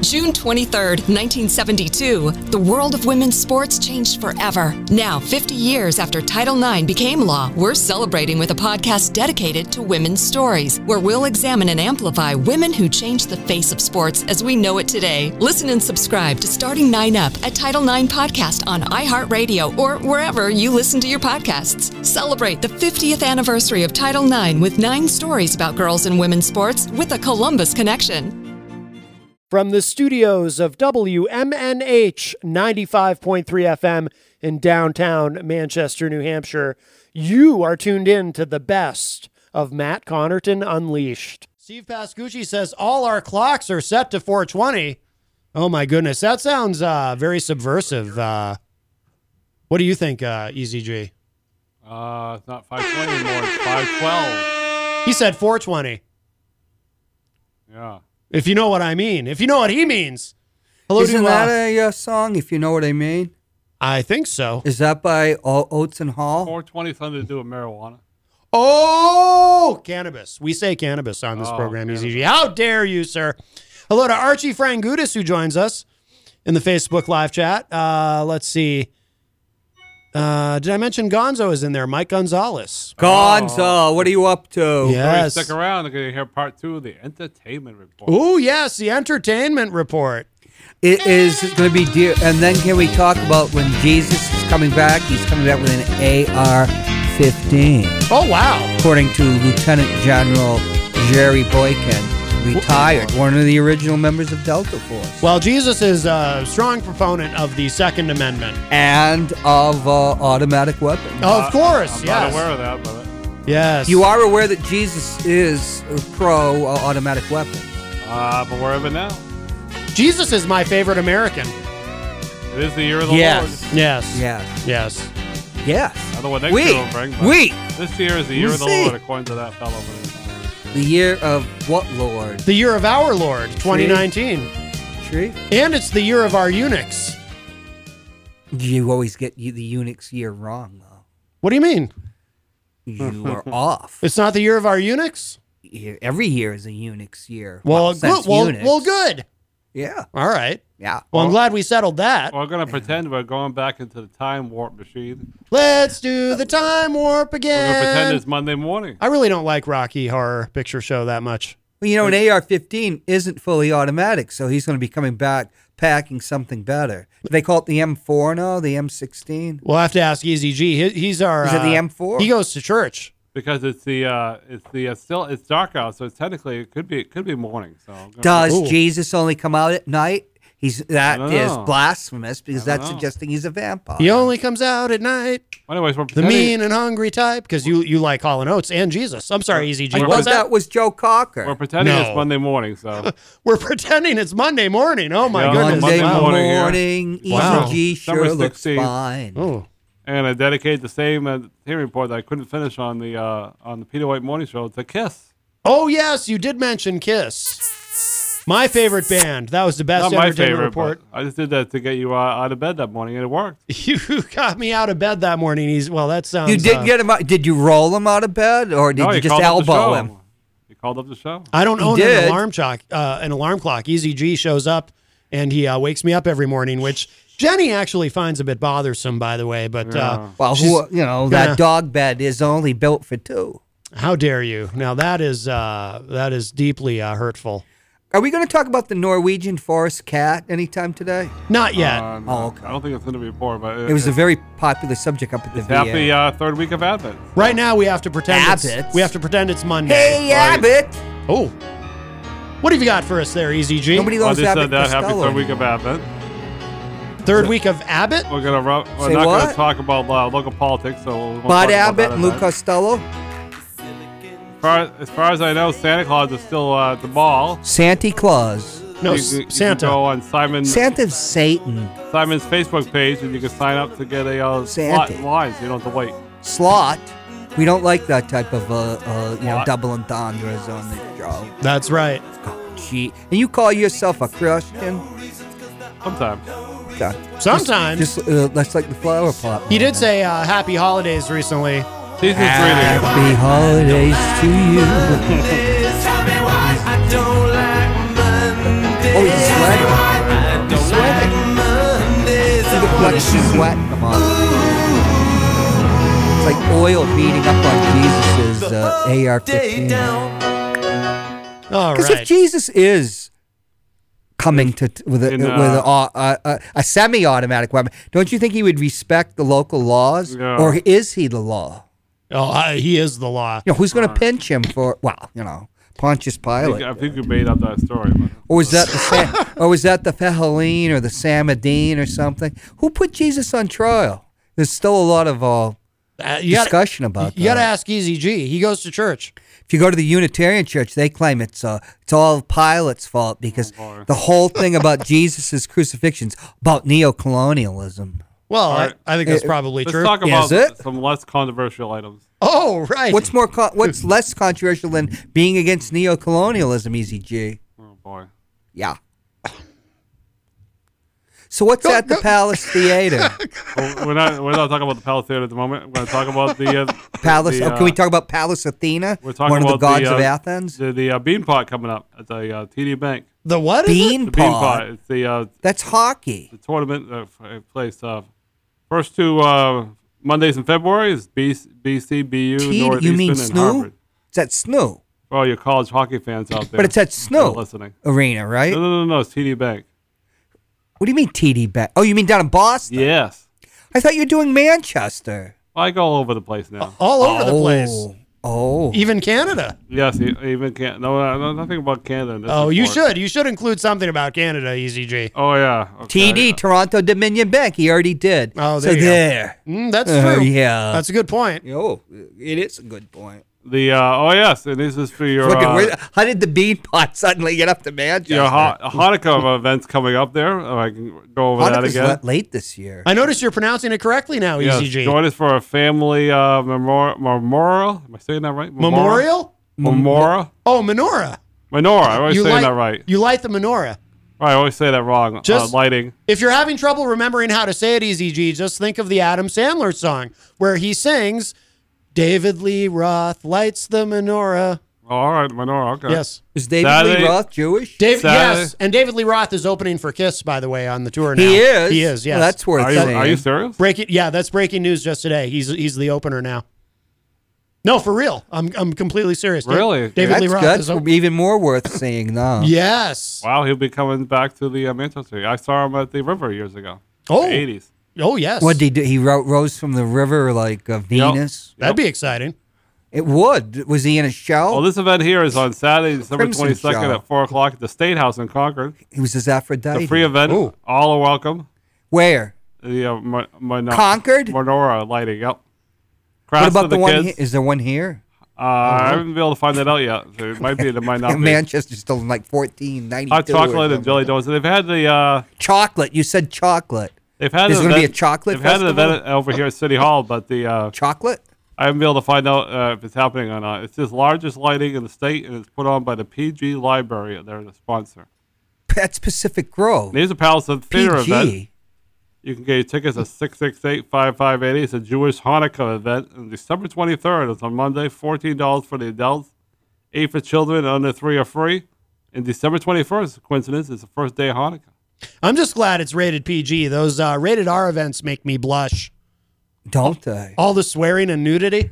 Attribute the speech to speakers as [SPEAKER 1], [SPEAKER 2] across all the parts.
[SPEAKER 1] June 23rd, 1972, the world of women's sports changed forever. Now, 50 years after Title IX became law, we're celebrating with a podcast dedicated to women's stories, where we'll examine and amplify women who changed the face of sports as we know it today. Listen and subscribe to Starting Nine Up, a Title IX podcast on iHeartRadio or wherever you listen to your podcasts. Celebrate the 50th anniversary of Title IX with nine stories about girls and women's sports with a Columbus connection.
[SPEAKER 2] From the studios of WMNH 95.3 FM in downtown Manchester, New Hampshire, you are tuned in to the best of Matt Connerton Unleashed. Steve Pascucci says all our clocks are set to 420. Oh my goodness, that sounds uh, very subversive. Uh, what do you think, uh, EZG?
[SPEAKER 3] Uh, it's not 520 anymore, it's 512.
[SPEAKER 2] He said 420.
[SPEAKER 3] Yeah.
[SPEAKER 2] If you know what I mean. If you know what he means.
[SPEAKER 4] Hello, Isn't that a uh, song? If you know what I mean.
[SPEAKER 2] I think so.
[SPEAKER 4] Is that by o- Oates and Hall?
[SPEAKER 3] 420 something to do with marijuana.
[SPEAKER 2] Oh, cannabis. We say cannabis on this oh, program. Easy. How dare you, sir? Hello to Archie Frangutis who joins us in the Facebook live chat. Uh, let's see. Uh, did I mention Gonzo is in there? Mike Gonzalez.
[SPEAKER 4] Gonzo, oh. what are you up to?
[SPEAKER 2] Yes.
[SPEAKER 3] Hurry, stick around. We're going to hear part two of the entertainment report.
[SPEAKER 2] Oh, yes, the entertainment report.
[SPEAKER 4] It is going to be dear. And then can we talk about when Jesus is coming back? He's coming back with an AR 15.
[SPEAKER 2] Oh, wow.
[SPEAKER 4] According to Lieutenant General Jerry Boykin retired, one of the original members of Delta Force.
[SPEAKER 2] Well, Jesus is a strong proponent of the Second Amendment
[SPEAKER 4] and of uh, automatic weapons.
[SPEAKER 2] Uh, of course,
[SPEAKER 3] I'm
[SPEAKER 2] yes.
[SPEAKER 3] aware of that, but
[SPEAKER 2] yes,
[SPEAKER 4] you are aware that Jesus is pro automatic weapon.
[SPEAKER 3] Uh, I'm aware of it now.
[SPEAKER 2] Jesus is my favorite American.
[SPEAKER 3] It is the year of the
[SPEAKER 4] yes.
[SPEAKER 3] Lord.
[SPEAKER 2] Yes.
[SPEAKER 4] Yes.
[SPEAKER 2] Yes.
[SPEAKER 4] Yes.
[SPEAKER 3] I don't know what next we, year will bring. But
[SPEAKER 4] we.
[SPEAKER 3] This year is the year of the
[SPEAKER 4] see.
[SPEAKER 3] Lord, according to that fellow.
[SPEAKER 4] The year of what Lord?
[SPEAKER 2] The year of our Lord, 2019.
[SPEAKER 4] Tree.
[SPEAKER 2] And it's the year of our eunuchs.
[SPEAKER 4] You always get the eunuchs year wrong, though.
[SPEAKER 2] What do you mean?
[SPEAKER 4] You are off.
[SPEAKER 2] It's not the year of our eunuchs?
[SPEAKER 4] Every year is a eunuchs year.
[SPEAKER 2] Well, well good. Well, well, good.
[SPEAKER 4] Yeah.
[SPEAKER 2] All right.
[SPEAKER 4] Yeah.
[SPEAKER 2] Well, I'm glad we settled that.
[SPEAKER 3] We're going to pretend we're going back into the time warp machine.
[SPEAKER 2] Let's do the time warp again.
[SPEAKER 3] We're going to pretend it's Monday morning.
[SPEAKER 2] I really don't like Rocky Horror Picture Show that much.
[SPEAKER 4] Well, you know, an AR 15 isn't fully automatic, so he's going to be coming back packing something better. Do they call it the M4 now, the M16?
[SPEAKER 2] We'll have to ask Easy G. He's our.
[SPEAKER 4] Is
[SPEAKER 2] uh,
[SPEAKER 4] it the M4?
[SPEAKER 2] He goes to church
[SPEAKER 3] because it's the uh, it's the uh, still it's dark out, so technically it could be it could be morning. So
[SPEAKER 4] does cool. Jesus only come out at night? He's that is know. blasphemous because that's know. suggesting he's a vampire.
[SPEAKER 2] He only comes out at night.
[SPEAKER 3] Well, anyways,
[SPEAKER 2] the mean and hungry type because you you like Hollow Oates and Jesus. I'm sorry, Easy G.
[SPEAKER 4] Was that was Joe Cocker?
[SPEAKER 3] We're pretending no. it's Monday morning, so
[SPEAKER 2] we're pretending it's Monday morning. Oh my yeah, goodness!
[SPEAKER 4] Monday wow. morning, Easy wow. G sure Summer looks 16. fine.
[SPEAKER 2] Oh
[SPEAKER 3] and I dedicate the same uh, hearing report that I couldn't finish on the uh, on the Peter White Morning Show to Kiss.
[SPEAKER 2] Oh yes, you did mention Kiss. My favorite band. That was the best.
[SPEAKER 3] Not my
[SPEAKER 2] favorite
[SPEAKER 3] report. I just did that to get you uh, out of bed that morning, and it worked.
[SPEAKER 2] You got me out of bed that morning. He's well. That sounds. uh,
[SPEAKER 4] You did get him. out. Did you roll him out of bed, or did
[SPEAKER 3] no,
[SPEAKER 4] you just elbow him?
[SPEAKER 3] You called up the show.
[SPEAKER 2] I don't he own did. an alarm clock. uh, an alarm clock. Easy G shows up, and he uh, wakes me up every morning, which Jenny actually finds a bit bothersome, by the way. But yeah. uh,
[SPEAKER 4] well, who, you know that yeah. dog bed is only built for two.
[SPEAKER 2] How dare you? Now that is uh, that is deeply uh, hurtful.
[SPEAKER 4] Are we going to talk about the Norwegian forest cat anytime today?
[SPEAKER 2] Not yet.
[SPEAKER 3] No,
[SPEAKER 4] oh, okay. I
[SPEAKER 3] Um, don't think it's going to be important, but
[SPEAKER 4] it, it was it, a very popular subject up at the
[SPEAKER 3] it's VA. Happy uh, third week of Advent.
[SPEAKER 2] Right now, we have to pretend Abbott's. it's, we have to pretend it's Monday.
[SPEAKER 4] Hey,
[SPEAKER 2] right?
[SPEAKER 4] Abbott.
[SPEAKER 2] Oh, what have you got for us there, E EZG?
[SPEAKER 4] Nobody loves oh,
[SPEAKER 3] they
[SPEAKER 4] Abbott.
[SPEAKER 3] Said that. Happy third week
[SPEAKER 4] anymore.
[SPEAKER 3] of Advent
[SPEAKER 2] third week of Abbott.
[SPEAKER 3] We're gonna ru- we're Say not what? gonna talk about uh, local politics. So we'll
[SPEAKER 4] Bud Abbott and Lou Costello.
[SPEAKER 3] As far, as far as I know, Santa Claus is still uh, at the mall.
[SPEAKER 4] Santa Claus.
[SPEAKER 5] No,
[SPEAKER 3] you,
[SPEAKER 5] S-
[SPEAKER 3] you- you can
[SPEAKER 5] Santa.
[SPEAKER 3] go on Simon
[SPEAKER 4] Santa's Satan.
[SPEAKER 3] Simon's Facebook page, and you can sign up to get a uh, slot
[SPEAKER 4] Santa.
[SPEAKER 3] in lines. You don't have to wait.
[SPEAKER 4] Slot. We don't like that type of uh, uh you know
[SPEAKER 3] Slot.
[SPEAKER 4] double entendres on this show.
[SPEAKER 5] That's right.
[SPEAKER 4] Gee, and you call yourself a Christian?
[SPEAKER 3] Sometimes.
[SPEAKER 4] Okay.
[SPEAKER 5] Sometimes.
[SPEAKER 4] Just, just, uh, that's like the flower pot.
[SPEAKER 5] He did say uh, happy holidays recently.
[SPEAKER 3] Season
[SPEAKER 4] Ah.
[SPEAKER 3] three. dude.
[SPEAKER 4] Happy holidays to you. Oh, he's sweating. He's sweating. See the collection sweat come on. It's like oil beating up on Jesus's uh, AR-15.
[SPEAKER 5] All
[SPEAKER 4] Because
[SPEAKER 5] right.
[SPEAKER 4] if Jesus is coming to t- with a
[SPEAKER 3] In,
[SPEAKER 4] with a, uh, a, a semi-automatic weapon, don't you think he would respect the local laws,
[SPEAKER 3] Yeah.
[SPEAKER 4] or is he the law?
[SPEAKER 5] oh, I, he is the law.
[SPEAKER 4] You know, who's going to pinch him for? Well, you know, Pontius Pilate,
[SPEAKER 3] I think you made up that story. But
[SPEAKER 4] or was that the Sa- or was that the Faheline or the Samadine or something? Who put Jesus on trial? There's still a lot of uh,
[SPEAKER 5] Uh, you gotta-
[SPEAKER 4] discussion about
[SPEAKER 5] You got to
[SPEAKER 4] that.
[SPEAKER 5] ask Easy G. He goes to church.
[SPEAKER 4] If you go to the Unitarian Church, they claim it's uh, it's all Pilate's fault because
[SPEAKER 3] Oh,
[SPEAKER 4] the whole thing about Jesus' crucifixions about neocolonialism.
[SPEAKER 5] Well, I, I think that's
[SPEAKER 4] Uh,
[SPEAKER 5] probably
[SPEAKER 3] let's
[SPEAKER 5] true.
[SPEAKER 3] talk
[SPEAKER 4] Is
[SPEAKER 3] about
[SPEAKER 4] it?
[SPEAKER 3] some less controversial items.
[SPEAKER 5] oh, right.
[SPEAKER 4] What's more, co- what's less controversial than being against neocolonialism? Easy G.
[SPEAKER 3] Oh boy.
[SPEAKER 4] Yeah. So what's at the Palace Theater?
[SPEAKER 3] Well, we're not we're not talking about the Palace Theater at the moment. We're going to talk about the uh,
[SPEAKER 4] Palace.
[SPEAKER 3] The,
[SPEAKER 4] oh, can we
[SPEAKER 3] uh,
[SPEAKER 4] talk about Palace Athena?
[SPEAKER 3] We're talking
[SPEAKER 4] one of
[SPEAKER 3] about
[SPEAKER 4] the gods
[SPEAKER 3] uh,
[SPEAKER 4] of Athens.
[SPEAKER 3] The, the uh, bean pot coming up at the uh, TD Bank.
[SPEAKER 5] the what? is it?
[SPEAKER 4] Bean,
[SPEAKER 3] The
[SPEAKER 4] pot.
[SPEAKER 3] bean pot. It's the uh,
[SPEAKER 4] That's hockey.
[SPEAKER 3] the tournament uh, f- uh, placed uh, first two uh, Mondays in February is BC, BC BU,
[SPEAKER 4] T-
[SPEAKER 3] Northeastern,
[SPEAKER 4] you mean
[SPEAKER 3] and
[SPEAKER 4] Snoo?
[SPEAKER 3] Harvard.
[SPEAKER 4] It's at Snoo,
[SPEAKER 3] For all your college hockey fans out there.
[SPEAKER 4] but it's at
[SPEAKER 3] Still
[SPEAKER 4] Snoo
[SPEAKER 3] listening.
[SPEAKER 4] Arena, right?
[SPEAKER 3] No, no, no, no. It's TD Bank.
[SPEAKER 4] What do you mean TD Bank? Oh, you mean down in Boston?
[SPEAKER 3] Yes.
[SPEAKER 4] I thought you were doing Manchester.
[SPEAKER 3] I go all over the place now.
[SPEAKER 5] All over the place.
[SPEAKER 4] Oh.
[SPEAKER 5] Even Canada.
[SPEAKER 3] Yes, e- even can No, I know nothing about Canada. in this
[SPEAKER 5] Oh, you
[SPEAKER 3] report.
[SPEAKER 5] should. You should include something about Canada,
[SPEAKER 2] E
[SPEAKER 5] Easy G.
[SPEAKER 3] Oh, yeah. Okay.
[SPEAKER 4] TD, Toronto Dominion Bank. He already did.
[SPEAKER 5] Oh,
[SPEAKER 4] so
[SPEAKER 5] there you go.
[SPEAKER 4] there.
[SPEAKER 5] Mm, that's
[SPEAKER 4] Oh,
[SPEAKER 5] true.
[SPEAKER 4] yeah.
[SPEAKER 5] That's a good point.
[SPEAKER 4] Oh, it is a good point.
[SPEAKER 3] The, uh, oh, yes. And this is for your,
[SPEAKER 4] Look, at
[SPEAKER 3] uh,
[SPEAKER 4] where, how did the bean pot suddenly get up to Manchester?
[SPEAKER 3] your ha- Hanukkah events coming up there. Oh, I can go over
[SPEAKER 4] Hanukkah's
[SPEAKER 3] that again.
[SPEAKER 4] la- late this year.
[SPEAKER 5] I notice you're pronouncing it correctly now,
[SPEAKER 3] Yes,
[SPEAKER 5] Oh, Easy G.
[SPEAKER 3] join us for a family uh, memorial. Memorial? Am I saying that right?
[SPEAKER 5] Memorial?
[SPEAKER 3] Memorial?
[SPEAKER 5] Oh, menorah.
[SPEAKER 3] Menorah. I always
[SPEAKER 5] you
[SPEAKER 3] say
[SPEAKER 5] light,
[SPEAKER 3] that right.
[SPEAKER 5] You light the menorah.
[SPEAKER 3] Right, I always say that wrong.
[SPEAKER 5] Just-
[SPEAKER 3] uh, lighting.
[SPEAKER 5] If you're having trouble remembering how to say it, Easy G, just think of the Adam Sandler song where he sings, David Lee Roth lights the menorah.
[SPEAKER 3] Oh, all right, menorah. Okay.
[SPEAKER 5] Yes.
[SPEAKER 4] Is David
[SPEAKER 3] Saturday-
[SPEAKER 4] Lee Roth Jewish?
[SPEAKER 5] David,
[SPEAKER 3] Saturday-
[SPEAKER 5] yes, and David Lee Roth is opening for Kiss, by the way, on the tour now.
[SPEAKER 4] he is.
[SPEAKER 5] He is. Yes.
[SPEAKER 4] Well, that's worth
[SPEAKER 3] Are you,
[SPEAKER 4] saying.
[SPEAKER 3] are you serious?
[SPEAKER 5] breaking. Yeah, that's breaking news just today. He's he's the opener now. No, for real. I'm I'm completely serious. Da-
[SPEAKER 3] Really?
[SPEAKER 5] David
[SPEAKER 4] that's
[SPEAKER 5] Lee Roth
[SPEAKER 4] good.
[SPEAKER 5] is. op-
[SPEAKER 4] even more worth saying now.
[SPEAKER 5] yes.
[SPEAKER 3] Wow, he'll be coming back to the uh, Manchester. I saw him at the River years ago.
[SPEAKER 5] Oh.
[SPEAKER 3] The 80s.
[SPEAKER 5] Oh yes.
[SPEAKER 4] What did he do? He ro- rose from the river like uh, Venus.
[SPEAKER 5] That'd be exciting.
[SPEAKER 4] It would. Was he in a shell?
[SPEAKER 3] Well, this event here is on Saturday, December
[SPEAKER 4] Crimson
[SPEAKER 3] 22nd
[SPEAKER 4] Show.
[SPEAKER 3] at 4 o'clock at the State House in Concord.
[SPEAKER 4] he was his Aphrodite.
[SPEAKER 3] The free event.
[SPEAKER 4] Ooh.
[SPEAKER 3] All are welcome.
[SPEAKER 4] Where?
[SPEAKER 3] The uh, mon- mon-
[SPEAKER 4] Concord?
[SPEAKER 3] Menorah lighting. Yep. Crafts
[SPEAKER 4] What
[SPEAKER 3] for
[SPEAKER 4] about the,
[SPEAKER 3] the,
[SPEAKER 4] one?
[SPEAKER 3] kids.
[SPEAKER 4] He- is there one here?
[SPEAKER 3] uh, I haven't been able to find that out yet. There might be. There might not be.
[SPEAKER 4] Manchester's still in like fourteen ninety two.
[SPEAKER 3] Hot chocolate and jelly donuts. They've had the. Uh,
[SPEAKER 4] Chocolate. You said chocolate.
[SPEAKER 3] they've had.
[SPEAKER 4] There's
[SPEAKER 3] an
[SPEAKER 4] gonna be
[SPEAKER 3] event-
[SPEAKER 4] a chocolate
[SPEAKER 3] They've had an
[SPEAKER 4] festival?
[SPEAKER 3] event over here at City Hall, but the uh,
[SPEAKER 4] Chocolate.
[SPEAKER 3] I haven't been able to find out uh, if it's happening or not. It's the largest lighting in the state, and it's put on by the PG Library. They're the sponsor.
[SPEAKER 4] That's Pacific Grove.
[SPEAKER 3] There's a Palace of Theater event.
[SPEAKER 4] PG.
[SPEAKER 3] You can get your tickets at 668-5580. It's a Jewish Hanukkah event. And December 23rd, it's on Monday, $14 for the adults, 8 for children, under 3 are free. And December 21st, coincidence, is the first day of Hanukkah.
[SPEAKER 5] I'm just glad it's rated PG. Those uh, rated R events make me blush.
[SPEAKER 4] Don't they?
[SPEAKER 5] All the swearing and nudity.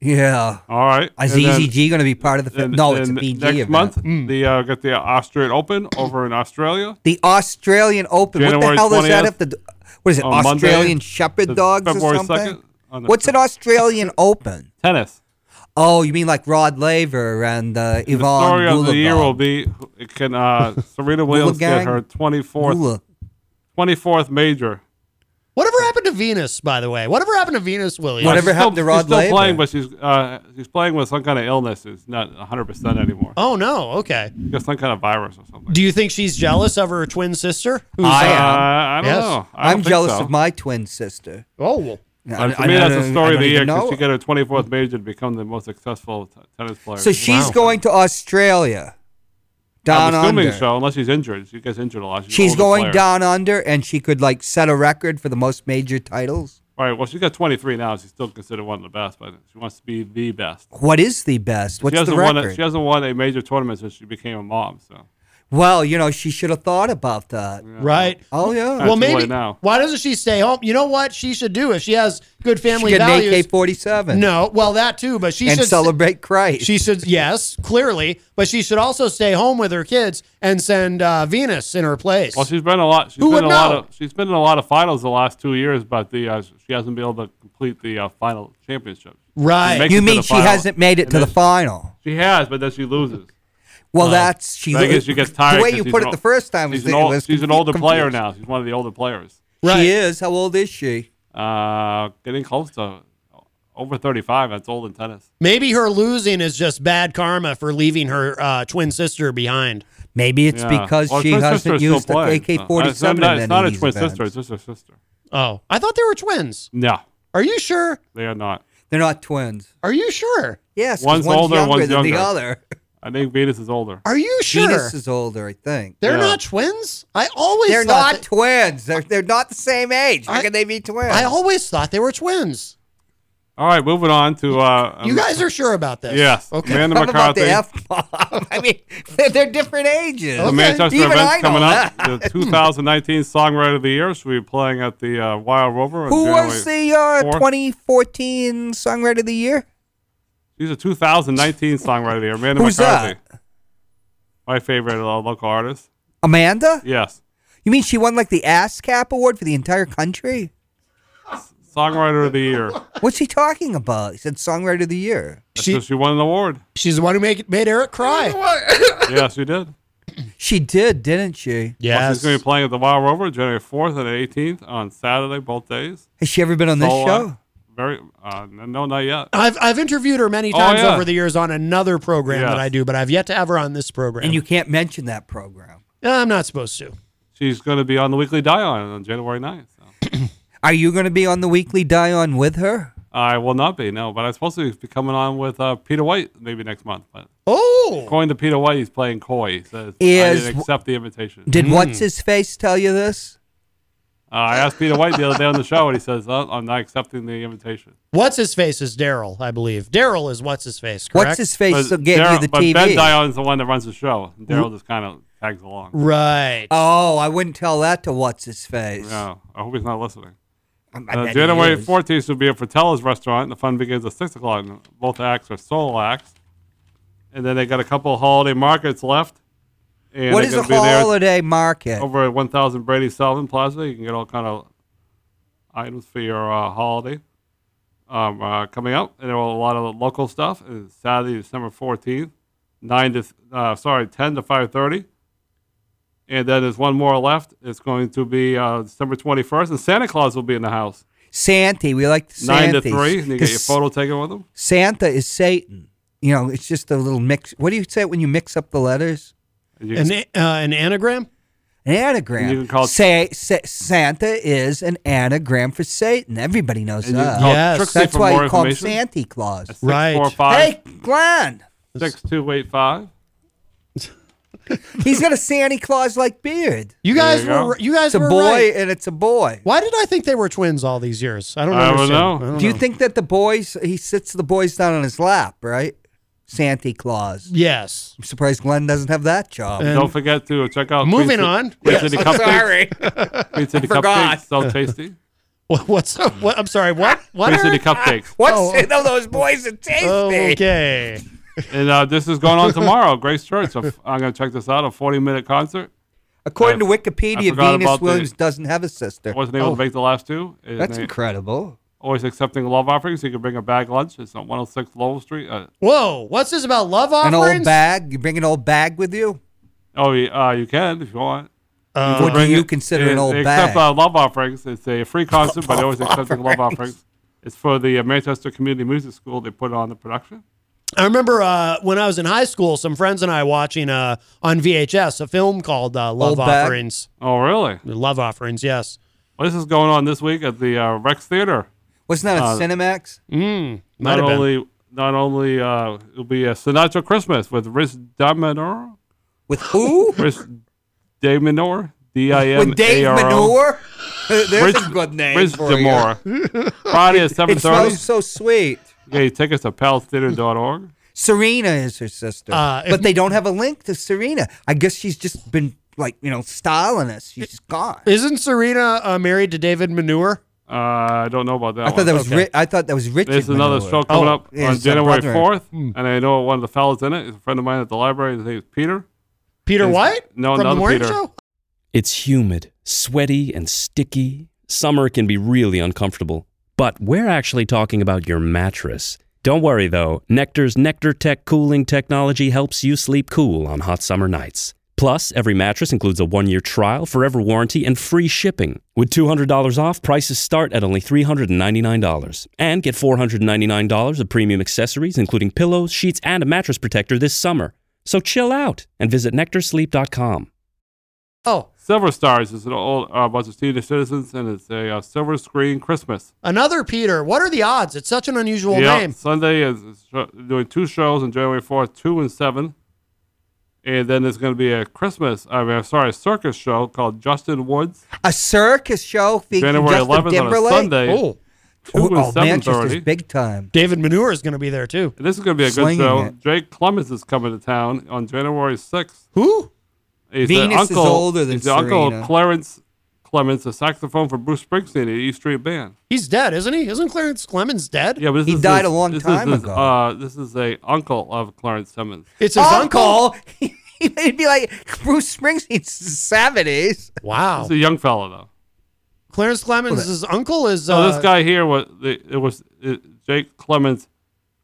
[SPEAKER 4] Yeah.
[SPEAKER 3] All right.
[SPEAKER 4] Is E
[SPEAKER 3] and then-
[SPEAKER 4] EZG going to be part of the film?
[SPEAKER 3] and-
[SPEAKER 4] No, it's a
[SPEAKER 3] and
[SPEAKER 4] PG
[SPEAKER 3] Next
[SPEAKER 4] event.
[SPEAKER 3] month, the uh, got the Austrian Open over in Australia.
[SPEAKER 4] The Australian Open. what
[SPEAKER 3] January
[SPEAKER 4] the hell is that?
[SPEAKER 3] 20th?
[SPEAKER 4] If the what is it?
[SPEAKER 3] On Monday,
[SPEAKER 4] Australian Shepherd
[SPEAKER 3] the
[SPEAKER 4] dogs
[SPEAKER 3] February
[SPEAKER 4] or something?
[SPEAKER 3] 2nd, on the-
[SPEAKER 4] What's an Australian Open?
[SPEAKER 3] Tennis.
[SPEAKER 4] Oh, you mean like Rod Laver and uh, Yvonne
[SPEAKER 3] The story of the year
[SPEAKER 4] Goolagong.
[SPEAKER 3] will be can uh, Serena Williams get
[SPEAKER 4] Goolagong?
[SPEAKER 3] her 24th,
[SPEAKER 4] Gula.
[SPEAKER 3] 24th major
[SPEAKER 2] Whatever happened to Venus, by the way? Whatever happened to Venus Williams?
[SPEAKER 4] Whatever
[SPEAKER 3] She's
[SPEAKER 4] happened to
[SPEAKER 3] still,
[SPEAKER 4] Rod
[SPEAKER 3] she's still
[SPEAKER 4] Laver?
[SPEAKER 3] playing, but she's uh, she's playing with some kind of illness. It's not 100 percent anymore.
[SPEAKER 2] Oh no. Okay.
[SPEAKER 3] She's got some kind of virus or something.
[SPEAKER 2] Do you think she's jealous of her twin sister? Who's,
[SPEAKER 4] I
[SPEAKER 3] uh,
[SPEAKER 4] am.
[SPEAKER 3] I don't
[SPEAKER 2] Yes.
[SPEAKER 3] know. I don't
[SPEAKER 4] I'm
[SPEAKER 3] think
[SPEAKER 4] jealous
[SPEAKER 3] so.
[SPEAKER 4] of my twin sister.
[SPEAKER 2] Oh. well,
[SPEAKER 3] Uh, for me, that's the story of the year because she got her 24th major to become the most successful t- tennis player.
[SPEAKER 4] So she's going to Australia, down
[SPEAKER 3] I'm assuming
[SPEAKER 4] under.
[SPEAKER 3] so, unless she's injured. She gets injured a lot. She's, an
[SPEAKER 4] She's
[SPEAKER 3] older
[SPEAKER 4] going
[SPEAKER 3] player.
[SPEAKER 4] down under, and she could like set a record for the most major titles.
[SPEAKER 3] All right. Well, she's got 23 now. She's still considered one of the best, but she wants to be the best.
[SPEAKER 4] What is the best? What's
[SPEAKER 3] she
[SPEAKER 4] the
[SPEAKER 3] hasn't
[SPEAKER 4] record?
[SPEAKER 3] won. A, she hasn't won a major tournament since she became a mom. So
[SPEAKER 4] well, you know, she should have thought about that.
[SPEAKER 2] Right.
[SPEAKER 4] Oh yeah,
[SPEAKER 2] well,
[SPEAKER 3] too late
[SPEAKER 2] maybe.
[SPEAKER 3] now.
[SPEAKER 2] Why doesn't she stay home? You know what she should do if she has good family
[SPEAKER 4] she could
[SPEAKER 2] values.
[SPEAKER 4] make AK-47
[SPEAKER 2] No, well that too, but she
[SPEAKER 4] and
[SPEAKER 2] should
[SPEAKER 4] celebrate Christ.
[SPEAKER 2] She should yes, clearly, but she should also stay home with her kids and send uh, Venus in her place.
[SPEAKER 3] well, she's been a lot. She's
[SPEAKER 2] Who would
[SPEAKER 3] been a lot
[SPEAKER 2] know?
[SPEAKER 3] of. She's been in a lot of finals the last two years, but the uh, she hasn't been able to complete the uh, final championship.
[SPEAKER 2] right.
[SPEAKER 3] Make-
[SPEAKER 4] you
[SPEAKER 3] it to
[SPEAKER 4] mean
[SPEAKER 3] the
[SPEAKER 4] she
[SPEAKER 3] final.
[SPEAKER 4] hasn't made it to the
[SPEAKER 3] is-
[SPEAKER 4] final?
[SPEAKER 3] She has, but then she loses. Um,
[SPEAKER 4] Well, that's she.
[SPEAKER 3] I think she gets tired.
[SPEAKER 4] The way
[SPEAKER 3] 'cause
[SPEAKER 4] you
[SPEAKER 3] she's
[SPEAKER 4] put it
[SPEAKER 3] an ol-
[SPEAKER 4] the first time was,
[SPEAKER 3] she's an,
[SPEAKER 4] it
[SPEAKER 3] old,
[SPEAKER 4] was
[SPEAKER 3] she's an older
[SPEAKER 4] confused.
[SPEAKER 3] player now. She's one of the older players.
[SPEAKER 2] Right.
[SPEAKER 4] She is. How old is she?
[SPEAKER 3] Uh, getting close to over 35. That's old in tennis.
[SPEAKER 2] Maybe her losing is just bad karma for leaving her uh, twin sister behind.
[SPEAKER 4] Maybe it's
[SPEAKER 3] Yeah.
[SPEAKER 4] because
[SPEAKER 3] Well,
[SPEAKER 4] she
[SPEAKER 3] twin
[SPEAKER 4] hasn't
[SPEAKER 3] sisters still
[SPEAKER 4] used the
[SPEAKER 3] play. Uh, it's
[SPEAKER 4] AK-47
[SPEAKER 3] not,
[SPEAKER 4] in
[SPEAKER 3] it's
[SPEAKER 4] any
[SPEAKER 3] not
[SPEAKER 4] of
[SPEAKER 3] a
[SPEAKER 4] these
[SPEAKER 3] twin sister.
[SPEAKER 4] events.
[SPEAKER 3] It's just a sister.
[SPEAKER 2] Oh, I thought they were twins.
[SPEAKER 3] No,
[SPEAKER 2] Are you sure?
[SPEAKER 3] they are not.
[SPEAKER 4] They're not twins.
[SPEAKER 2] Are you sure?
[SPEAKER 4] Yes, 'cause
[SPEAKER 3] One's
[SPEAKER 4] one's
[SPEAKER 3] older,
[SPEAKER 4] younger
[SPEAKER 3] one's
[SPEAKER 4] than the
[SPEAKER 3] younger.
[SPEAKER 4] other.
[SPEAKER 3] I think Venus is older.
[SPEAKER 2] Are you sure?
[SPEAKER 4] Venus is older, I think.
[SPEAKER 2] They're
[SPEAKER 3] Yeah.
[SPEAKER 2] not twins. I always
[SPEAKER 4] They're
[SPEAKER 2] thought
[SPEAKER 4] not twins. They're, they're not the same age. How
[SPEAKER 2] I-
[SPEAKER 4] can they be twins?
[SPEAKER 2] I always thought they were twins.
[SPEAKER 3] All right, moving on to uh,
[SPEAKER 2] You
[SPEAKER 3] um,
[SPEAKER 2] guys are sure about this?
[SPEAKER 3] Yes,
[SPEAKER 2] Okay.
[SPEAKER 3] Amanda
[SPEAKER 4] What about
[SPEAKER 3] McCarthy.
[SPEAKER 4] the F bomb? I mean, they're, they're different ages.
[SPEAKER 3] The Manchester
[SPEAKER 4] Even I
[SPEAKER 3] event's
[SPEAKER 4] know
[SPEAKER 3] coming up.
[SPEAKER 4] that.
[SPEAKER 3] The 2019 Songwriter of the Year. So we'll be playing at the uh, Wild Rover. on
[SPEAKER 4] Who
[SPEAKER 3] January
[SPEAKER 4] was the uh,
[SPEAKER 3] 4th.
[SPEAKER 4] 2014 Songwriter of the Year?
[SPEAKER 3] She's a 2019 Songwriter of the Year. Amanda
[SPEAKER 4] Who's
[SPEAKER 3] McCarthy. My favorite uh, local artist.
[SPEAKER 4] Amanda?
[SPEAKER 3] Yes.
[SPEAKER 4] You mean she won like the ASCAP award for the entire country?
[SPEAKER 3] Songwriter of the Year.
[SPEAKER 4] What's he talking about? He said Songwriter of the Year.
[SPEAKER 3] So
[SPEAKER 2] She,
[SPEAKER 3] she won an award.
[SPEAKER 2] she's the one who made, made Eric cry.
[SPEAKER 3] Yes, she did.
[SPEAKER 4] She did, didn't she?
[SPEAKER 3] Well,
[SPEAKER 2] Yes.
[SPEAKER 3] She's going to be playing at the Wild Rover January 4th and 18th on Saturday, both days.
[SPEAKER 4] Has she ever been on this
[SPEAKER 3] So, uh,
[SPEAKER 4] show?
[SPEAKER 3] very, uh, n- no, not yet.
[SPEAKER 2] I've I've interviewed her many
[SPEAKER 3] Oh,
[SPEAKER 2] times
[SPEAKER 3] yeah.
[SPEAKER 2] over the years on another program
[SPEAKER 3] Yes.
[SPEAKER 2] that I do, but I've yet to have her on this program. Uh,
[SPEAKER 4] And you can't mention that program.
[SPEAKER 2] I'm not supposed to.
[SPEAKER 3] She's going to be on the Weekly Dion on January 9th. So.
[SPEAKER 4] Are you going to be on the weekly Dion with her?
[SPEAKER 3] I will not be, no, but I'm supposed to be coming on with uh, Peter White maybe next month. But
[SPEAKER 2] Oh,
[SPEAKER 3] according to Peter White, he's playing coy. So I
[SPEAKER 4] Is-
[SPEAKER 3] didn't accept the invitation.
[SPEAKER 2] Hmm.
[SPEAKER 4] Did what's his face tell you this?
[SPEAKER 3] uh, I asked Peter White the other day on the show, and he says, "Uh, I'm not accepting the invitation.
[SPEAKER 2] what's his face is Daryl, I believe. Daryl is what's his face. Correct?
[SPEAKER 4] What's his face still gave
[SPEAKER 3] Darryl-
[SPEAKER 4] you the Mm-hmm.
[SPEAKER 3] but Ben
[SPEAKER 4] TV?
[SPEAKER 3] Dion's the one that runs the show. Daryl just kind of tags along. Uh,
[SPEAKER 2] right?
[SPEAKER 4] oh, I wouldn't tell that to what's his face.
[SPEAKER 3] No, I hope he's not listening.
[SPEAKER 4] I'm- I
[SPEAKER 3] Uh,
[SPEAKER 4] bet he
[SPEAKER 3] January
[SPEAKER 4] is.
[SPEAKER 3] 14th will be at Fratella's Restaurant. The fun begins at 6 o'clock. And both acts are solo acts. And then they got a couple of holiday markets left. And
[SPEAKER 4] What
[SPEAKER 3] they're
[SPEAKER 4] is a
[SPEAKER 3] gonna be there
[SPEAKER 4] holiday market?
[SPEAKER 3] Over at 1000 Brady Sullivan Plaza. You can get all kind of items for your uh, holiday um, uh, coming up. And there will a lot of local stuff. And it's Saturday, December 14th, 9 to, uh, sorry, 10 to 5.30. And then there's one more left. It's going to be uh, December 21st. And Santa Claus will be in the house.
[SPEAKER 4] Santa. We like the
[SPEAKER 3] Nine to
[SPEAKER 4] Santas,
[SPEAKER 3] three, and you get your
[SPEAKER 4] 'cause
[SPEAKER 3] photo taken with them.
[SPEAKER 4] Santa is Satan. You know, it's just a little mix. What do you say when you mix up the letters?
[SPEAKER 3] And you
[SPEAKER 2] An
[SPEAKER 3] can-
[SPEAKER 2] uh, an anagram.
[SPEAKER 4] An anagram.
[SPEAKER 3] You can call it-
[SPEAKER 4] say, sa- Santa is an anagram for Satan. Everybody knows
[SPEAKER 3] and you can
[SPEAKER 4] that.
[SPEAKER 3] call
[SPEAKER 2] Yes.
[SPEAKER 3] Trixie
[SPEAKER 4] That's
[SPEAKER 3] for
[SPEAKER 4] why
[SPEAKER 3] more
[SPEAKER 4] you call him
[SPEAKER 3] information.
[SPEAKER 4] Santa Claus.
[SPEAKER 3] Six,
[SPEAKER 2] Right.
[SPEAKER 3] four, five,
[SPEAKER 4] Hey, Glenn,
[SPEAKER 3] six, two, eight, five.
[SPEAKER 4] he's got a Santa Claus like beard.
[SPEAKER 2] You guys
[SPEAKER 3] you go.
[SPEAKER 2] were you guys
[SPEAKER 4] It's a
[SPEAKER 2] were
[SPEAKER 4] boy,
[SPEAKER 2] right.
[SPEAKER 4] and it's a boy.
[SPEAKER 2] Why did I think they were twins all these years? I don't,
[SPEAKER 3] I don't
[SPEAKER 2] understand.
[SPEAKER 3] know.
[SPEAKER 2] I don't
[SPEAKER 4] Do you
[SPEAKER 2] know.
[SPEAKER 4] think that the boys? He sits the boys down on his lap, right? Santa Claus.
[SPEAKER 2] Yes.
[SPEAKER 4] I'm surprised Glenn doesn't have that job.
[SPEAKER 3] Don't forget to check out.
[SPEAKER 2] Moving
[SPEAKER 3] Queen Ci-
[SPEAKER 2] on.
[SPEAKER 3] Queen City Cupcakes.
[SPEAKER 4] Sorry.
[SPEAKER 3] Queen City
[SPEAKER 4] Forgot.
[SPEAKER 3] Cupcakes. So tasty.
[SPEAKER 2] What, what's up? What, I'm sorry. What? What?
[SPEAKER 3] Queen City
[SPEAKER 2] Eric?
[SPEAKER 3] Cupcakes.
[SPEAKER 4] What's
[SPEAKER 2] Oh.
[SPEAKER 4] in those boys that taste
[SPEAKER 2] Oh,
[SPEAKER 4] me?
[SPEAKER 2] okay.
[SPEAKER 3] And uh, this is going on tomorrow. Grace Church. I'm, I'm going to check this out. A 40 minute concert.
[SPEAKER 4] According
[SPEAKER 3] I-
[SPEAKER 4] to
[SPEAKER 3] I
[SPEAKER 4] Wikipedia,
[SPEAKER 3] forgot about
[SPEAKER 4] Venus
[SPEAKER 3] the-
[SPEAKER 4] Williams doesn't have a sister.
[SPEAKER 3] Wasn't able
[SPEAKER 4] Oh,
[SPEAKER 3] to make the last two. And
[SPEAKER 4] That's
[SPEAKER 3] they
[SPEAKER 4] incredible.
[SPEAKER 3] Always accepting love offerings. You can bring a bag lunch. It's on 106 Lowell Street. Uh,
[SPEAKER 2] Whoa. What's this about love
[SPEAKER 4] An
[SPEAKER 2] offerings?
[SPEAKER 4] old bag. You bring an old bag with you.
[SPEAKER 3] oh, y- uh, you can if you want.
[SPEAKER 4] what do
[SPEAKER 3] Bring
[SPEAKER 4] you
[SPEAKER 3] it-
[SPEAKER 4] consider
[SPEAKER 3] it-
[SPEAKER 4] an old
[SPEAKER 3] they
[SPEAKER 4] bag?
[SPEAKER 3] Accept uh, love offerings. It's a free concert, but they always accepting love offerings. It's for the uh, Manchester Community Music School. They put on the production.
[SPEAKER 2] I remember uh, when I was in high school, some friends and I watching uh, on VHS a film called uh, Love
[SPEAKER 4] Old Bag?
[SPEAKER 2] Offerings.
[SPEAKER 3] Oh, really?
[SPEAKER 2] Love Offerings, yes.
[SPEAKER 3] Well, this is going on this week at the uh, Rex Theater. Uh,
[SPEAKER 4] Wasn't that a Cinemax?
[SPEAKER 2] Mm, Might
[SPEAKER 3] Not
[SPEAKER 2] have been.
[SPEAKER 3] only, not only uh, it'll be a Sinatra Christmas with Rich Damanor,
[SPEAKER 4] With who?
[SPEAKER 3] Rich Damanor, D I M A R O.
[SPEAKER 4] With Dave Manure? There's a good name
[SPEAKER 3] Rich
[SPEAKER 4] for you.
[SPEAKER 3] Damora. Friday at seven
[SPEAKER 4] It
[SPEAKER 3] thirty.
[SPEAKER 4] smells so sweet.
[SPEAKER 3] Yeah, take us to palstheater.org.
[SPEAKER 4] Serena is her sister,
[SPEAKER 2] Uh, if-
[SPEAKER 4] but they don't have a link to Serena. I guess she's just been like you know styling us. She's just gone.
[SPEAKER 2] Isn't Serena uh, married to David Manure?
[SPEAKER 3] Uh, I don't know about that.
[SPEAKER 4] I
[SPEAKER 3] one.
[SPEAKER 4] thought that was ri- I thought that was Richard.
[SPEAKER 3] There's another
[SPEAKER 4] Manure.
[SPEAKER 3] show coming
[SPEAKER 2] Oh.
[SPEAKER 3] up
[SPEAKER 4] yeah,
[SPEAKER 3] on
[SPEAKER 4] it's their
[SPEAKER 3] January
[SPEAKER 4] brother.
[SPEAKER 3] fourth,
[SPEAKER 2] Hmm.
[SPEAKER 3] and I know one of the fellas in it. He's a friend of mine at the library. His name's Peter.
[SPEAKER 2] Peter
[SPEAKER 3] Is-
[SPEAKER 2] White?
[SPEAKER 3] no,
[SPEAKER 2] From the
[SPEAKER 3] another
[SPEAKER 2] morning
[SPEAKER 3] Peter.
[SPEAKER 2] show?
[SPEAKER 6] It's humid, sweaty, and sticky. Summer can be really uncomfortable. But we're actually talking about your mattress. Don't worry though, Nectar's Nectar Tech cooling technology helps you sleep cool on hot summer nights. Plus, every mattress includes a one year trial, forever warranty, and free shipping. With $200 off, prices start at only $399. And get $499 of premium accessories, including pillows, sheets, and a mattress protector this summer. So chill out and visit nectarsleep.com.
[SPEAKER 2] Oh,
[SPEAKER 3] Silver Stars is an old uh, bunch of senior citizens, and it's a uh, silver screen Christmas.
[SPEAKER 2] another Peter. What are the odds? It's such an unusual
[SPEAKER 3] yeah,
[SPEAKER 2] name.
[SPEAKER 3] Sunday is is sho- doing two shows on January fourth, two and seven, and then there's going to be a Christmas. I mean, I'm sorry, a circus show called Justin Woods,
[SPEAKER 4] A circus show featuring
[SPEAKER 3] January
[SPEAKER 4] Justin
[SPEAKER 3] 11th
[SPEAKER 4] Timberlake.
[SPEAKER 3] on a Sunday,
[SPEAKER 2] Oh,
[SPEAKER 3] two
[SPEAKER 4] oh,
[SPEAKER 3] and seven
[SPEAKER 4] Manchester's
[SPEAKER 3] thirty.
[SPEAKER 4] big time.
[SPEAKER 2] David Manure is going to be there too.
[SPEAKER 3] And this is going to be a good
[SPEAKER 4] Slinging
[SPEAKER 3] show.
[SPEAKER 4] it.
[SPEAKER 3] Jake Clemens is coming to town on January 6th.
[SPEAKER 2] Who?
[SPEAKER 3] He's
[SPEAKER 4] Venus is older than
[SPEAKER 3] he's the uncle
[SPEAKER 4] Serena.
[SPEAKER 3] of Clarence Clemens, a saxophone for Bruce Springsteen at E Street Band.
[SPEAKER 2] He's dead, isn't he? Isn't Clarence Clemens dead?
[SPEAKER 3] Yeah, but this
[SPEAKER 4] He
[SPEAKER 3] is
[SPEAKER 4] died
[SPEAKER 3] his-
[SPEAKER 4] a long
[SPEAKER 3] this is
[SPEAKER 4] time
[SPEAKER 3] his,
[SPEAKER 4] ago.
[SPEAKER 3] Uh, this is a uncle of Clarence Simmons.
[SPEAKER 2] It's his uncle.
[SPEAKER 4] Uncle, he'd be like Bruce Springsteen's seventies.
[SPEAKER 2] Wow.
[SPEAKER 3] He's a young fella though.
[SPEAKER 2] Clarence Clemens' his uncle is.
[SPEAKER 3] So
[SPEAKER 2] Uh,
[SPEAKER 3] Oh, this guy here was the, it was uh Jake Clemens,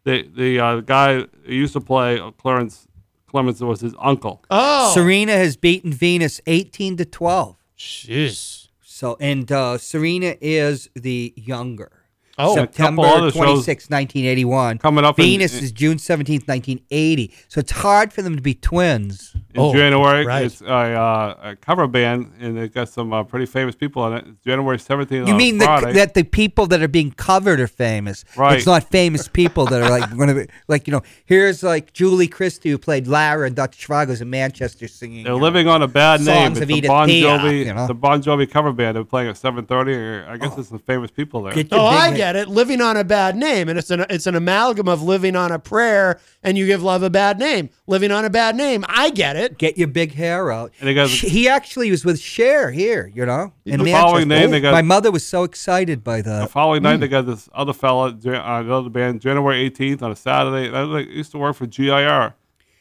[SPEAKER 3] the the uh, guy who used to play uh, Clarence Clemens was his uncle.
[SPEAKER 2] Oh,
[SPEAKER 4] Serena has beaten Venus eighteen to twelve.
[SPEAKER 2] jeez.
[SPEAKER 4] So and uh, Serena is the younger.
[SPEAKER 2] Oh,
[SPEAKER 3] So-
[SPEAKER 4] September
[SPEAKER 3] couple other shows
[SPEAKER 4] 26, 1981.
[SPEAKER 3] coming up in-
[SPEAKER 4] Venus is June 17th, 1980. So it's hard for them to be twins.
[SPEAKER 3] in
[SPEAKER 2] Oh,
[SPEAKER 3] January.
[SPEAKER 2] right.
[SPEAKER 3] It's a, uh, a cover band, and they got some uh, pretty famous people on it. It's January 17th.
[SPEAKER 4] You
[SPEAKER 3] on
[SPEAKER 4] mean
[SPEAKER 3] a
[SPEAKER 4] the,
[SPEAKER 3] Friday.
[SPEAKER 4] that the people that are being covered are famous?
[SPEAKER 3] Right.
[SPEAKER 4] It's not famous people that are like going to be like you know. Here's like Julie Christie who played Lara and Dr. Zhivago's in Manchester singing.
[SPEAKER 3] They're living on a bad name.
[SPEAKER 4] Songs
[SPEAKER 3] It's
[SPEAKER 4] of
[SPEAKER 3] the
[SPEAKER 4] Edith
[SPEAKER 3] Bon
[SPEAKER 4] Piaf,
[SPEAKER 3] Jovi,
[SPEAKER 4] you know? Oh.
[SPEAKER 3] the Bon Jovi cover band. They're playing at 7:30. I guess there's some famous people there.
[SPEAKER 4] Get
[SPEAKER 2] Oh,
[SPEAKER 4] your big
[SPEAKER 2] I
[SPEAKER 4] head-
[SPEAKER 2] get it. Living on a bad name, and it's an it's an amalgam of living on a prayer, and you give love a bad name. Living on a bad name. I get it.
[SPEAKER 4] Get your big hair out.
[SPEAKER 3] And they got-
[SPEAKER 4] Sh- he actually was with Cher here, you know, in
[SPEAKER 3] The following
[SPEAKER 4] Manchester.
[SPEAKER 3] name, they got-
[SPEAKER 4] My mother was so excited by
[SPEAKER 3] the
[SPEAKER 4] the.
[SPEAKER 3] following night, they got this other fella, Ja- uh, another band, January 18th on a Saturday. And I like, used to work for GIR.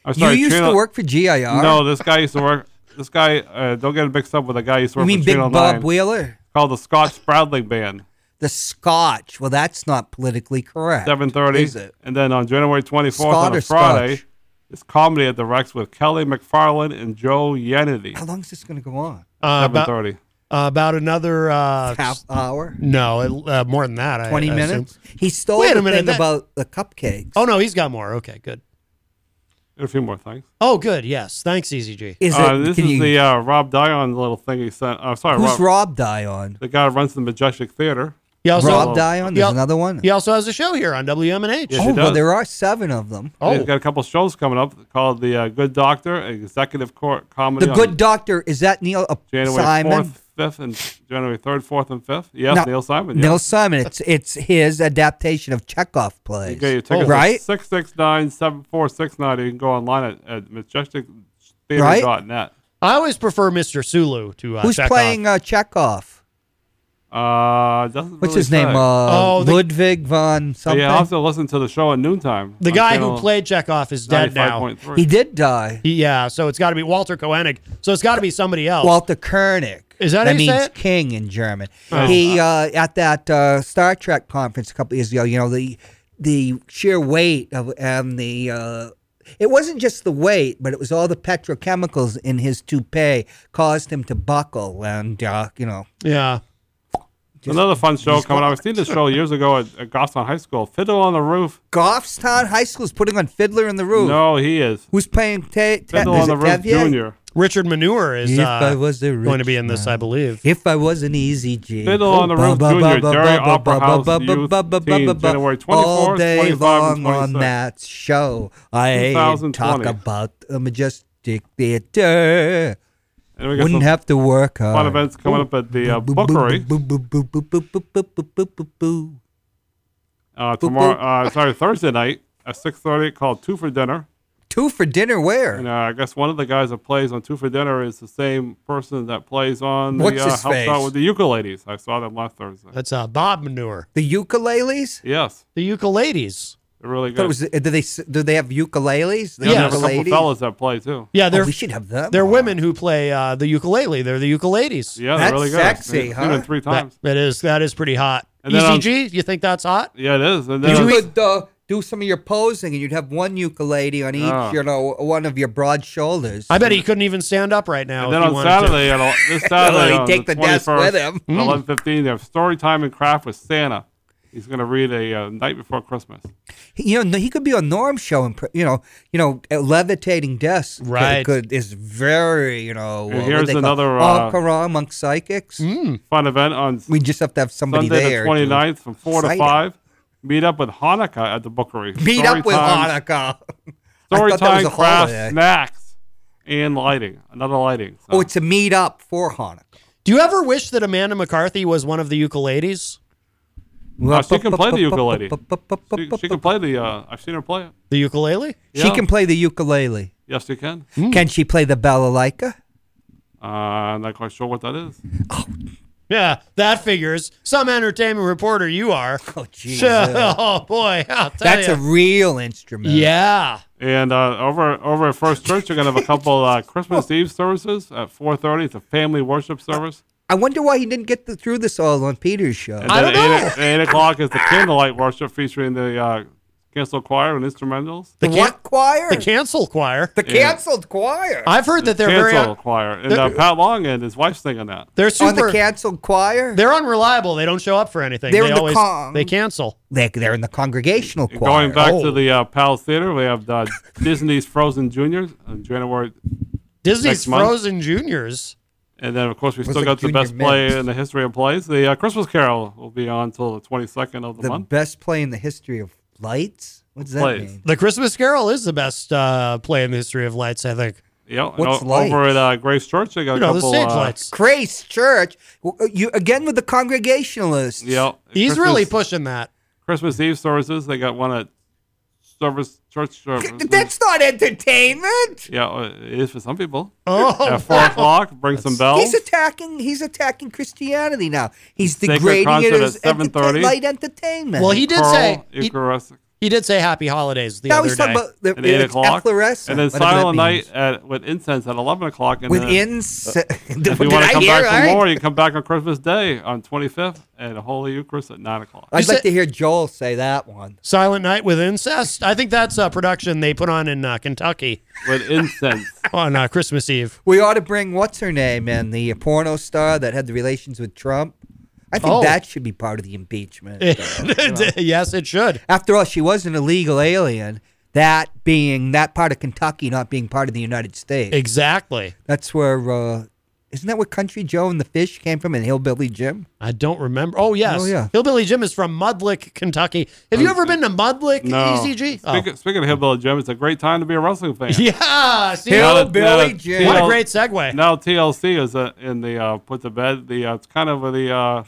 [SPEAKER 3] I'm
[SPEAKER 4] You
[SPEAKER 3] sorry,
[SPEAKER 4] used
[SPEAKER 3] Channel-
[SPEAKER 4] to work for GIR.
[SPEAKER 3] No, this guy used to work. This guy, uh, don't get it mixed up with a guy who used to
[SPEAKER 4] you
[SPEAKER 3] work
[SPEAKER 4] mean
[SPEAKER 3] for
[SPEAKER 4] Big
[SPEAKER 3] Channel
[SPEAKER 4] Bob
[SPEAKER 3] 9
[SPEAKER 4] Wheeler?
[SPEAKER 3] called the Scott Spradling Band.
[SPEAKER 4] The Scotch. Well, that's not politically correct.
[SPEAKER 3] seven thirty,
[SPEAKER 4] Is it?
[SPEAKER 3] and then on January twenty fourth
[SPEAKER 4] Scott
[SPEAKER 3] on
[SPEAKER 4] or
[SPEAKER 3] a Friday,
[SPEAKER 4] Scotch?
[SPEAKER 3] it's comedy at the Rex with Kelly McFarland and Joe Yannity.
[SPEAKER 4] How long is this going to go on?
[SPEAKER 2] Uh,
[SPEAKER 3] Seven
[SPEAKER 2] about,
[SPEAKER 3] thirty.
[SPEAKER 2] uh, about another. Uh,
[SPEAKER 4] Half hour?
[SPEAKER 2] no, it, uh, more than that. I-
[SPEAKER 4] Twenty
[SPEAKER 2] I assume.
[SPEAKER 4] minutes? He stole
[SPEAKER 2] Wait a
[SPEAKER 4] the
[SPEAKER 2] minute,
[SPEAKER 4] thing
[SPEAKER 2] that-
[SPEAKER 4] about the cupcakes.
[SPEAKER 2] Oh no, he's got more. Okay, good.
[SPEAKER 3] A few more things.
[SPEAKER 2] Oh, good. Yes, thanks, E EZG.
[SPEAKER 4] Is it?
[SPEAKER 3] Uh, this
[SPEAKER 4] can
[SPEAKER 3] is
[SPEAKER 4] you,
[SPEAKER 3] the uh, Rob Dion little thing he sent. Uh, sorry,
[SPEAKER 4] who's
[SPEAKER 3] Rob,
[SPEAKER 4] Rob Dion?
[SPEAKER 3] the guy who runs the Majestic Theater.
[SPEAKER 2] He also
[SPEAKER 4] Rob Dion. There's
[SPEAKER 2] Yeah.
[SPEAKER 4] another one.
[SPEAKER 2] he also has a show here on WMNH.
[SPEAKER 3] Yes,
[SPEAKER 4] oh
[SPEAKER 3] he
[SPEAKER 4] well,
[SPEAKER 3] does.
[SPEAKER 4] there are seven of them.
[SPEAKER 3] Oh. He's got a couple shows coming up called The uh, Good Doctor, Executive Court Comedy.
[SPEAKER 4] The
[SPEAKER 3] on
[SPEAKER 4] Good Doctor is that Neil uh,
[SPEAKER 3] January
[SPEAKER 4] Simon?
[SPEAKER 3] fourth, fifth, and January third, fourth, and fifth. Yes,
[SPEAKER 4] No,
[SPEAKER 3] Neil Simon.
[SPEAKER 4] Neil
[SPEAKER 3] yes.
[SPEAKER 4] Simon. It's it's his adaptation of Chekhov plays.
[SPEAKER 3] Okay, your tickets
[SPEAKER 4] Oh, right?
[SPEAKER 3] Six six nine seven four six nine. You can go online at, at
[SPEAKER 4] Right?
[SPEAKER 3] majestictheater.net. net.
[SPEAKER 2] I always prefer Mr. Sulu to uh,
[SPEAKER 4] Who's
[SPEAKER 2] Chekhov.
[SPEAKER 4] playing uh, Chekhov?
[SPEAKER 3] Uh, doesn't
[SPEAKER 4] What's
[SPEAKER 3] really
[SPEAKER 4] his name?
[SPEAKER 3] say.
[SPEAKER 4] Uh,
[SPEAKER 2] Oh, the-
[SPEAKER 4] Ludwig von
[SPEAKER 3] But
[SPEAKER 4] something.
[SPEAKER 3] Yeah, I also listen to the show at noontime.
[SPEAKER 2] The
[SPEAKER 3] on
[SPEAKER 2] guy who
[SPEAKER 3] channel
[SPEAKER 2] played Chekhov is dead now.
[SPEAKER 3] 95.3.
[SPEAKER 4] he did die.
[SPEAKER 2] He- yeah, so it's got to be Walter Koenig. So it's got to be somebody else.
[SPEAKER 4] Walter Koenig.
[SPEAKER 2] Is that how
[SPEAKER 4] that
[SPEAKER 2] you say
[SPEAKER 4] means
[SPEAKER 2] it?
[SPEAKER 4] king in German?
[SPEAKER 3] Oh,
[SPEAKER 4] He uh, at that uh, Star Trek conference a couple years ago. You know the the sheer weight of and the uh, it wasn't just the weight, but it was all the petrochemicals in his toupee caused him to buckle and uh, you know.
[SPEAKER 2] Yeah.
[SPEAKER 3] Another fun show coming up. I've seen this show years ago at, at Goffstown High School. Fiddle on the Roof.
[SPEAKER 4] Goffstown High School is putting on Fiddler in the Roof.
[SPEAKER 3] No, he is.
[SPEAKER 4] Who's playing Te- Te-
[SPEAKER 3] Fiddle
[SPEAKER 4] is
[SPEAKER 3] on the
[SPEAKER 4] it
[SPEAKER 3] Roof
[SPEAKER 4] Tevye?
[SPEAKER 3] Junior.
[SPEAKER 2] Richard Manure is
[SPEAKER 4] If I
[SPEAKER 2] uh,
[SPEAKER 4] was a
[SPEAKER 2] going to
[SPEAKER 4] rich
[SPEAKER 2] be in this, I believe.
[SPEAKER 4] If I was an e- easy G.
[SPEAKER 3] Fiddle on the Roof Junior, Derry Opera House Youth Teen, January 24th,
[SPEAKER 4] All day
[SPEAKER 3] 25th, and
[SPEAKER 4] long on
[SPEAKER 3] 26th.
[SPEAKER 4] that show, I
[SPEAKER 3] 2020.
[SPEAKER 4] talk about a majestic theater.
[SPEAKER 3] And we got
[SPEAKER 4] Wouldn't
[SPEAKER 3] some
[SPEAKER 4] have to work hard.
[SPEAKER 3] fun events coming up at the uh,
[SPEAKER 4] Boo, boo,
[SPEAKER 3] Bookery
[SPEAKER 4] boo, boo, boo, boo, boo, boo, boo, boo, boo, boo, boo.
[SPEAKER 3] uh, tomorrow. Uh, sorry, Thursday night at six thirty. Called Two for Dinner.
[SPEAKER 4] Two for dinner
[SPEAKER 3] And
[SPEAKER 4] where?
[SPEAKER 3] uh, I guess one of the guys that plays on Two for Dinner is the same person that plays on the
[SPEAKER 4] What's
[SPEAKER 3] uh,
[SPEAKER 4] his
[SPEAKER 3] helps out
[SPEAKER 4] face?
[SPEAKER 3] with the ukuleles. I saw them last Thursday.
[SPEAKER 2] That's uh, Bob Manure.
[SPEAKER 4] The ukuleles?
[SPEAKER 3] Yes,
[SPEAKER 2] The ukuleles.
[SPEAKER 3] they're really
[SPEAKER 4] Thought
[SPEAKER 3] good.
[SPEAKER 4] it was, uh, do they s- do they have ukuleles? They
[SPEAKER 3] And
[SPEAKER 2] Yeah,
[SPEAKER 4] have
[SPEAKER 3] there's a couple
[SPEAKER 4] ladies?
[SPEAKER 3] fellas that play too.
[SPEAKER 2] Yeah,
[SPEAKER 4] Oh,
[SPEAKER 2] they're
[SPEAKER 4] we should have them.
[SPEAKER 2] they're
[SPEAKER 4] on.
[SPEAKER 2] women who play uh, the ukulele. They're the ukuleles.
[SPEAKER 3] Yeah,
[SPEAKER 4] That's
[SPEAKER 3] they're really good.
[SPEAKER 4] sexy,
[SPEAKER 3] I've seen
[SPEAKER 4] huh?
[SPEAKER 3] them three
[SPEAKER 2] That,
[SPEAKER 3] times.
[SPEAKER 2] that is that is pretty hot. E
[SPEAKER 3] And then
[SPEAKER 2] ECG, you think that's hot?
[SPEAKER 3] Yeah, it is. And then
[SPEAKER 4] You
[SPEAKER 3] on-
[SPEAKER 4] could uh, do some of your posing, and you'd have one ukulele on each,
[SPEAKER 3] Ah.
[SPEAKER 4] you know, one of your broad shoulders.
[SPEAKER 2] I bet he couldn't even stand up right now.
[SPEAKER 3] And
[SPEAKER 2] if
[SPEAKER 3] then
[SPEAKER 2] he
[SPEAKER 3] on
[SPEAKER 2] wanted
[SPEAKER 3] Saturday, at el- this Saturday,
[SPEAKER 4] Well,
[SPEAKER 3] on
[SPEAKER 4] he'd take
[SPEAKER 3] the
[SPEAKER 4] the desk
[SPEAKER 3] 21st,
[SPEAKER 4] with him. Hmm.
[SPEAKER 3] eleven fifteen, they have story time and craft with Santa. He's going to read a uh, night before Christmas.
[SPEAKER 4] you know, he could be on Norm's show, and pr- you know, you know, a levitating desks. could-
[SPEAKER 2] Right.
[SPEAKER 4] could, is very, you know,
[SPEAKER 3] And
[SPEAKER 4] uh, oh, what
[SPEAKER 3] here's
[SPEAKER 4] they call-
[SPEAKER 3] another, uh, Hmm.
[SPEAKER 4] Ankara among psychics.
[SPEAKER 3] Fun event on
[SPEAKER 4] We just have to have somebody
[SPEAKER 3] Sunday
[SPEAKER 4] there.
[SPEAKER 3] the 29th from four to
[SPEAKER 4] Exciting.
[SPEAKER 3] five. Meet up with Hanukkah at the Bookery.
[SPEAKER 4] to Meet
[SPEAKER 3] Story
[SPEAKER 4] up with
[SPEAKER 3] time-
[SPEAKER 4] Hanukkah. I
[SPEAKER 3] Story
[SPEAKER 4] thought that was
[SPEAKER 3] time,
[SPEAKER 4] a
[SPEAKER 3] craft,
[SPEAKER 4] holiday.
[SPEAKER 3] snacks, and lighting. Another lighting. So.
[SPEAKER 4] Oh, it's a meet up for Hanukkah.
[SPEAKER 2] to. Do you ever wish that Amanda McCarthy was one of the ukuleles?
[SPEAKER 3] Oh, she can play the ukulele. she, she can play the. Uh, I've seen her play it.
[SPEAKER 2] The ukulele? Hmm.
[SPEAKER 4] She can play the ukulele.
[SPEAKER 3] Yes, she can.
[SPEAKER 4] Can she play the balalaika?
[SPEAKER 3] Uh, I'm not quite sure what that is.
[SPEAKER 2] Yeah, that figures. Some entertainment reporter you are.
[SPEAKER 4] Oh, Jesus.
[SPEAKER 2] oh boy, I'll tell
[SPEAKER 4] That's
[SPEAKER 2] ya.
[SPEAKER 4] a real instrument.
[SPEAKER 2] yeah.
[SPEAKER 3] And uh, over over at First Church, we're gonna have a couple uh, Christmas Eve services at 4:30. It's a family worship service.
[SPEAKER 4] I wonder why he didn't get the, through this all on Peter's show.
[SPEAKER 3] And
[SPEAKER 2] I
[SPEAKER 3] then
[SPEAKER 2] don't
[SPEAKER 3] at Eight, at eight o'clock is the candlelight worship featuring the uh, Cancel Choir and instrumentals.
[SPEAKER 4] The what choir?
[SPEAKER 2] The cancel choir.
[SPEAKER 4] The canceled choir.
[SPEAKER 2] I've heard that they're very
[SPEAKER 3] Cancel Choir and uh, Pat Long and his wife singing that.
[SPEAKER 2] they're
[SPEAKER 4] on
[SPEAKER 2] super
[SPEAKER 4] the canceled choir?
[SPEAKER 2] they're unreliable. They don't show up for anything.
[SPEAKER 4] They're
[SPEAKER 2] they
[SPEAKER 4] in the
[SPEAKER 2] always
[SPEAKER 4] con-
[SPEAKER 2] they cancel.
[SPEAKER 4] They, they're in the congregational
[SPEAKER 3] And
[SPEAKER 4] choir.
[SPEAKER 3] Going back
[SPEAKER 2] Oh.
[SPEAKER 3] to the uh, Palace Theater, we have uh, Disney's Frozen Juniors on January,
[SPEAKER 2] Disney's
[SPEAKER 3] Next month.
[SPEAKER 2] Frozen Juniors.
[SPEAKER 3] and then of course we
[SPEAKER 4] Looks
[SPEAKER 3] still
[SPEAKER 4] like
[SPEAKER 3] got the
[SPEAKER 4] Junior
[SPEAKER 3] best play
[SPEAKER 4] Mint.
[SPEAKER 3] in the history of plays. The uh, Christmas Carol will be on until the 22nd of the,
[SPEAKER 4] the
[SPEAKER 3] month.
[SPEAKER 4] best play in the history of lights? What does that
[SPEAKER 3] Plays.
[SPEAKER 4] mean?
[SPEAKER 2] The Christmas Carol is the best uh, play in the history of lights, I think.
[SPEAKER 3] Yeah, and
[SPEAKER 4] What's
[SPEAKER 3] o- over
[SPEAKER 4] lights?
[SPEAKER 3] at uh, Grace Church, they got
[SPEAKER 2] You
[SPEAKER 3] a
[SPEAKER 2] know, the
[SPEAKER 3] couple.
[SPEAKER 2] stage
[SPEAKER 3] uh,
[SPEAKER 2] lights.
[SPEAKER 4] Grace Church. W- uh, You again with the congregationalists.
[SPEAKER 3] Yeah,
[SPEAKER 2] He's
[SPEAKER 3] Christmas-
[SPEAKER 2] really pushing that.
[SPEAKER 3] Christmas Eve services. They got one at service church service.
[SPEAKER 4] That's not entertainment.
[SPEAKER 3] yeah, uh, it is for some people.
[SPEAKER 2] Oh,
[SPEAKER 3] At four o'clock, bring some bells.
[SPEAKER 4] He's attacking. He's attacking Christianity now. He's
[SPEAKER 3] Sacred
[SPEAKER 4] degrading it
[SPEAKER 3] concert
[SPEAKER 4] as
[SPEAKER 3] at 7:30.
[SPEAKER 4] entertain- light entertainment.
[SPEAKER 2] well, he did
[SPEAKER 3] Choral,
[SPEAKER 2] say he,
[SPEAKER 3] Eucharistic,
[SPEAKER 2] he did say Happy Holidays the
[SPEAKER 4] now
[SPEAKER 2] other
[SPEAKER 4] he's
[SPEAKER 2] day.
[SPEAKER 4] talking about the
[SPEAKER 3] at eight o'clock,
[SPEAKER 4] efflorescent,
[SPEAKER 3] and then
[SPEAKER 4] whatever that
[SPEAKER 3] silent
[SPEAKER 4] means.
[SPEAKER 3] night at with incense at eleven o'clock. And then uh,
[SPEAKER 4] Within. se-
[SPEAKER 3] if you
[SPEAKER 4] did
[SPEAKER 3] want to
[SPEAKER 4] I
[SPEAKER 3] come
[SPEAKER 4] hear
[SPEAKER 3] back for
[SPEAKER 4] right?
[SPEAKER 3] more, you come back on Christmas Day on twenty fifth and a Holy Eucharist at nine o'clock.
[SPEAKER 4] I'd
[SPEAKER 2] You
[SPEAKER 4] like
[SPEAKER 2] said-
[SPEAKER 4] to hear Joel say that one.
[SPEAKER 2] Silent Night with Incest. I think that's a production they put on in uh, Kentucky
[SPEAKER 3] With incense,
[SPEAKER 2] on uh, Christmas Eve.
[SPEAKER 4] We ought to bring what's her name in the porno star that had the relations with Trump. I think
[SPEAKER 2] Oh.
[SPEAKER 4] that should be part of the impeachment.
[SPEAKER 2] yes, it should.
[SPEAKER 4] After all, she was an illegal alien. That being that part of Kentucky, not being part of the United States.
[SPEAKER 2] Exactly.
[SPEAKER 4] That's where. Uh, isn't that where Country Joe and the Fish came from in Hillbilly Jim?
[SPEAKER 2] I don't remember. Oh yes,
[SPEAKER 4] Oh, yeah. Um,
[SPEAKER 2] Hillbilly Jim is from Mudlick, Kentucky. Have you ever been to Mudlick,
[SPEAKER 3] no.
[SPEAKER 2] ECG? Oh.
[SPEAKER 3] Speaking, speaking of hillbilly Jim, it's a great time to be a wrestling fan.
[SPEAKER 2] Yeah, Ah, see,
[SPEAKER 4] Hill-
[SPEAKER 3] Now that- now
[SPEAKER 4] Hillbilly
[SPEAKER 3] that
[SPEAKER 4] Jim.
[SPEAKER 2] what a
[SPEAKER 3] TL
[SPEAKER 2] great segue.
[SPEAKER 3] Now TLC is uh, in the uh, put to bed. The uh, it's kind of the uh,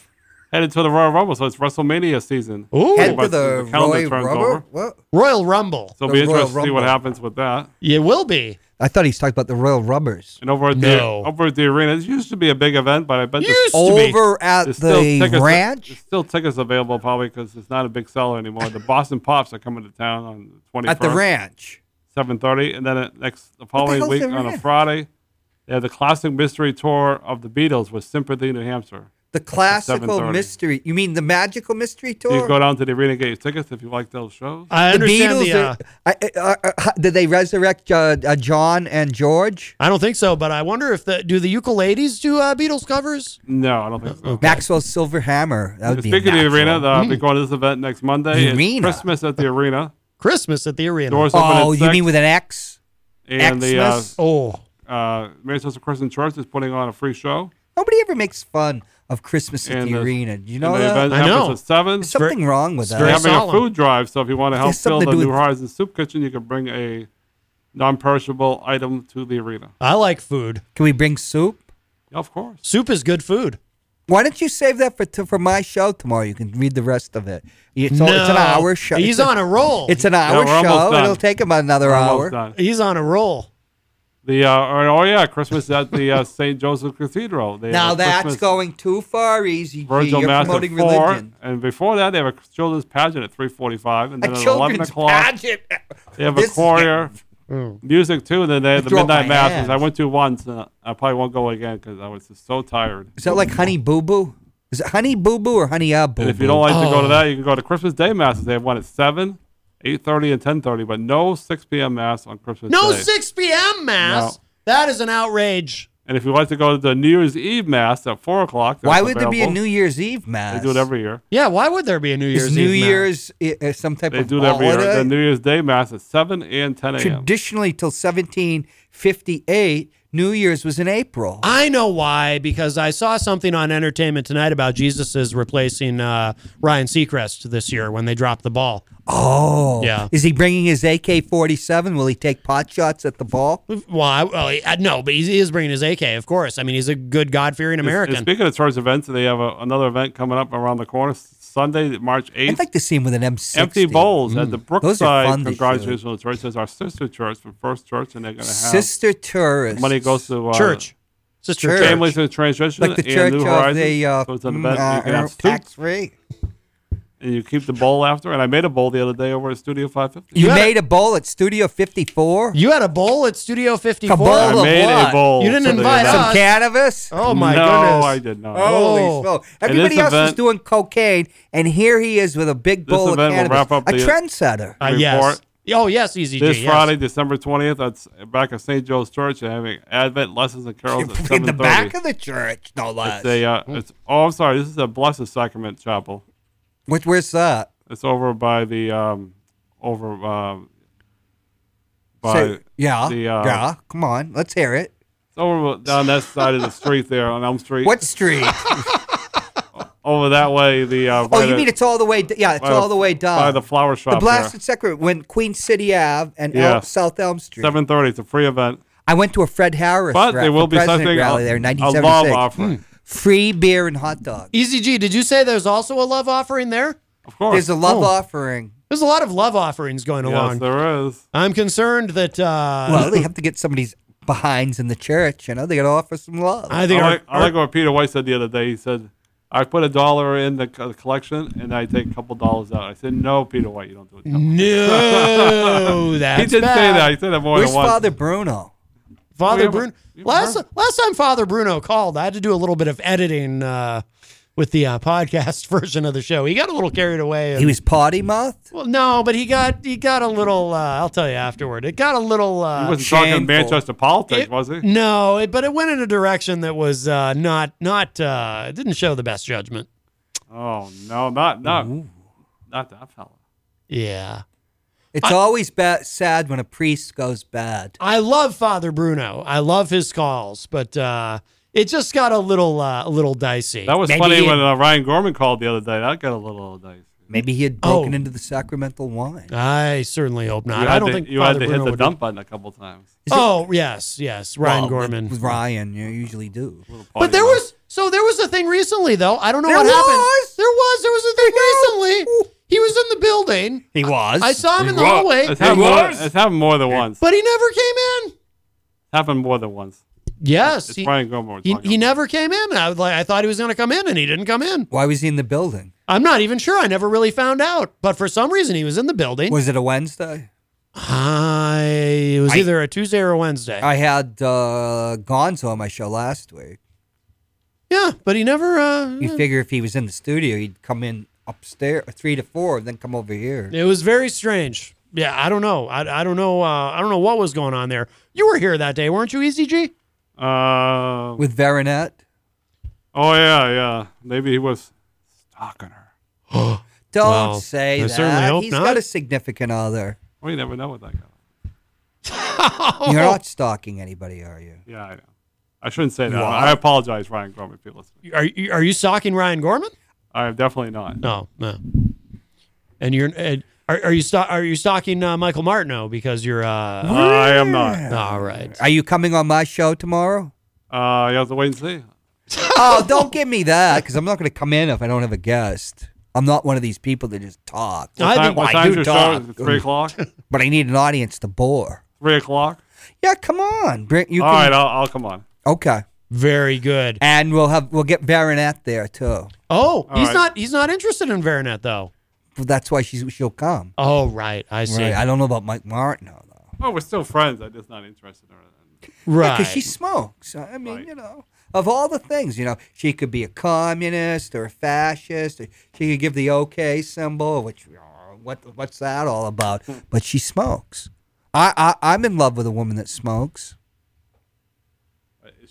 [SPEAKER 3] headed to the Royal Rumble, so it's WrestleMania season.
[SPEAKER 2] Ooh.
[SPEAKER 4] Head
[SPEAKER 3] But
[SPEAKER 4] to the,
[SPEAKER 3] the calendar
[SPEAKER 4] Roy
[SPEAKER 3] turns
[SPEAKER 4] Rubber.
[SPEAKER 3] over.
[SPEAKER 4] What?
[SPEAKER 2] Royal Rumble.
[SPEAKER 3] So it'll be
[SPEAKER 4] The Royal
[SPEAKER 3] interesting to see what
[SPEAKER 4] Rumble.
[SPEAKER 3] happens with that.
[SPEAKER 2] It will be.
[SPEAKER 4] I thought he was talking about the Royal Rubbers.
[SPEAKER 3] And over at
[SPEAKER 2] No.
[SPEAKER 3] the over at the arena, it used to be a big event, but I bet there's,
[SPEAKER 2] Used- to be.
[SPEAKER 4] Over at
[SPEAKER 3] there's still
[SPEAKER 4] the
[SPEAKER 3] tickets,
[SPEAKER 4] ranch.
[SPEAKER 3] There's still tickets available probably because it's not a big seller anymore. The Boston Pops are coming to town on twenty
[SPEAKER 4] At the ranch.
[SPEAKER 3] seven thirty, and then at next the following
[SPEAKER 4] hell's
[SPEAKER 3] week
[SPEAKER 4] the
[SPEAKER 3] on a
[SPEAKER 4] ranch?
[SPEAKER 3] Friday, they have the classic mystery tour of the Beatles with Sympathy, New Hampshire.
[SPEAKER 4] The classical
[SPEAKER 3] 7:30.
[SPEAKER 4] mystery. You mean the magical mystery tour?
[SPEAKER 3] You can go down to the arena, get your tickets if you like those shows.
[SPEAKER 2] I understand the. uh,
[SPEAKER 4] are, I- I- are- are- did they resurrect uh, uh, John and George?
[SPEAKER 2] I don't think so, but I wonder if the do the ukuleles do uh, Beatles covers?
[SPEAKER 3] No, I don't think so.
[SPEAKER 4] Maxwell Silver Hammer. That would be
[SPEAKER 3] Speaking of the
[SPEAKER 4] natural. Mm.
[SPEAKER 3] arena, uh, I'll be going to this event next Monday. It's
[SPEAKER 4] Arena.
[SPEAKER 3] Christmas at the arena.
[SPEAKER 2] Christmas at the arena.
[SPEAKER 3] Doors open at
[SPEAKER 4] Oh, you
[SPEAKER 3] six,
[SPEAKER 4] mean with an X?
[SPEAKER 3] and the uh,
[SPEAKER 4] Xmas?
[SPEAKER 2] oh,
[SPEAKER 3] uh, Manchester Christian Church is putting on a free show.
[SPEAKER 4] Nobody ever makes fun of Christmas at
[SPEAKER 3] And
[SPEAKER 4] the
[SPEAKER 3] the-
[SPEAKER 4] arena. Do you
[SPEAKER 3] And
[SPEAKER 4] know
[SPEAKER 3] the
[SPEAKER 4] that?
[SPEAKER 3] event
[SPEAKER 2] I
[SPEAKER 3] happens
[SPEAKER 2] know.
[SPEAKER 3] at seven.
[SPEAKER 4] There's something wrong with
[SPEAKER 3] They're
[SPEAKER 4] that.
[SPEAKER 3] having
[SPEAKER 2] solemn.
[SPEAKER 3] a food drive, so if you want to help
[SPEAKER 4] There's
[SPEAKER 3] fill
[SPEAKER 4] something
[SPEAKER 3] the
[SPEAKER 4] to do
[SPEAKER 3] New
[SPEAKER 4] with-
[SPEAKER 3] Horizons Soup Kitchen, you can bring a non-perishable item to the arena.
[SPEAKER 2] I like food.
[SPEAKER 4] Can we bring soup?
[SPEAKER 3] Yeah, of course.
[SPEAKER 2] Soup is good food.
[SPEAKER 4] Why don't you save that for t- for my show tomorrow? You can read the rest of it. It's, all, it's an
[SPEAKER 2] No.
[SPEAKER 4] hour show.
[SPEAKER 2] He's
[SPEAKER 4] it's a-
[SPEAKER 2] on a roll.
[SPEAKER 4] It's an hour
[SPEAKER 3] we're almost
[SPEAKER 4] show.
[SPEAKER 3] done.
[SPEAKER 4] It'll take about another hour.
[SPEAKER 3] Almost done.
[SPEAKER 2] He's on a roll.
[SPEAKER 3] The uh, oh oh, yeah, Christmas at the uh, St. Joseph Cathedral. They have
[SPEAKER 4] Now
[SPEAKER 3] a
[SPEAKER 4] that's
[SPEAKER 3] Christmas
[SPEAKER 4] going too far, Easy. G.
[SPEAKER 3] Virgil
[SPEAKER 4] You're
[SPEAKER 3] Mass at
[SPEAKER 4] promoting
[SPEAKER 3] four,
[SPEAKER 4] religion.
[SPEAKER 3] and before that they have a children's pageant at three forty-five, and
[SPEAKER 4] A
[SPEAKER 3] then at eleven
[SPEAKER 4] children's
[SPEAKER 3] o'clock
[SPEAKER 4] pageant.
[SPEAKER 3] they have a
[SPEAKER 4] This-
[SPEAKER 3] choir, music too, and then they have the
[SPEAKER 4] threw up my
[SPEAKER 3] midnight mass, which I
[SPEAKER 4] hands.
[SPEAKER 3] went to once, and I probably won't go again because I was just so tired.
[SPEAKER 4] Is that like Honey Boo Boo? Is it Honey Boo Boo or Honey Ah Boo
[SPEAKER 3] And
[SPEAKER 4] Boo?
[SPEAKER 3] if you don't like to go
[SPEAKER 2] Oh.
[SPEAKER 3] to that, you can go to Christmas Day masses. They have one at seven, eight thirty, and ten thirty, but no six p.m. mass on Christmas
[SPEAKER 2] No
[SPEAKER 3] Day.
[SPEAKER 2] 6 p.m. mass.
[SPEAKER 3] No.
[SPEAKER 2] That is an outrage.
[SPEAKER 3] And if you like to go to the New Year's Eve mass at four o'clock,
[SPEAKER 4] Why
[SPEAKER 3] that's
[SPEAKER 4] would there be a
[SPEAKER 3] available.
[SPEAKER 4] New Year's Eve mass?
[SPEAKER 3] They do it every year.
[SPEAKER 2] Yeah, why would there be a New Year's
[SPEAKER 4] Is New
[SPEAKER 2] Eve mass?
[SPEAKER 4] Year's i- uh, some type
[SPEAKER 3] They
[SPEAKER 4] of
[SPEAKER 3] do it every year.
[SPEAKER 4] holiday?
[SPEAKER 3] The New Year's Day mass at seven and ten a.m.
[SPEAKER 4] Traditionally, till 1758, New Year's was in April.
[SPEAKER 2] I know why because I saw something on Entertainment Tonight about Jesus is replacing uh, Ryan Seacrest this year when they dropped the ball.
[SPEAKER 4] Oh,
[SPEAKER 2] Yeah.
[SPEAKER 4] Is he bringing his AK-47? Will he take pot shots at the ball?
[SPEAKER 2] Well, I, well he- uh, no, but he's- he is bringing his AK, of course. I mean, he's a good God fearing
[SPEAKER 3] And
[SPEAKER 2] American.
[SPEAKER 3] speaking of church events, they have a, another event coming up around the corner S- Sunday, March
[SPEAKER 4] I'd
[SPEAKER 3] eighth.
[SPEAKER 4] like to see him with an M60.
[SPEAKER 3] Empty bowls at the
[SPEAKER 4] fun
[SPEAKER 3] Brookside
[SPEAKER 4] to
[SPEAKER 3] Congregational Church. That's our sister church from First Church, and they're going to have
[SPEAKER 4] Sister tourist.
[SPEAKER 3] money goes to uh,
[SPEAKER 2] church, sister
[SPEAKER 4] Church.
[SPEAKER 2] church.
[SPEAKER 3] families in transition
[SPEAKER 4] like the
[SPEAKER 3] and
[SPEAKER 4] church
[SPEAKER 3] New
[SPEAKER 4] of
[SPEAKER 3] Horizons.
[SPEAKER 4] the uh,
[SPEAKER 3] so it's an
[SPEAKER 4] mm,
[SPEAKER 3] event. you can
[SPEAKER 4] uh,
[SPEAKER 3] have soup,
[SPEAKER 4] tax free.
[SPEAKER 3] and you keep the bowl after. And I made a bowl the other day over at Studio 550.
[SPEAKER 4] You
[SPEAKER 2] had a-
[SPEAKER 4] made a bowl at Studio 54.
[SPEAKER 2] You had a bowl at Studio 54.
[SPEAKER 4] bowl
[SPEAKER 3] I
[SPEAKER 4] of
[SPEAKER 3] made
[SPEAKER 4] what?
[SPEAKER 3] a bowl.
[SPEAKER 2] You didn't
[SPEAKER 3] for the
[SPEAKER 2] invite
[SPEAKER 3] event.
[SPEAKER 2] us.
[SPEAKER 4] Some cannabis.
[SPEAKER 2] Oh my
[SPEAKER 3] no,
[SPEAKER 2] goodness!
[SPEAKER 3] I did not.
[SPEAKER 4] Holy
[SPEAKER 2] Oh.
[SPEAKER 4] smoke.
[SPEAKER 3] And this
[SPEAKER 4] Everybody else is
[SPEAKER 3] event-
[SPEAKER 4] doing cocaine, and here he is with a big
[SPEAKER 3] This
[SPEAKER 4] bowl of
[SPEAKER 3] event will
[SPEAKER 4] cannabis.
[SPEAKER 3] wrap up
[SPEAKER 4] a
[SPEAKER 3] the-
[SPEAKER 4] trendsetter.
[SPEAKER 2] Uh, yes.
[SPEAKER 3] Report.
[SPEAKER 2] Oh yes, Easy G.
[SPEAKER 3] This
[SPEAKER 2] yes.
[SPEAKER 3] Friday, December 20th, that's back at St. Joe's Church. They're having Advent lessons and carols at
[SPEAKER 4] in
[SPEAKER 3] 7:30.
[SPEAKER 4] the back of the church, no
[SPEAKER 3] It's
[SPEAKER 4] less.
[SPEAKER 3] a, uh,
[SPEAKER 2] Hmm.
[SPEAKER 3] it's, oh, I'm sorry. This is a Blessed Sacrament Chapel.
[SPEAKER 4] What, where's that?
[SPEAKER 3] It's over by the, um, over, um, by,
[SPEAKER 4] Say- yeah,
[SPEAKER 3] the, uh,
[SPEAKER 4] yeah. Come on, let's hear it.
[SPEAKER 3] it's over down that side of the street there on Elm Street.
[SPEAKER 4] What street?
[SPEAKER 3] Over that way, the, uh,
[SPEAKER 4] oh,
[SPEAKER 3] by
[SPEAKER 4] you
[SPEAKER 3] the-
[SPEAKER 4] mean it's all the way? d- Yeah, it's
[SPEAKER 3] by the-
[SPEAKER 4] all the way down
[SPEAKER 3] By the flower
[SPEAKER 4] The
[SPEAKER 3] shop.
[SPEAKER 4] blasted secret when Queen City Ave and El-
[SPEAKER 3] Yeah.
[SPEAKER 4] South Elm Street.
[SPEAKER 3] 7.30. It's a free event.
[SPEAKER 4] I went to a Fred Harris
[SPEAKER 3] But
[SPEAKER 4] ra-
[SPEAKER 3] there will
[SPEAKER 4] for
[SPEAKER 3] be
[SPEAKER 4] president
[SPEAKER 3] something, uh,
[SPEAKER 4] rally there
[SPEAKER 3] a,
[SPEAKER 4] in
[SPEAKER 3] a love
[SPEAKER 4] 1976.
[SPEAKER 3] offering.
[SPEAKER 4] Free beer and hot dogs.
[SPEAKER 2] Easy G. Did you say there's also a love offering there?
[SPEAKER 3] Of course.
[SPEAKER 4] There's a love
[SPEAKER 2] Oh.
[SPEAKER 4] offering.
[SPEAKER 2] There's a lot of love offerings going
[SPEAKER 3] yes,
[SPEAKER 2] along.
[SPEAKER 3] there is.
[SPEAKER 2] I'm concerned that uh,
[SPEAKER 4] Well, they have to get somebody's behinds in the church. You know, they got to offer some love.
[SPEAKER 2] I
[SPEAKER 3] I
[SPEAKER 2] think our,
[SPEAKER 3] like, I like what Peter White said the other day. He said, I put a dollar in the, co- the collection and I take a couple dollars out. I said, No, Peter White, you don't do it. He
[SPEAKER 2] no, that's
[SPEAKER 3] didn't say
[SPEAKER 2] bad.
[SPEAKER 3] that. He said that more
[SPEAKER 4] Where's
[SPEAKER 3] than once.
[SPEAKER 4] Father Bruno?
[SPEAKER 2] Father
[SPEAKER 3] We have a-
[SPEAKER 2] Bruno.
[SPEAKER 3] we have a
[SPEAKER 2] Last
[SPEAKER 3] Bruno.
[SPEAKER 2] last time Father Bruno called, I had to do a little bit of editing uh, with the uh, podcast version of the show. He got a little carried away. and-
[SPEAKER 4] He was potty mouth.
[SPEAKER 2] well, no, but he got he got a little. Uh, I'll tell you afterward. It got a little.
[SPEAKER 3] He
[SPEAKER 2] Uh,
[SPEAKER 3] wasn't
[SPEAKER 4] Shameful.
[SPEAKER 3] talking Manchester politics,
[SPEAKER 2] it-
[SPEAKER 3] was he?
[SPEAKER 2] no, it, but it went in a direction that was uh, not not. Uh, it didn't show the best judgment.
[SPEAKER 3] Oh, no, not not, not that fella.
[SPEAKER 2] Yeah,
[SPEAKER 4] It's always ba- sad when a priest goes bad.
[SPEAKER 2] I love Father Bruno. I love his calls, but uh, it just got a little uh, a little dicey.
[SPEAKER 3] That was
[SPEAKER 4] Maybe
[SPEAKER 3] funny
[SPEAKER 4] he-
[SPEAKER 3] when uh, Ryan Gorman called the other day. That got a little dicey.
[SPEAKER 4] Maybe he had broken
[SPEAKER 2] Oh.
[SPEAKER 4] into the sacramental wine.
[SPEAKER 2] I certainly hope
[SPEAKER 3] You
[SPEAKER 2] not.
[SPEAKER 3] had
[SPEAKER 2] I don't
[SPEAKER 3] to,
[SPEAKER 2] think
[SPEAKER 3] you
[SPEAKER 2] Father
[SPEAKER 3] had to
[SPEAKER 2] Bruno
[SPEAKER 3] hit the
[SPEAKER 2] would
[SPEAKER 3] dump button a couple times.
[SPEAKER 4] Is it-
[SPEAKER 2] Oh yes, yes, Ryan
[SPEAKER 4] Well,
[SPEAKER 2] Gorman.
[SPEAKER 4] With Ryan, you usually do.
[SPEAKER 2] but there was so there was a thing recently though. I don't know
[SPEAKER 4] There
[SPEAKER 2] what
[SPEAKER 4] was?
[SPEAKER 2] happened. There was there was a thing recently. He was in the building.
[SPEAKER 4] He was.
[SPEAKER 2] I saw him in the hallway,
[SPEAKER 3] It's happened, more, it's happened more than once.
[SPEAKER 2] but he never came in.
[SPEAKER 3] It's happened more than once.
[SPEAKER 2] Yes,
[SPEAKER 3] It's
[SPEAKER 2] he,
[SPEAKER 3] Ryan Gorman. we're
[SPEAKER 2] he,
[SPEAKER 3] talking
[SPEAKER 2] he
[SPEAKER 3] about.
[SPEAKER 2] never came in. I was like I thought he was going to come in, and he didn't come in.
[SPEAKER 4] Why was he in the building?
[SPEAKER 2] I'm not even sure. I never really found out. But for some reason, he was in the building.
[SPEAKER 4] Was it a Wednesday?
[SPEAKER 2] I, it was e,
[SPEAKER 4] I-
[SPEAKER 2] either a Tuesday or a Wednesday.
[SPEAKER 4] I had uh, Gonzo on my show last week.
[SPEAKER 2] Yeah, but he never. Uh,
[SPEAKER 3] Mm-hmm.
[SPEAKER 4] You figure if he was in the studio, he'd come in upstairs three to four, and then come over here.
[SPEAKER 2] it was very strange. Yeah, I don't know. I, I don't know. Uh, I don't know what was going on there. You were here that day, weren't you, E ECG?
[SPEAKER 3] Uh,
[SPEAKER 4] with Varinette.
[SPEAKER 3] oh yeah, yeah. Maybe he was stalking her.
[SPEAKER 4] Don't
[SPEAKER 2] Well,
[SPEAKER 4] say
[SPEAKER 2] I
[SPEAKER 4] that.
[SPEAKER 2] certainly hope
[SPEAKER 4] He's
[SPEAKER 2] not.
[SPEAKER 4] got a significant other.
[SPEAKER 3] Well, you never know with that guy.
[SPEAKER 2] Oh.
[SPEAKER 4] You're not stalking anybody, are you?
[SPEAKER 3] Yeah, I know. I shouldn't say that. I apologize, Ryan Gorman, if you listen.
[SPEAKER 2] Are you, are you stalking Ryan Gorman?
[SPEAKER 3] I am definitely not.
[SPEAKER 2] No, no. And you're and are, are you sta- are you stalking uh, Michael Martineau because you're uh
[SPEAKER 3] I am not.
[SPEAKER 2] all right.
[SPEAKER 4] Are you coming on my show tomorrow?
[SPEAKER 3] Uh, you have to wait and see.
[SPEAKER 4] oh, don't give me that because I'm not going to come in if I don't have a guest. I'm not one of these people that just talk.
[SPEAKER 2] I
[SPEAKER 3] Time-
[SPEAKER 2] think-
[SPEAKER 3] what
[SPEAKER 4] I
[SPEAKER 3] time's
[SPEAKER 4] do
[SPEAKER 3] your show?
[SPEAKER 4] talk.
[SPEAKER 3] Is it Three o'clock.
[SPEAKER 4] But I need an audience to bore.
[SPEAKER 3] Three o'clock.
[SPEAKER 4] Yeah, come on. Bring, you
[SPEAKER 3] All
[SPEAKER 4] can,
[SPEAKER 3] right, I'll, I'll come on.
[SPEAKER 4] Okay.
[SPEAKER 2] Very good.
[SPEAKER 4] And we'll have we'll get Varinette there too.
[SPEAKER 2] Oh, he's
[SPEAKER 3] right.
[SPEAKER 2] not he's not interested in Verinet though.
[SPEAKER 4] Well, that's why she's, she'll come.
[SPEAKER 2] Oh, right. I see.
[SPEAKER 4] Right.
[SPEAKER 2] Right.
[SPEAKER 4] I don't know about Mike Martin though.
[SPEAKER 3] Oh, we're still friends. I'm just not interested in her.
[SPEAKER 4] because she smokes. I mean,
[SPEAKER 3] Right.
[SPEAKER 4] you know, of all the things, you know, she could be a communist or a fascist. Or she could give the OK symbol, which uh, what what's that all about? But she smokes. I, I I'm in love with a woman that smokes.
[SPEAKER 3] Is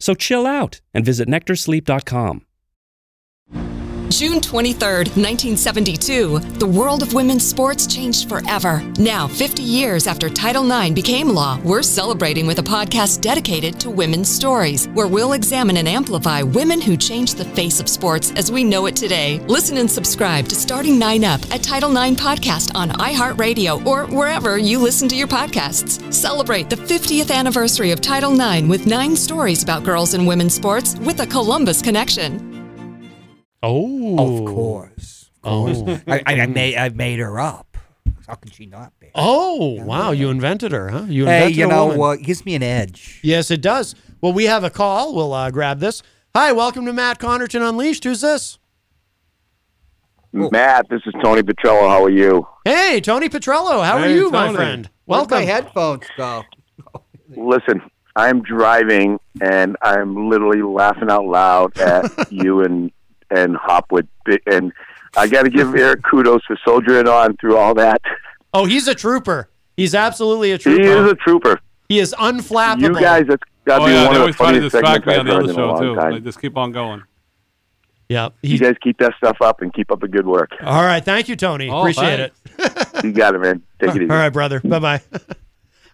[SPEAKER 6] So chill out and visit nectarsleep.com.
[SPEAKER 1] June 23rd, 1972, the world of women's sports changed forever. Now, 50 years after Title IX became law, we're celebrating with a podcast dedicated to women's stories, where we'll examine and amplify women who changed the face of sports as we know it today. Listen and subscribe to Starting Nine Up, a Title IX podcast on iHeartRadio or wherever you listen to your podcasts. Celebrate the 50th anniversary of Title IX with nine stories about girls and women's sports with a Columbus connection.
[SPEAKER 2] Oh.
[SPEAKER 4] Of course, of course. I, I, I made I made her up. How can she not be?
[SPEAKER 2] Oh, wow, you invented her, huh? You
[SPEAKER 4] hey,
[SPEAKER 2] invented
[SPEAKER 4] you
[SPEAKER 2] a
[SPEAKER 4] know
[SPEAKER 2] woman.
[SPEAKER 4] what? Gives me an edge.
[SPEAKER 2] Yes, it does. Well, we have a call. We'll uh, grab this. Hi, welcome to Matt Connerton Unleashed. Who's this?
[SPEAKER 7] Matt, this is Tony Petrello. How are you?
[SPEAKER 2] Hey, Tony Petrello. How are
[SPEAKER 3] Hey,
[SPEAKER 2] you, my
[SPEAKER 3] Tony.
[SPEAKER 2] friend?
[SPEAKER 4] Where'd
[SPEAKER 2] Welcome.
[SPEAKER 4] my headphones go?
[SPEAKER 7] Listen, I'm driving and I'm literally laughing out loud at you and and Hopwood. Bi- And I got to give Eric kudos for soldiering on through all that.
[SPEAKER 2] Oh, he's a trooper. He's absolutely a
[SPEAKER 7] He
[SPEAKER 2] trooper.
[SPEAKER 7] is a trooper.
[SPEAKER 2] He is unflappable.
[SPEAKER 7] You guys, that's got to
[SPEAKER 3] Oh
[SPEAKER 7] be one
[SPEAKER 3] yeah, they
[SPEAKER 7] of the
[SPEAKER 3] always try to
[SPEAKER 7] funniest
[SPEAKER 3] distract
[SPEAKER 7] segments
[SPEAKER 3] me
[SPEAKER 7] I've
[SPEAKER 3] on the
[SPEAKER 7] heard
[SPEAKER 3] other
[SPEAKER 7] in a
[SPEAKER 3] show
[SPEAKER 7] long
[SPEAKER 3] too. They
[SPEAKER 7] time.
[SPEAKER 3] just keep on going.
[SPEAKER 2] Yep.
[SPEAKER 7] You
[SPEAKER 2] He,
[SPEAKER 7] guys keep that stuff up and keep up the good work.
[SPEAKER 2] all right. Thank you, Tony.
[SPEAKER 3] Oh,
[SPEAKER 2] Appreciate
[SPEAKER 3] thanks.
[SPEAKER 2] it.
[SPEAKER 7] You got it, man. Take it easy.
[SPEAKER 2] All right, brother. Bye bye.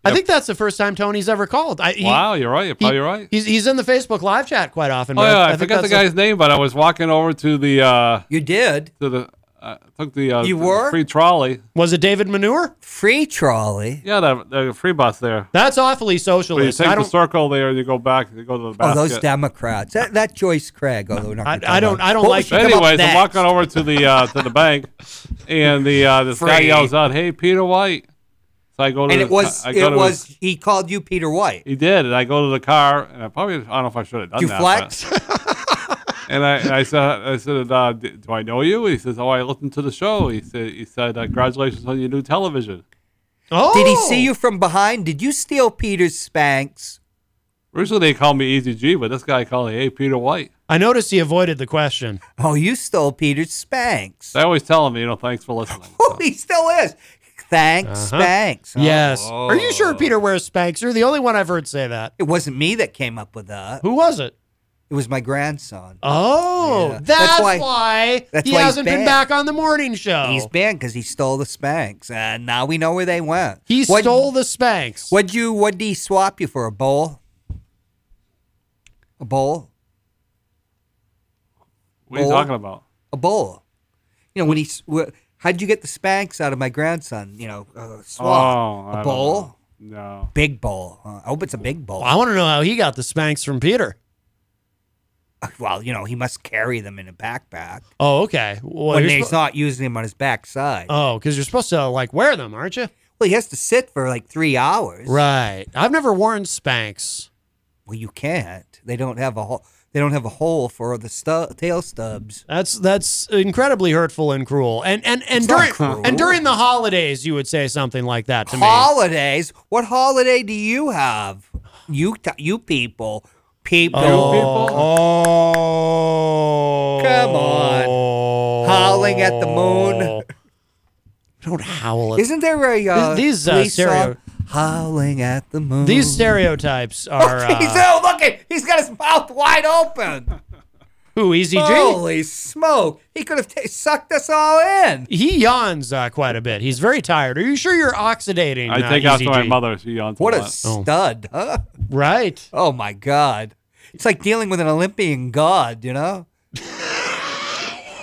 [SPEAKER 2] I think that's the first time Tony's ever called. I, he-
[SPEAKER 3] Wow, you're right. You're
[SPEAKER 2] he-
[SPEAKER 3] probably right.
[SPEAKER 2] He's, he's in the Facebook live chat quite often.
[SPEAKER 3] Oh
[SPEAKER 2] but
[SPEAKER 3] yeah, I,
[SPEAKER 2] think
[SPEAKER 3] forgot the
[SPEAKER 2] that's
[SPEAKER 3] guy's name, but I was walking over to the uh,
[SPEAKER 4] You did
[SPEAKER 3] to the uh, took the uh,
[SPEAKER 4] You
[SPEAKER 3] the
[SPEAKER 4] were?
[SPEAKER 3] free trolley.
[SPEAKER 2] was it David Manure?
[SPEAKER 4] free trolley.
[SPEAKER 3] Yeah, the, the free bus there.
[SPEAKER 2] That's awfully
[SPEAKER 3] But you
[SPEAKER 2] socialist.
[SPEAKER 3] take
[SPEAKER 2] I
[SPEAKER 3] the
[SPEAKER 2] don't.
[SPEAKER 3] circle there and you go back. You go to the
[SPEAKER 4] Oh,
[SPEAKER 3] basket.
[SPEAKER 4] those Democrats. That, that Joyce Craig. Although we're not
[SPEAKER 2] I-
[SPEAKER 4] gonna talk
[SPEAKER 2] I don't-
[SPEAKER 4] about-
[SPEAKER 2] I don't
[SPEAKER 4] What
[SPEAKER 2] like
[SPEAKER 4] was she
[SPEAKER 3] But
[SPEAKER 4] come up
[SPEAKER 3] anyways, I'm
[SPEAKER 4] next?
[SPEAKER 3] walking over to the uh, to the bank, and the uh, this guy
[SPEAKER 4] Free.
[SPEAKER 3] yells out, "Hey, Peter White!" So I go to
[SPEAKER 4] and
[SPEAKER 3] the,
[SPEAKER 4] it was
[SPEAKER 3] I, I go
[SPEAKER 4] it
[SPEAKER 3] to
[SPEAKER 4] was
[SPEAKER 3] his-
[SPEAKER 4] he called you Peter White.
[SPEAKER 3] he did, and I go to the car, and I probably I don't know if I should have done
[SPEAKER 4] You
[SPEAKER 3] that.
[SPEAKER 4] flex.
[SPEAKER 3] but- and I and I said I said, uh, "D- "Do I know you?" He says, "Oh, I listened to the show." He said, "He said, uh, congratulations on your new television."
[SPEAKER 2] Oh,
[SPEAKER 4] Did he see you from behind? Did you steal Peter's Spanx?
[SPEAKER 3] Originally, they called me Easy G, but this guy called me, "Hey, Peter White."
[SPEAKER 2] I noticed he avoided the question.
[SPEAKER 4] Oh, you stole Peter's Spanx.
[SPEAKER 3] They always tell him, you know, thanks for listening.
[SPEAKER 4] Oh, he still is. Thanks, Spanx. Oh,
[SPEAKER 2] Uh-huh. Yes. Are you sure Peter wears Spanx? You're the only one I've heard say that.
[SPEAKER 4] It wasn't me that came up with that.
[SPEAKER 2] Who was it?
[SPEAKER 4] It was my grandson.
[SPEAKER 2] Oh,
[SPEAKER 4] Yeah.
[SPEAKER 2] that's,
[SPEAKER 4] That's
[SPEAKER 2] why,
[SPEAKER 4] why- that's
[SPEAKER 2] he
[SPEAKER 4] why he's
[SPEAKER 2] hasn't been
[SPEAKER 4] banned.
[SPEAKER 2] back on the morning show.
[SPEAKER 4] He's banned because he stole the Spanx, and now we know where they went.
[SPEAKER 2] he
[SPEAKER 4] What-
[SPEAKER 2] stole the Spanx.
[SPEAKER 4] What'd you? What would he swap you for? A bowl? A bowl?
[SPEAKER 3] What are you
[SPEAKER 4] Bowl.
[SPEAKER 3] talking about?
[SPEAKER 4] a bowl. You know, when he, s- wh- how'd you get the Spanx out of my grandson? You know, uh,
[SPEAKER 3] Oh,
[SPEAKER 4] swab.
[SPEAKER 3] I
[SPEAKER 4] a
[SPEAKER 3] don't
[SPEAKER 4] bowl?
[SPEAKER 3] know. No.
[SPEAKER 2] Oh,
[SPEAKER 4] Big bowl. Uh, I hope it's a big bowl.
[SPEAKER 2] I want to know how he got the Spanx from Peter.
[SPEAKER 4] Well, you know, he must carry them in a backpack
[SPEAKER 2] Oh, okay. Well,
[SPEAKER 4] when
[SPEAKER 2] you're
[SPEAKER 4] he's
[SPEAKER 2] suppo-
[SPEAKER 4] not using them on his backside.
[SPEAKER 2] oh, because you're supposed to like wear them, aren't you?
[SPEAKER 4] well, he has to sit for like three hours.
[SPEAKER 2] Right. I've never worn Spanx.
[SPEAKER 4] Well, you can't. They don't have a hole. They don't have a hole for the stu- tail stubs.
[SPEAKER 2] That's that's incredibly hurtful and cruel. And and and
[SPEAKER 4] It's not
[SPEAKER 2] during
[SPEAKER 4] cruel.
[SPEAKER 2] and during the holidays, you would say something like that to me.
[SPEAKER 4] Holidays? What holiday do you have? You t- you people, people.
[SPEAKER 2] Oh,
[SPEAKER 4] Come on. Howling at the moon.
[SPEAKER 2] Don't howl. At,
[SPEAKER 4] Isn't there a uh,
[SPEAKER 2] These- these, uh,
[SPEAKER 4] police
[SPEAKER 2] stereo-
[SPEAKER 4] song? howling at the moon?
[SPEAKER 2] these stereotypes are
[SPEAKER 4] he's
[SPEAKER 2] uh,
[SPEAKER 4] oh, look at he's got his mouth wide open.
[SPEAKER 2] who Easy G.
[SPEAKER 4] Holy smoke! He could have t- sucked us all in.
[SPEAKER 2] He yawns uh, quite a bit. He's very tired. Are you sure you're oxidating?
[SPEAKER 3] I
[SPEAKER 2] uh,
[SPEAKER 3] take
[SPEAKER 2] Easy
[SPEAKER 3] after my
[SPEAKER 2] G?
[SPEAKER 3] mother. She yawns.
[SPEAKER 4] What
[SPEAKER 3] a
[SPEAKER 4] a
[SPEAKER 3] lot.
[SPEAKER 4] stud, huh?
[SPEAKER 2] Oh. Right.
[SPEAKER 4] Oh my god! It's like dealing with an Olympian god, you know.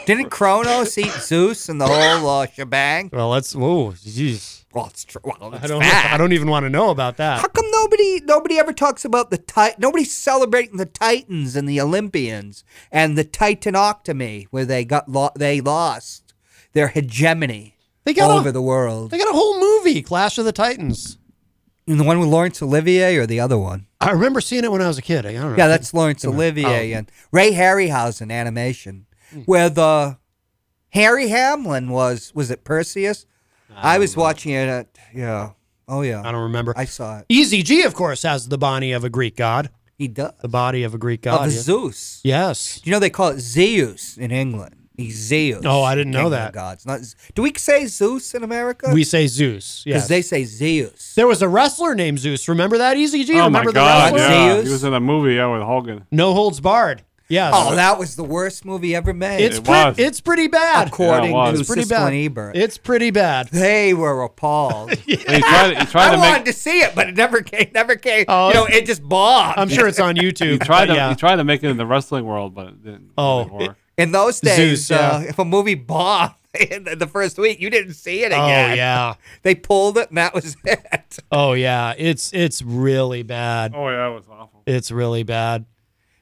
[SPEAKER 4] Didn't Kronos eat Zeus and the whole uh, shebang?
[SPEAKER 2] Well, let's. Whoa, jeez.
[SPEAKER 4] Well, it's true. Well, it's
[SPEAKER 2] I don't.
[SPEAKER 4] fact.
[SPEAKER 2] I don't even want to know about that.
[SPEAKER 4] How come nobody nobody ever talks about the tit? Nobody's celebrating the Titans and the Olympians and the Titanoctomy, where they got lo- they lost their hegemony
[SPEAKER 2] They got
[SPEAKER 4] over
[SPEAKER 2] a-
[SPEAKER 4] the world.
[SPEAKER 2] They got a whole movie, Clash of the Titans.
[SPEAKER 4] And the one with Laurence Olivier or the other one?
[SPEAKER 2] I remember seeing it when I was a kid. I don't know.
[SPEAKER 4] Yeah, that's Laurence Olivier
[SPEAKER 2] Oh.
[SPEAKER 4] and Ray Harryhausen animation,
[SPEAKER 2] Hmm.
[SPEAKER 4] where the Harry Hamlin was was it Perseus? I, was watching it. At, yeah. Oh yeah.
[SPEAKER 2] I don't remember.
[SPEAKER 4] I saw it.
[SPEAKER 2] Easy G, of course, has the body of a Greek god.
[SPEAKER 4] He does.
[SPEAKER 2] The body of a Greek
[SPEAKER 4] Of
[SPEAKER 2] god. yes.
[SPEAKER 4] Zeus.
[SPEAKER 2] yes.
[SPEAKER 4] Do you know they call it Zeus in England? He's Zeus.
[SPEAKER 2] Oh, I didn't
[SPEAKER 4] in
[SPEAKER 2] know
[SPEAKER 4] England,
[SPEAKER 2] that.
[SPEAKER 4] Gods. Not, Z- do we say Zeus in America?
[SPEAKER 2] We say Zeus.
[SPEAKER 4] because
[SPEAKER 2] Yes.
[SPEAKER 4] they say Zeus.
[SPEAKER 2] there was a wrestler named Zeus. Remember that, Easy G?
[SPEAKER 3] Oh my
[SPEAKER 2] remember
[SPEAKER 3] god!
[SPEAKER 2] the wrestler?
[SPEAKER 3] Yeah,
[SPEAKER 4] Zeus?
[SPEAKER 3] he was in a movie. Yeah, with Hogan.
[SPEAKER 2] No holds barred. Yes.
[SPEAKER 4] Oh, that was the worst movie ever made.
[SPEAKER 2] it's
[SPEAKER 3] It
[SPEAKER 2] pretty,
[SPEAKER 3] was.
[SPEAKER 2] it's pretty bad.
[SPEAKER 4] according
[SPEAKER 3] Yeah, it was.
[SPEAKER 4] to
[SPEAKER 2] It's pretty
[SPEAKER 4] Siskel
[SPEAKER 2] bad.
[SPEAKER 4] and Ebert.
[SPEAKER 2] It's pretty bad.
[SPEAKER 4] they were appalled.
[SPEAKER 3] He tried. He tried
[SPEAKER 4] I
[SPEAKER 3] to
[SPEAKER 4] wanted
[SPEAKER 3] make.
[SPEAKER 4] to see it, but it never came. Never came.
[SPEAKER 2] Oh,
[SPEAKER 4] you know, it just bombed.
[SPEAKER 2] I'm sure it's on
[SPEAKER 3] He
[SPEAKER 2] YouTube.
[SPEAKER 3] tried
[SPEAKER 2] but
[SPEAKER 3] to.
[SPEAKER 2] yeah.
[SPEAKER 3] He tried to make it in the wrestling world, but it didn't.
[SPEAKER 2] Oh,
[SPEAKER 3] really work.
[SPEAKER 4] In those days,
[SPEAKER 2] Zeus,
[SPEAKER 4] uh,
[SPEAKER 2] yeah.
[SPEAKER 4] if a movie bombed in the- the first week, you didn't see it
[SPEAKER 2] Oh
[SPEAKER 4] again.
[SPEAKER 2] yeah.
[SPEAKER 4] They pulled it, and that was it.
[SPEAKER 2] Oh yeah. It's it's really bad.
[SPEAKER 3] oh yeah, it was awful.
[SPEAKER 2] It's really bad.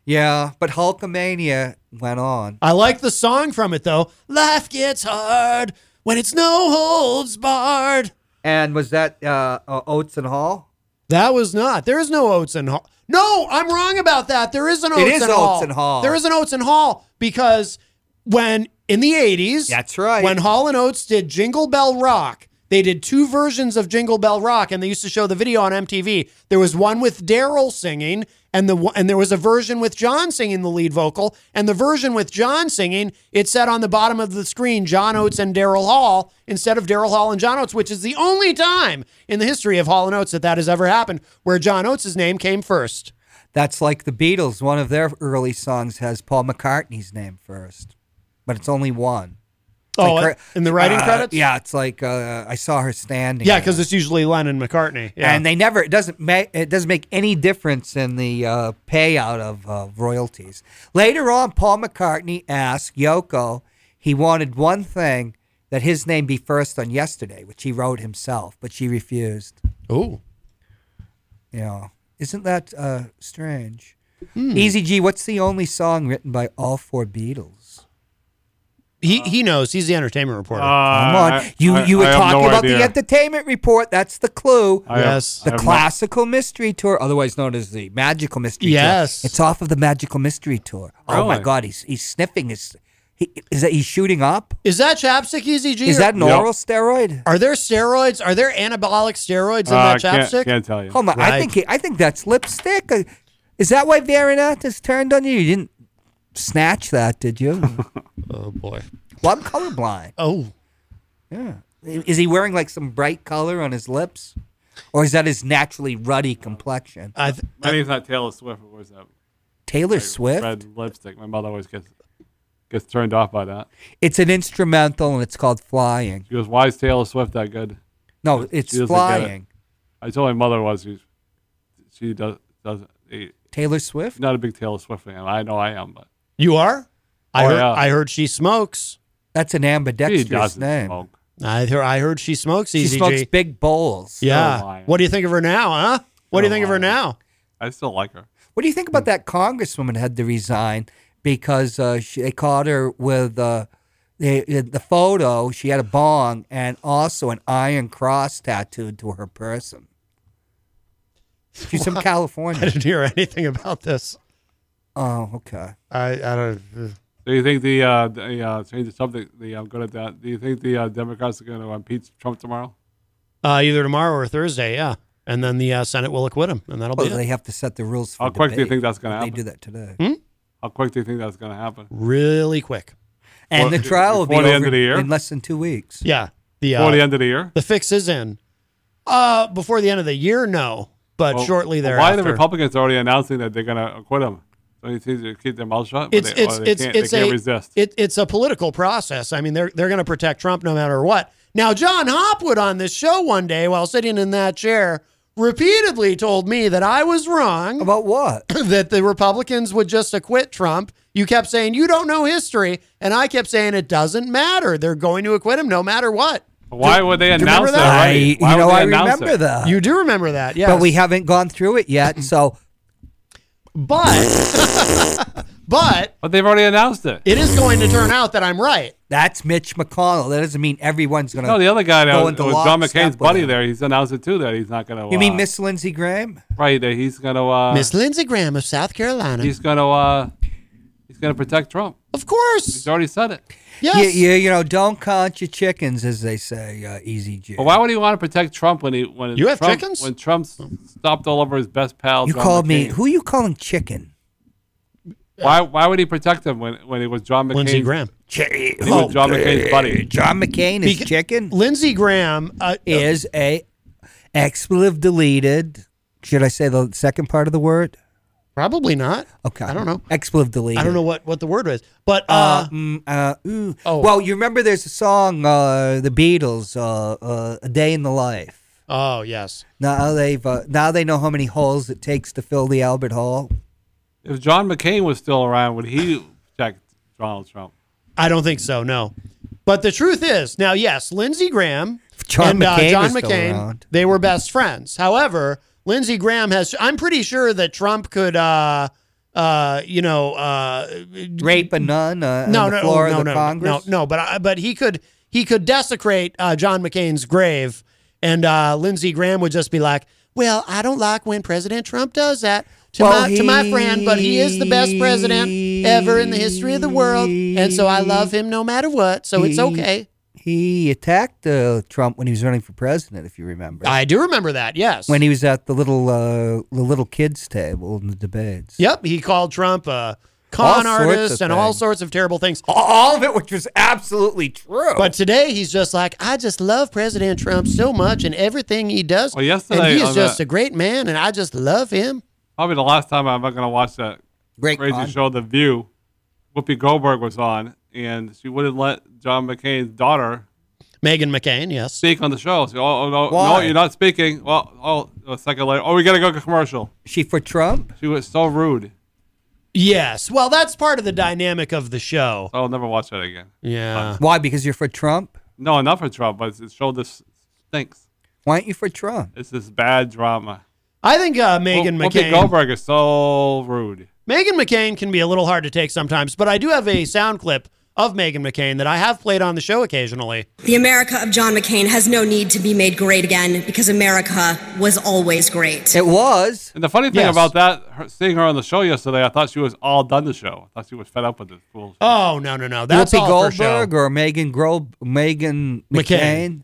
[SPEAKER 4] Yeah, but Hulkamania went on.
[SPEAKER 2] I like the song from it though. Life gets hard when it's no holds barred.
[SPEAKER 4] And was that uh, uh, Oates and Hall?
[SPEAKER 2] That was not. There is no Oates and Hall. No, I'm wrong about that. There is an Oates,
[SPEAKER 4] is
[SPEAKER 2] and,
[SPEAKER 4] Oates
[SPEAKER 2] Hall.
[SPEAKER 4] and Hall.
[SPEAKER 2] There is an Oates and Hall because when in the 80s,
[SPEAKER 4] That's right.
[SPEAKER 2] When Hall and Oates did Jingle Bell Rock, they did two versions of Jingle Bell Rock, and they used to show the video on MTV. There was one with Daryl singing, and the one- and there was a version with John singing the lead vocal, and the version with John singing it said on the bottom of the screen John Oates and Daryl Hall instead of Daryl Hall and John Oates, which is the only time in the history of Hall and Oates that that has ever happened, where John Oates' name came first.
[SPEAKER 4] That's like the Beatles. One of their early songs has Paul McCartney's name first, but it's only one.
[SPEAKER 2] Oh,
[SPEAKER 4] Like her-
[SPEAKER 2] in the writing
[SPEAKER 4] uh,
[SPEAKER 2] credits,
[SPEAKER 4] Yeah, it's like uh, I saw her standing.
[SPEAKER 2] yeah,
[SPEAKER 4] there.
[SPEAKER 2] because it's usually Lennon McCartney, yeah.
[SPEAKER 4] and they never it doesn't make it doesn't make any difference in the uh, payout of uh, royalties. Later on, Paul McCartney asked Yoko he wanted one thing that his name be first on yesterday, which he wrote himself, but she refused.
[SPEAKER 2] Ooh.
[SPEAKER 4] You know, isn't that uh, strange?
[SPEAKER 2] Hmm.
[SPEAKER 4] Easy G, what's the only song written by all four Beatles?
[SPEAKER 2] He, he knows he's the entertainment reporter.
[SPEAKER 3] Uh,
[SPEAKER 4] Come on, you you were talking about the Entertainment Report. That's the clue.
[SPEAKER 2] Yes.
[SPEAKER 4] The Classical Mystery Tour, otherwise known as the Magical Mystery
[SPEAKER 2] Yes.
[SPEAKER 4] Tour. It's off of the Magical Mystery Tour. Oh my
[SPEAKER 3] Really?
[SPEAKER 4] God, he's he's sniffing his. He, is that he's shooting up?
[SPEAKER 2] Is that chapstick EZG?
[SPEAKER 4] Is
[SPEAKER 2] or-
[SPEAKER 4] that an
[SPEAKER 3] Yep.
[SPEAKER 4] oral steroid?
[SPEAKER 2] Are there steroids? Are there anabolic steroids in that
[SPEAKER 3] Uh, can't,
[SPEAKER 2] chapstick?
[SPEAKER 3] can't tell you.
[SPEAKER 4] Oh my! I
[SPEAKER 2] Right.
[SPEAKER 4] think he, I think that's lipstick. Uh, Is that why Varinat has turned on you? You didn't snatch that, did you?
[SPEAKER 2] Oh boy.
[SPEAKER 4] well, I'm colorblind.
[SPEAKER 2] Oh.
[SPEAKER 4] Yeah. Is he wearing like some bright color on his lips, or is that his naturally ruddy complexion?
[SPEAKER 2] I th-
[SPEAKER 3] My name's not Taylor Swift. But where's that?
[SPEAKER 4] Taylor Swift.
[SPEAKER 3] Red lipstick. My mother always gets gets turned off by that.
[SPEAKER 4] It's an instrumental, and it's called Flying.
[SPEAKER 3] She goes, "Why is Taylor Swift that good?"
[SPEAKER 4] No, it's
[SPEAKER 3] doesn't get it.
[SPEAKER 4] Flying.
[SPEAKER 3] I told my mother once. She, she does does. She's
[SPEAKER 4] Taylor Swift?
[SPEAKER 3] not a big Taylor Swift fan. I know I am, but
[SPEAKER 2] you are? I
[SPEAKER 3] Oh,
[SPEAKER 2] heard
[SPEAKER 3] yeah.
[SPEAKER 2] I heard she smokes.
[SPEAKER 4] That's an
[SPEAKER 3] she
[SPEAKER 4] ambidextrous
[SPEAKER 3] doesn't
[SPEAKER 4] name.
[SPEAKER 3] smoke.
[SPEAKER 2] I heard I heard she smokes
[SPEAKER 4] She
[SPEAKER 2] EZG.
[SPEAKER 4] smokes big bowls.
[SPEAKER 2] yeah.
[SPEAKER 3] lying.
[SPEAKER 2] what do you think of her now, huh? What do you
[SPEAKER 3] No
[SPEAKER 2] think of her
[SPEAKER 3] lying.
[SPEAKER 2] now?
[SPEAKER 3] I still like her.
[SPEAKER 2] Hmm.
[SPEAKER 4] What do you think about that congresswoman had to resign because uh, she, they caught her with uh, the, the photo. She had a bong and also an iron cross tattooed to her person. She's from
[SPEAKER 2] I
[SPEAKER 4] California.
[SPEAKER 2] didn't hear anything about this.
[SPEAKER 4] Oh, okay.
[SPEAKER 2] I, I don't.
[SPEAKER 3] Do you think the uh, the uh, change the subject? The I'm good at that. Do you think the uh, Democrats are going to impeach Trump tomorrow?
[SPEAKER 2] Uh, either tomorrow or Thursday, yeah. And then the uh, Senate will acquit him, and that'll
[SPEAKER 4] Well,
[SPEAKER 2] be it.
[SPEAKER 4] Oh, they have to set the rules for
[SPEAKER 3] How quick do you
[SPEAKER 4] debate.
[SPEAKER 3] think that's gonna
[SPEAKER 4] They
[SPEAKER 3] happen?
[SPEAKER 4] do that today.
[SPEAKER 3] How quick do you think that's going to happen?
[SPEAKER 2] really Hmm? quick.
[SPEAKER 4] And
[SPEAKER 3] Well,
[SPEAKER 4] the trial will be
[SPEAKER 3] before the
[SPEAKER 4] over
[SPEAKER 3] end of the year?
[SPEAKER 4] in less than two weeks.
[SPEAKER 2] Yeah, the
[SPEAKER 3] Before
[SPEAKER 2] uh,
[SPEAKER 3] the end of the year.
[SPEAKER 2] the fix is in. Uh, before the end of the year, no, but
[SPEAKER 3] Well,
[SPEAKER 2] shortly
[SPEAKER 3] well, Why
[SPEAKER 2] thereafter.
[SPEAKER 3] are the Republicans already announcing that they're going to acquit him? So you see, they keep their mouth shut. but
[SPEAKER 2] it's
[SPEAKER 3] they, or
[SPEAKER 2] it's
[SPEAKER 3] they
[SPEAKER 2] it's
[SPEAKER 3] can't,
[SPEAKER 2] it's
[SPEAKER 3] they can't
[SPEAKER 2] a
[SPEAKER 3] resist.
[SPEAKER 2] It, it's a political process. I mean, they're they're going to protect Trump no matter what. Now, John Hopwood on this show one day while sitting in that chair repeatedly told me that I was wrong.
[SPEAKER 4] About what?
[SPEAKER 2] that the Republicans would just acquit Trump. You kept saying you don't know history, and I kept saying it doesn't matter. They're going to acquit him no matter what.
[SPEAKER 3] why would they
[SPEAKER 2] remember
[SPEAKER 3] announce
[SPEAKER 2] that?
[SPEAKER 3] that?
[SPEAKER 4] I,
[SPEAKER 3] already?
[SPEAKER 4] you
[SPEAKER 3] Why would
[SPEAKER 4] know,
[SPEAKER 3] they
[SPEAKER 4] I
[SPEAKER 3] announce
[SPEAKER 4] remember
[SPEAKER 3] it?
[SPEAKER 4] that.
[SPEAKER 2] You do remember that, yes.
[SPEAKER 4] But we haven't gone through it yet, so
[SPEAKER 2] but but
[SPEAKER 3] But they've already announced it.
[SPEAKER 2] it is going to turn out that I'm right.
[SPEAKER 4] that's Mitch McConnell. That doesn't mean everyone's going to.
[SPEAKER 3] No, the other guy that
[SPEAKER 4] go
[SPEAKER 3] was,
[SPEAKER 4] into
[SPEAKER 3] was John
[SPEAKER 4] lockstep
[SPEAKER 3] McCain's
[SPEAKER 4] with
[SPEAKER 3] buddy
[SPEAKER 4] him.
[SPEAKER 3] there. He's announced it too that he's not going to.
[SPEAKER 4] You
[SPEAKER 3] uh,
[SPEAKER 4] mean Miss Lindsey Graham?
[SPEAKER 3] Right, that he's going to. Uh,
[SPEAKER 2] Miss Lindsey Graham of South Carolina.
[SPEAKER 3] he's going to. Uh, he's going to protect Trump.
[SPEAKER 2] of
[SPEAKER 3] He's
[SPEAKER 2] course.
[SPEAKER 3] already said it.
[SPEAKER 2] Yes.
[SPEAKER 4] Yeah, yeah, you know, don't count your chickens, as they say, uh, Easy J.
[SPEAKER 3] But
[SPEAKER 2] Oh,
[SPEAKER 3] why would he want to protect Trump when he when
[SPEAKER 2] You have
[SPEAKER 3] Trump,
[SPEAKER 2] chickens?
[SPEAKER 3] when Trump s- stopped all over his best pals?
[SPEAKER 4] you
[SPEAKER 3] John
[SPEAKER 4] called me.
[SPEAKER 3] McCain?
[SPEAKER 4] Who are you calling chicken?
[SPEAKER 3] Why why would he protect him when when he was John McCain?
[SPEAKER 2] Lindsey Graham.
[SPEAKER 4] Ch- he
[SPEAKER 3] was John McCain's buddy.
[SPEAKER 4] John McCain is
[SPEAKER 2] Beca-
[SPEAKER 4] chicken.
[SPEAKER 2] Lindsey Graham uh,
[SPEAKER 4] Is a expletive deleted? Should I say the second part of the word?
[SPEAKER 2] probably not.
[SPEAKER 4] Okay,
[SPEAKER 2] I don't know.
[SPEAKER 4] Expletive deleted.
[SPEAKER 2] I don't know what what the word was. But
[SPEAKER 4] Uh,
[SPEAKER 2] uh,
[SPEAKER 4] mm, uh, ooh.
[SPEAKER 2] oh.
[SPEAKER 4] Well, you remember there's a song, uh, the Beatles, uh, uh, "A Day in the Life."
[SPEAKER 2] oh yes.
[SPEAKER 4] Now they've uh, now they know how many holes it takes to fill the Albert Hall.
[SPEAKER 3] If John McCain was still around, would he protect Donald Trump?
[SPEAKER 2] I don't think so. No. But the truth is, now yes, Lindsey Graham
[SPEAKER 4] John
[SPEAKER 2] and uh,
[SPEAKER 4] McCain
[SPEAKER 2] John
[SPEAKER 4] is still
[SPEAKER 2] McCain,
[SPEAKER 4] around.
[SPEAKER 2] they were best friends. However, Lindsey Graham has. I'm pretty sure that Trump could, uh, uh, you know, uh,
[SPEAKER 4] Rape a nun uh,
[SPEAKER 2] no,
[SPEAKER 4] on the
[SPEAKER 2] no,
[SPEAKER 4] floor
[SPEAKER 2] no,
[SPEAKER 4] of the
[SPEAKER 2] no, no,
[SPEAKER 4] Congress.
[SPEAKER 2] no, no. But I but he could he could desecrate uh, John McCain's grave, and uh, Lindsey Graham would just be like, "Well, I don't like when President Trump does that." To,
[SPEAKER 4] Well,
[SPEAKER 2] my, to my friend, but he is the best president ever in the history of the world. And so I love him no matter what. So it's
[SPEAKER 4] he-
[SPEAKER 2] okay.
[SPEAKER 4] He attacked uh, Trump when he was running for president, if you remember,
[SPEAKER 2] I do remember that. Yes.
[SPEAKER 4] when he was at the little uh, the little kids table in the debates.
[SPEAKER 2] Yep, he called Trump a con
[SPEAKER 4] All sorts
[SPEAKER 2] artist
[SPEAKER 4] of
[SPEAKER 2] and all
[SPEAKER 4] things.
[SPEAKER 2] sorts of terrible things.
[SPEAKER 4] all of it, which was absolutely true.
[SPEAKER 2] But today he's just like, I just love President Trump so much and everything he does.
[SPEAKER 3] Well, yesterday
[SPEAKER 2] and he is
[SPEAKER 3] on
[SPEAKER 2] just
[SPEAKER 3] the-
[SPEAKER 2] a great man, and I just love him.
[SPEAKER 3] Probably the last time I'm going to watch that
[SPEAKER 4] Great
[SPEAKER 3] crazy
[SPEAKER 4] con.
[SPEAKER 3] show, The View. Whoopi Goldberg was on, and she wouldn't let John McCain's daughter
[SPEAKER 2] Megan McCain, yes.
[SPEAKER 3] speak on the show. She, oh, oh, no, no,
[SPEAKER 4] Why?
[SPEAKER 3] you're not speaking. Well, oh, a second later. Oh, we got to go to commercial.
[SPEAKER 4] she for Trump.
[SPEAKER 3] She was so rude.
[SPEAKER 2] Yes. Well, that's part of the dynamic of the show.
[SPEAKER 3] So I'll never watch that again.
[SPEAKER 2] Yeah.
[SPEAKER 4] Why? Because you're for Trump.
[SPEAKER 3] Uh, No, enough for Trump, but the show just stinks.
[SPEAKER 4] Why aren't you for Trump?
[SPEAKER 3] It's this bad drama.
[SPEAKER 2] I think uh, Megan
[SPEAKER 3] Whoop- Whoopi
[SPEAKER 2] McCain.
[SPEAKER 3] Goldberg is so rude.
[SPEAKER 2] Megan McCain can be a little hard to take sometimes, but I do have a sound clip of Megan McCain that I have played on the show occasionally.
[SPEAKER 8] The America of John McCain has no need to be made great again because America was always great.
[SPEAKER 4] It was.
[SPEAKER 3] And the funny thing
[SPEAKER 2] Yes.
[SPEAKER 3] about that, her, seeing her on the show yesterday, I thought she was all done the show. I thought she was fed up with this fool.
[SPEAKER 2] Oh no, no, no. That's
[SPEAKER 4] Whoopi
[SPEAKER 2] all for show.
[SPEAKER 4] Goldberg or Megan Gro- Megan McCain.
[SPEAKER 2] McCain.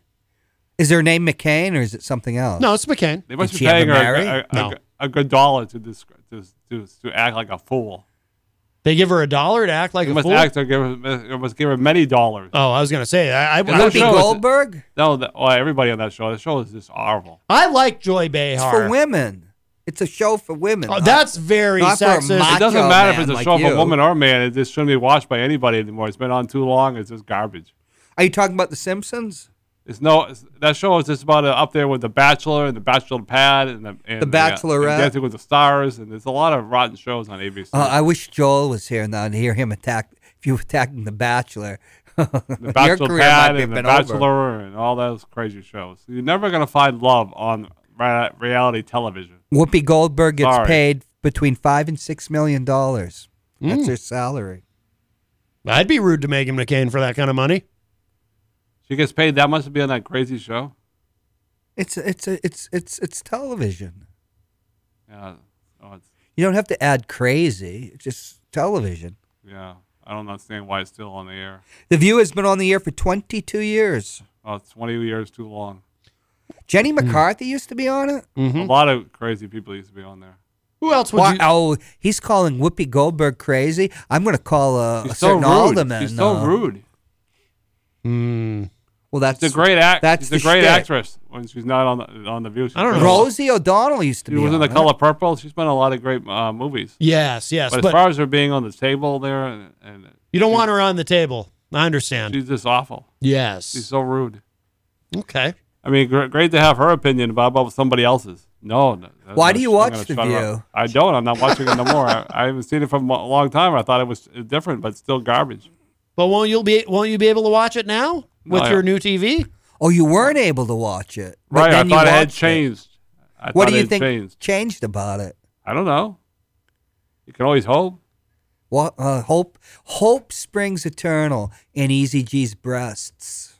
[SPEAKER 4] Is her name McCain or is it something else?
[SPEAKER 2] No, it's McCain.
[SPEAKER 3] They must
[SPEAKER 4] Did
[SPEAKER 3] be
[SPEAKER 4] she ever
[SPEAKER 3] paying her
[SPEAKER 4] marry?
[SPEAKER 3] a, a,
[SPEAKER 2] No.
[SPEAKER 3] a, a good dollar to, disc- to, to, to act like a fool.
[SPEAKER 2] They give her a dollar to act like
[SPEAKER 3] You
[SPEAKER 2] a
[SPEAKER 3] must
[SPEAKER 2] fool.
[SPEAKER 3] act or give her, you must give her many dollars.
[SPEAKER 2] Oh, I was gonna say I I, I,
[SPEAKER 3] that
[SPEAKER 4] Whoopi
[SPEAKER 3] show is-
[SPEAKER 4] Goldberg.
[SPEAKER 3] No, the, well, everybody on that show. The show is just horrible.
[SPEAKER 2] I like Joy
[SPEAKER 4] It's for
[SPEAKER 2] Behar.
[SPEAKER 4] women. It's a show for women.
[SPEAKER 2] Oh, that's very
[SPEAKER 4] Not for a
[SPEAKER 2] sexist.
[SPEAKER 4] mod-
[SPEAKER 3] It doesn't
[SPEAKER 4] Macho
[SPEAKER 3] matter if
[SPEAKER 4] man
[SPEAKER 3] it's a
[SPEAKER 4] like
[SPEAKER 3] show for
[SPEAKER 4] you.
[SPEAKER 3] woman or man. It just shouldn't be watched by anybody anymore. It's been on too long. It's just garbage.
[SPEAKER 4] Are you talking about The Simpsons?
[SPEAKER 3] It's no it's- that show is just about uh, up there with The Bachelor and The Bachelor Pad and The, and uh,
[SPEAKER 4] The Bachelorette.
[SPEAKER 3] and Dancing with the Stars. And there's a lot of rotten shows on ABC.
[SPEAKER 4] Uh, I wish Joel was here now to hear him attack. If you were attacking The Bachelor,
[SPEAKER 3] the
[SPEAKER 4] your
[SPEAKER 3] Bachelor
[SPEAKER 4] career
[SPEAKER 3] Pad
[SPEAKER 4] might have
[SPEAKER 3] and The
[SPEAKER 4] been over.
[SPEAKER 3] Bachelor and all those crazy shows. You're never gonna find love on ra- reality television.
[SPEAKER 4] Whoopi Goldberg gets
[SPEAKER 3] Sorry.
[SPEAKER 4] paid between five and six million dollars. That's her salary.
[SPEAKER 2] I'd be rude to Megan McCain for that kind of money.
[SPEAKER 3] She gets paid that much to be on that crazy show.
[SPEAKER 4] It's it's it's it's it's television.
[SPEAKER 3] Yeah. Oh, it's,
[SPEAKER 4] You don't have to add crazy. It's just television.
[SPEAKER 3] yeah. I don't understand why it's still on the air.
[SPEAKER 4] The View has been on the air for 22 years.
[SPEAKER 3] Oh, it's 20 years too long.
[SPEAKER 4] Jenny McCarthy used to be on it.
[SPEAKER 3] A lot of crazy people used to be on there.
[SPEAKER 2] Who else would
[SPEAKER 4] Why-
[SPEAKER 2] you?
[SPEAKER 4] oh, he's calling Whoopi Goldberg crazy. I'm going to call a, a
[SPEAKER 3] She's so
[SPEAKER 4] certain
[SPEAKER 3] rude.
[SPEAKER 4] alderman.
[SPEAKER 3] She's so
[SPEAKER 4] uh, Hmm.
[SPEAKER 3] rude.
[SPEAKER 4] Well, that's
[SPEAKER 3] She's a great act.
[SPEAKER 4] That's
[SPEAKER 3] she's
[SPEAKER 4] the
[SPEAKER 3] a great
[SPEAKER 4] shtick.
[SPEAKER 3] actress when she's not on the on the View. She's
[SPEAKER 2] I don't
[SPEAKER 3] great.
[SPEAKER 2] know.
[SPEAKER 4] Rosie O'Donnell used to
[SPEAKER 3] She
[SPEAKER 4] be.
[SPEAKER 3] was in
[SPEAKER 4] on
[SPEAKER 3] the
[SPEAKER 4] it.
[SPEAKER 3] Color Purple. She's been in a lot of great uh, movies.
[SPEAKER 2] yes, yes,
[SPEAKER 3] But,
[SPEAKER 2] but,
[SPEAKER 3] as far as her being on the table there, and, and
[SPEAKER 2] you don't want her on the table. I understand.
[SPEAKER 3] she's just awful. She's
[SPEAKER 2] yes.
[SPEAKER 3] so rude.
[SPEAKER 2] Okay.
[SPEAKER 3] I mean, gr- great to have her opinion about, about somebody else's. No. no that's
[SPEAKER 4] Why
[SPEAKER 3] not-
[SPEAKER 4] do you
[SPEAKER 3] I'm
[SPEAKER 4] watch
[SPEAKER 3] gonna
[SPEAKER 4] The
[SPEAKER 3] shut her up.
[SPEAKER 4] View?
[SPEAKER 3] I don't. I'm not watching it no more. I, I haven't seen it for a mo- long time. I thought it was uh, different, but still garbage.
[SPEAKER 2] But won't you be won't you be able to watch it now with
[SPEAKER 3] No, I-
[SPEAKER 2] your new TV?
[SPEAKER 4] Oh, you weren't able to watch it. but
[SPEAKER 3] right. I
[SPEAKER 4] then you
[SPEAKER 3] thought it had
[SPEAKER 4] watched
[SPEAKER 3] changed. I
[SPEAKER 4] What
[SPEAKER 3] thought
[SPEAKER 4] do
[SPEAKER 3] it
[SPEAKER 4] you
[SPEAKER 3] had
[SPEAKER 4] think
[SPEAKER 3] Changed.
[SPEAKER 4] changed about it?
[SPEAKER 3] I don't know. You can always hope.
[SPEAKER 4] Well, uh, hope hope springs eternal in Easy G's breasts.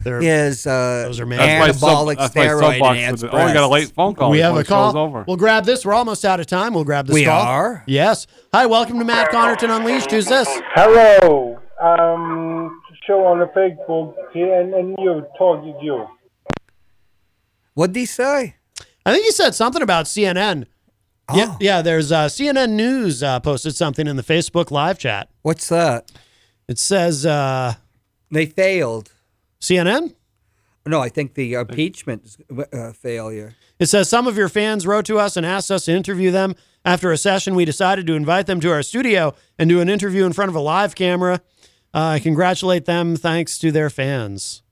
[SPEAKER 2] There-
[SPEAKER 4] Is uh,
[SPEAKER 2] Those are
[SPEAKER 4] man-
[SPEAKER 2] man-
[SPEAKER 3] That's why
[SPEAKER 4] Anabolic
[SPEAKER 3] sub- that's why
[SPEAKER 4] steroid
[SPEAKER 3] soapbox
[SPEAKER 4] enhanced
[SPEAKER 3] was- Oh, we got a late
[SPEAKER 4] breasts.
[SPEAKER 3] phone call.
[SPEAKER 2] we have
[SPEAKER 3] before
[SPEAKER 2] a
[SPEAKER 3] the show's
[SPEAKER 2] call.
[SPEAKER 3] Over.
[SPEAKER 2] We'll grab this. We're almost out of time. We'll grab this
[SPEAKER 4] We
[SPEAKER 2] call.
[SPEAKER 4] are?
[SPEAKER 2] Yes. Hi, welcome to Matt Connerton Unleashed. Who's this?
[SPEAKER 9] Hello. Um, show on the Facebook and and you talking you.
[SPEAKER 4] What did he say?
[SPEAKER 2] I think you said something about CNN. Yeah,
[SPEAKER 4] Oh.
[SPEAKER 2] yeah. There's uh, CNN News uh, posted something in the Facebook live chat.
[SPEAKER 4] What's that?
[SPEAKER 2] It says uh,
[SPEAKER 4] They failed.
[SPEAKER 2] CNN.
[SPEAKER 4] No, I think the impeachment is, uh, failure.
[SPEAKER 2] It says some of your fans wrote to us and asked us to interview them. After a session, we decided to invite them to our studio and do an interview in front of a live camera. Uh, I congratulate them, thanks to their fans.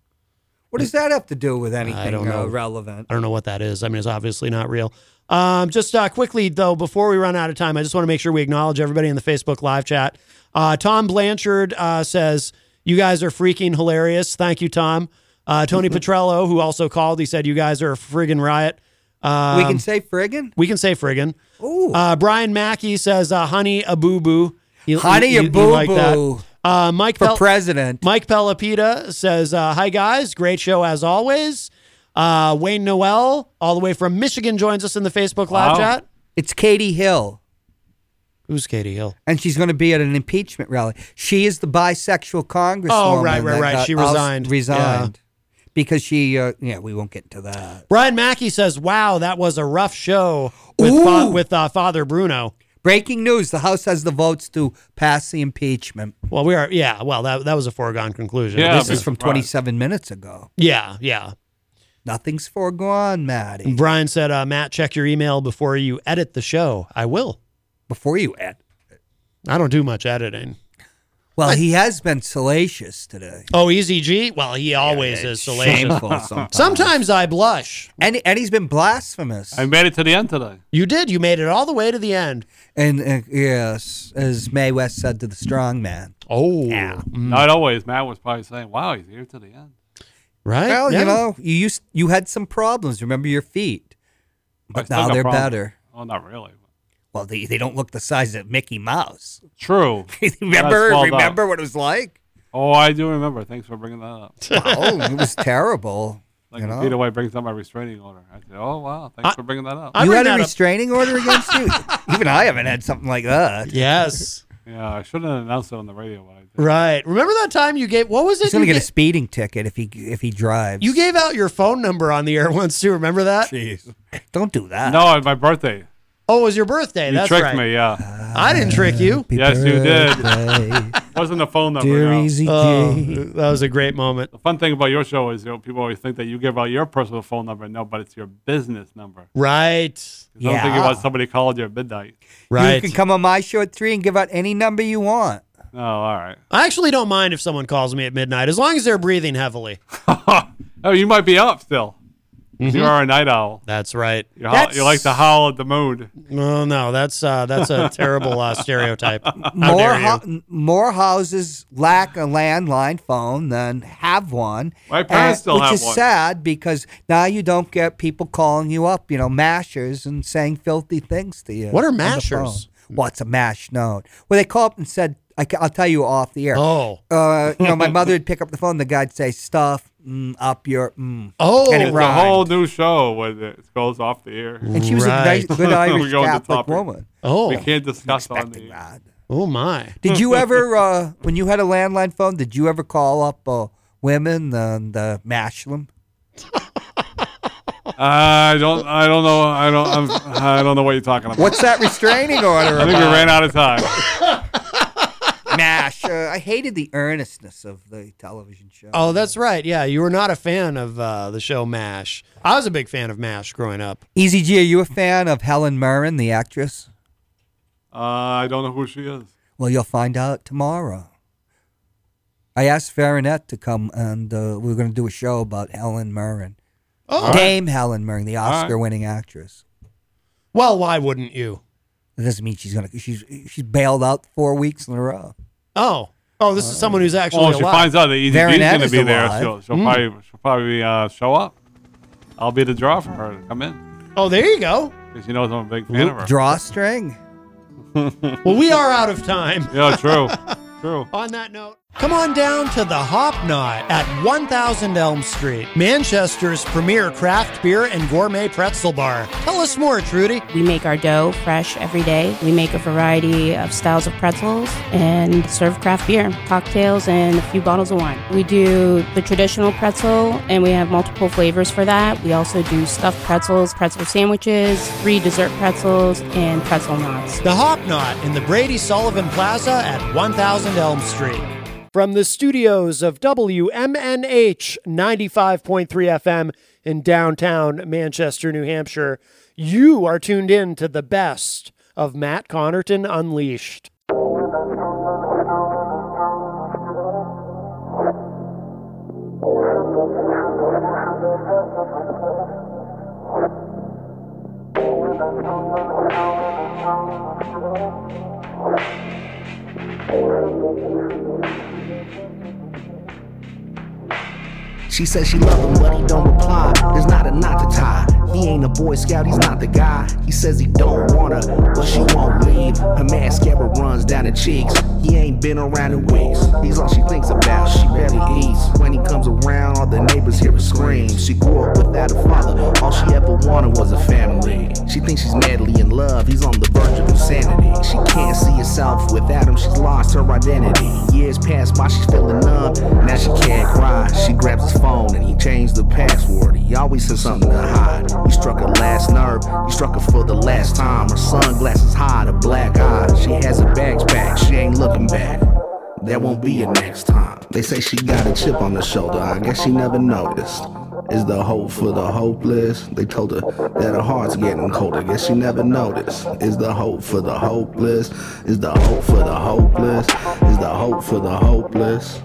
[SPEAKER 4] What does that have to do with anything
[SPEAKER 2] don't
[SPEAKER 4] uh,
[SPEAKER 2] know.
[SPEAKER 4] relevant?
[SPEAKER 2] I don't know what that is. I mean, it's obviously not real. Um, just uh, quickly, though, before we run out of time, I just want to make sure we acknowledge everybody in the Facebook live chat. Uh, Tom Blanchard uh, says, You guys are freaking hilarious. Thank you, Tom. Uh, Tony
[SPEAKER 4] Mm-hmm.
[SPEAKER 2] Petrello, who also called, he said, You guys are a friggin' riot. Uh,
[SPEAKER 4] we can say friggin'?
[SPEAKER 2] we can say friggin'.
[SPEAKER 4] Ooh.
[SPEAKER 2] Uh, Brian Mackey says, uh, Honey, a boo boo. He-
[SPEAKER 4] Honey,
[SPEAKER 2] he-
[SPEAKER 4] a
[SPEAKER 2] he- he liked that.
[SPEAKER 4] boo-boo.
[SPEAKER 2] Uh, Mike
[SPEAKER 4] for
[SPEAKER 2] Pel-
[SPEAKER 4] president.
[SPEAKER 2] Mike Pelopita says, uh, Hi, guys. Great show as always. Uh, Wayne Noel, all the way from Michigan, joins us in the Facebook live
[SPEAKER 3] Wow.
[SPEAKER 2] chat.
[SPEAKER 4] It's Katie Hill,
[SPEAKER 2] Who's Katie Hill?
[SPEAKER 4] and she's going to be at an impeachment rally. She is the bisexual congresswoman.
[SPEAKER 2] Oh, right, right,
[SPEAKER 4] that
[SPEAKER 2] right.
[SPEAKER 4] got
[SPEAKER 2] She
[SPEAKER 4] oust-
[SPEAKER 2] resigned.
[SPEAKER 4] Resigned. Because she, uh, yeah, we won't get into that.
[SPEAKER 2] Brian Mackey says, Wow, that was a rough show with,
[SPEAKER 4] Ooh.
[SPEAKER 2] fa- with uh, Father Bruno.
[SPEAKER 4] Breaking news the House has the votes to pass the impeachment.
[SPEAKER 2] Well, we are, yeah, well, that, that was a foregone conclusion.
[SPEAKER 3] Yeah,
[SPEAKER 2] This
[SPEAKER 4] This is
[SPEAKER 2] is-
[SPEAKER 4] from 27 minutes ago.
[SPEAKER 2] yeah, yeah.
[SPEAKER 4] Nothing's foregone, Maddie.
[SPEAKER 2] Brian said, uh, Matt, check your email before you edit the show. I will.
[SPEAKER 4] Before you add.
[SPEAKER 2] I don't do much editing.
[SPEAKER 4] Well, he has been salacious today.
[SPEAKER 2] Oh, Easy G? Well, he always is
[SPEAKER 4] It's
[SPEAKER 2] salacious.
[SPEAKER 4] shameful sometimes.
[SPEAKER 2] Sometimes I blush.
[SPEAKER 4] And, and he's been blasphemous.
[SPEAKER 3] I made it to the end today.
[SPEAKER 2] You did. You made it all the way to the end.
[SPEAKER 4] and uh, yes, as May West said to the strong man.
[SPEAKER 2] Oh,
[SPEAKER 4] Mm.
[SPEAKER 3] Not always. Matt was probably saying, wow, he's here to the end.
[SPEAKER 2] right.
[SPEAKER 4] Well,
[SPEAKER 2] Yeah.
[SPEAKER 4] you know, you used you had some problems. Remember your feet,
[SPEAKER 3] I
[SPEAKER 4] but
[SPEAKER 3] still
[SPEAKER 4] now
[SPEAKER 3] got
[SPEAKER 4] they're
[SPEAKER 3] problems.
[SPEAKER 4] better.
[SPEAKER 3] Oh, not really.
[SPEAKER 4] Well, they, they don't look the size of Mickey Mouse.
[SPEAKER 3] True.
[SPEAKER 4] remember
[SPEAKER 3] swelled up.
[SPEAKER 4] remember what it was like?
[SPEAKER 3] Oh, I do remember. Thanks for bringing that up.
[SPEAKER 4] Oh, it was terrible.
[SPEAKER 3] Like
[SPEAKER 4] you
[SPEAKER 3] when
[SPEAKER 4] know,
[SPEAKER 3] Peter White brings up my restraining order. I said, oh, wow, thanks for bringing that up.
[SPEAKER 2] I
[SPEAKER 4] you
[SPEAKER 2] bring
[SPEAKER 4] had a
[SPEAKER 2] that up-
[SPEAKER 4] restraining order against you. Even I haven't had something like that.
[SPEAKER 2] Yes.
[SPEAKER 3] yeah, I shouldn't have announced it on the radio. When I did.
[SPEAKER 2] Right. Remember that time you gave? What was it?
[SPEAKER 4] He's gonna
[SPEAKER 2] you,
[SPEAKER 4] get a
[SPEAKER 2] ga-
[SPEAKER 4] speeding ticket if he if he drives.
[SPEAKER 2] you gave out your phone number on the air once too. Remember that?
[SPEAKER 4] Jeez. Don't do that.
[SPEAKER 3] No, it's my birthday.
[SPEAKER 2] Oh, it was your birthday.
[SPEAKER 3] You
[SPEAKER 2] That's
[SPEAKER 3] tricked
[SPEAKER 2] right.
[SPEAKER 3] me,
[SPEAKER 4] Uh,
[SPEAKER 3] yeah.
[SPEAKER 2] I didn't trick you.
[SPEAKER 4] Happy
[SPEAKER 3] Yes, you did.
[SPEAKER 4] birthday,
[SPEAKER 3] Wasn't the phone number.
[SPEAKER 4] Dear
[SPEAKER 3] no.
[SPEAKER 4] Easy
[SPEAKER 2] Oh,
[SPEAKER 4] J.
[SPEAKER 2] that was a great moment.
[SPEAKER 3] The fun thing about your show is you know, people always think that you give out your personal phone number. No, but it's your business number.
[SPEAKER 2] Right.
[SPEAKER 3] 'Cause I don't think you
[SPEAKER 4] Yeah.
[SPEAKER 3] want somebody called you at midnight.
[SPEAKER 4] You
[SPEAKER 2] Right.
[SPEAKER 4] can come on my show at three and give out any number you want.
[SPEAKER 3] Oh, all right.
[SPEAKER 2] I actually don't mind if someone calls me at midnight as long as they're breathing heavily.
[SPEAKER 3] Oh, you might be up still.
[SPEAKER 2] Mm-hmm.
[SPEAKER 3] You are a night owl.
[SPEAKER 2] That's right.
[SPEAKER 3] You, howl, you like to howl at the moon.
[SPEAKER 2] No, no, that's uh, that's a terrible uh, stereotype. How
[SPEAKER 4] more
[SPEAKER 2] dare you?
[SPEAKER 4] hou- more houses lack a landline phone than have one.
[SPEAKER 3] My parents still
[SPEAKER 4] which
[SPEAKER 3] have
[SPEAKER 4] is
[SPEAKER 3] one.
[SPEAKER 4] sad because now you don't get people calling you up, you know, mashers and saying filthy things to you.
[SPEAKER 2] What are
[SPEAKER 4] on the
[SPEAKER 2] mashers?
[SPEAKER 4] phone. Well, it's a mash note. Well, they called up and said, I, will tell you off the air.
[SPEAKER 2] Oh.
[SPEAKER 4] Uh, you know, my mother would pick up the phone. The guy'd say, "Stuff mm, up your." Mm.
[SPEAKER 2] Oh,
[SPEAKER 4] and it
[SPEAKER 3] It's a
[SPEAKER 4] rhymed.
[SPEAKER 3] whole new show when it goes off the air.
[SPEAKER 4] and she was
[SPEAKER 2] Right.
[SPEAKER 4] a nice, good
[SPEAKER 3] We're
[SPEAKER 4] Irish
[SPEAKER 3] going to
[SPEAKER 4] Catholic
[SPEAKER 3] topic.
[SPEAKER 4] woman.
[SPEAKER 3] We
[SPEAKER 2] Oh,
[SPEAKER 3] can't discuss on
[SPEAKER 4] Expecting
[SPEAKER 3] the
[SPEAKER 4] that.
[SPEAKER 2] oh my.
[SPEAKER 4] Did you ever, uh, when you had a landline phone, did you ever call up uh, women and uh, mash them?
[SPEAKER 3] I don't. I don't know. I don't. I'm, I don't know what you're talking about.
[SPEAKER 4] What's that restraining order
[SPEAKER 3] I think we
[SPEAKER 4] about?
[SPEAKER 3] ran out of time.
[SPEAKER 4] Mash. Uh, I hated the earnestness of the television show.
[SPEAKER 2] Oh, that's right. Yeah, you were not a fan of uh, the show MASH. I was a big fan of MASH growing up.
[SPEAKER 4] Easy G, are you a fan of Helen Mirren, the actress?
[SPEAKER 3] Uh, I don't know who she is.
[SPEAKER 4] Well, you'll find out tomorrow. I asked Farinette to come, and uh, we were going to do a show about Helen Mirren.
[SPEAKER 2] Oh.
[SPEAKER 4] Dame Helen Mirren, the
[SPEAKER 3] right.
[SPEAKER 4] Oscar-winning actress.
[SPEAKER 2] Well, why wouldn't you?
[SPEAKER 4] That doesn't mean she's going to. She's she's bailed out four weeks in a row.
[SPEAKER 2] Oh, oh, this is someone who's actually
[SPEAKER 3] Oh, she
[SPEAKER 2] alive.
[SPEAKER 3] finds out that Easy G's
[SPEAKER 4] Baronette
[SPEAKER 3] going to
[SPEAKER 4] is
[SPEAKER 3] be there.
[SPEAKER 4] alive.
[SPEAKER 3] She'll, she'll probably she'll probably uh, show up. I'll be the draw for her to come in
[SPEAKER 2] oh, there you go.
[SPEAKER 3] because she knows I'm a big fan of her.
[SPEAKER 4] Drawstring.
[SPEAKER 2] Well, we are out of time.
[SPEAKER 3] yeah, true, true.
[SPEAKER 2] On that note, come on down to the Hop Knot at 1000 Elm Street, Manchester's premier craft beer and gourmet pretzel bar. Tell us more, Trudy.
[SPEAKER 10] We make our dough fresh every day. We make a variety of styles of pretzels and serve craft beer, cocktails, and a few bottles of wine. We do the traditional pretzel, and we have multiple flavors for that. We also do stuffed pretzels, pretzel sandwiches, free dessert pretzels, and pretzel knots.
[SPEAKER 2] The Hop Knot in the Brady Sullivan Plaza at 1000 Elm Street.
[SPEAKER 5] From the studios of WMNH 95.3 FM in downtown Manchester, New Hampshire, you are tuned in to the best of Matt Connerton Unleashed.
[SPEAKER 11] She says she love him, but he don't reply. There's not a knot to tie. He ain't a boy scout, he's not the guy. He says he don't want her, but she won't leave. Her mascara runs down her cheeks. He ain't been around in weeks. He's all she thinks about. She barely eats. When he comes around, all the neighbors hear her scream. She grew up without a father. All she ever wanted was a family. She thinks she's madly in love. He's on the verge of insanity. She can't see herself without him. She's lost her identity. Years pass by, she's feeling numb. Now she can't cry. She grabs his phone and he changed the password. He always has something to hide. He struck her last nerve. He struck her for the last time. Her sunglasses hide a black eye. She has a backpack. She ain't looking back. That won't be a next time. They say she got a chip on her shoulder. I guess she never noticed. Is the hope for the hopeless? They told her that her heart's getting cold. I guess she never noticed. Is the hope for the hopeless? Is the hope for the hopeless? Is the hope for the hopeless?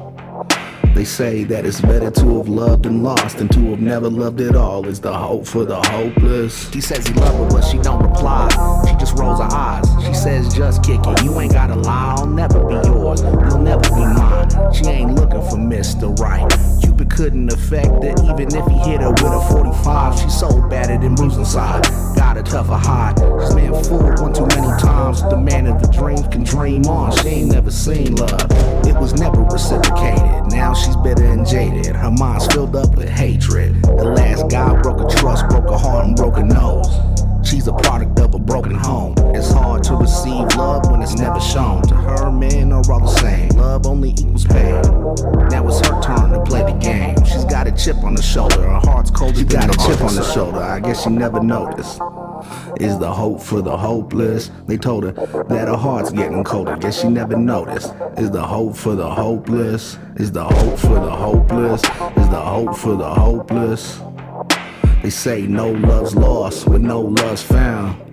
[SPEAKER 11] They say that it's better to have loved and lost than to have never loved at all. Is the hope for the hopeless? He says he loves her, but she don't reply. She just rolls her eyes. She says, "Just kick it. You ain't gotta lie. I'll never be yours. You'll never be mine." She ain't looking for Mr. Right. Cupid couldn't affect her, even if he hit her with a 45. She's so battered and bruised inside. Got a tougher hide. She's been fooled one too many times. The man of the dreams can dream on. She ain't never seen love. It was never reciprocated. Now she's bitter and jaded. Her mind's filled up with hatred. The last guy broke her trust, broke her heart, and broke her nose. She's a product of a broken home. It's hard to receive love when it's never shown. To her, men are all the same. Love only equals pain. Now it's her turn to play the game. She's got a chip on her shoulder. Her heart's cold. She got a chip on her shoulder. I guess she never noticed is the hope for the hopeless. They told her that her heart's getting colder. Guess she never noticed. Is the hope for the hopeless? Is the hope for the hopeless? Is the hope for the hopeless? They say no love's lost when no love's found.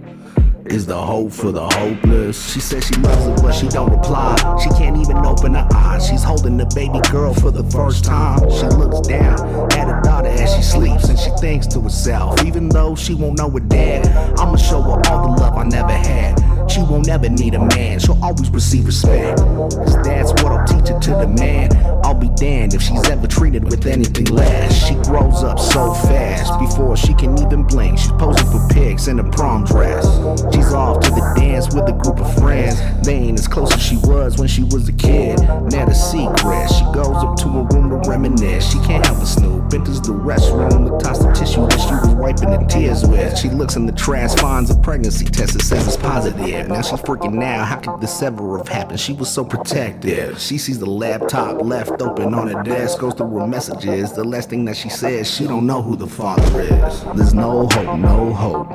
[SPEAKER 11] Is the hope for the hopeless? She says she loves it, but she don't reply. She can't even open her eyes. She's holding the baby girl for the first time. She looks down at her daughter as she sleeps, and she thinks to herself, even though she won't know her dad, I'ma show her all the love I never had. She won't ever need a man. She'll always receive respect. Cause that's what I'll teach her to the man. I'll be damned if she's ever treated with anything less. She grows up so fast before she can even blink. She's posing for pics in a prom dress. She's off to the dance with a group of friends. They ain't as close as she was when she was a kid. Now the secret, she goes up to her room to reminisce. She can't help but snoop. Enters the restroom to toss the tissue that she was wiping the tears with. She looks in the trash, finds a pregnancy test that says it's positive. Now she's freaking out. How could this ever have happened? She was so protective. She sees the laptop left open on her desk, goes through her messages. The last thing that she says, she don't know who the father is. There's no hope, no hope.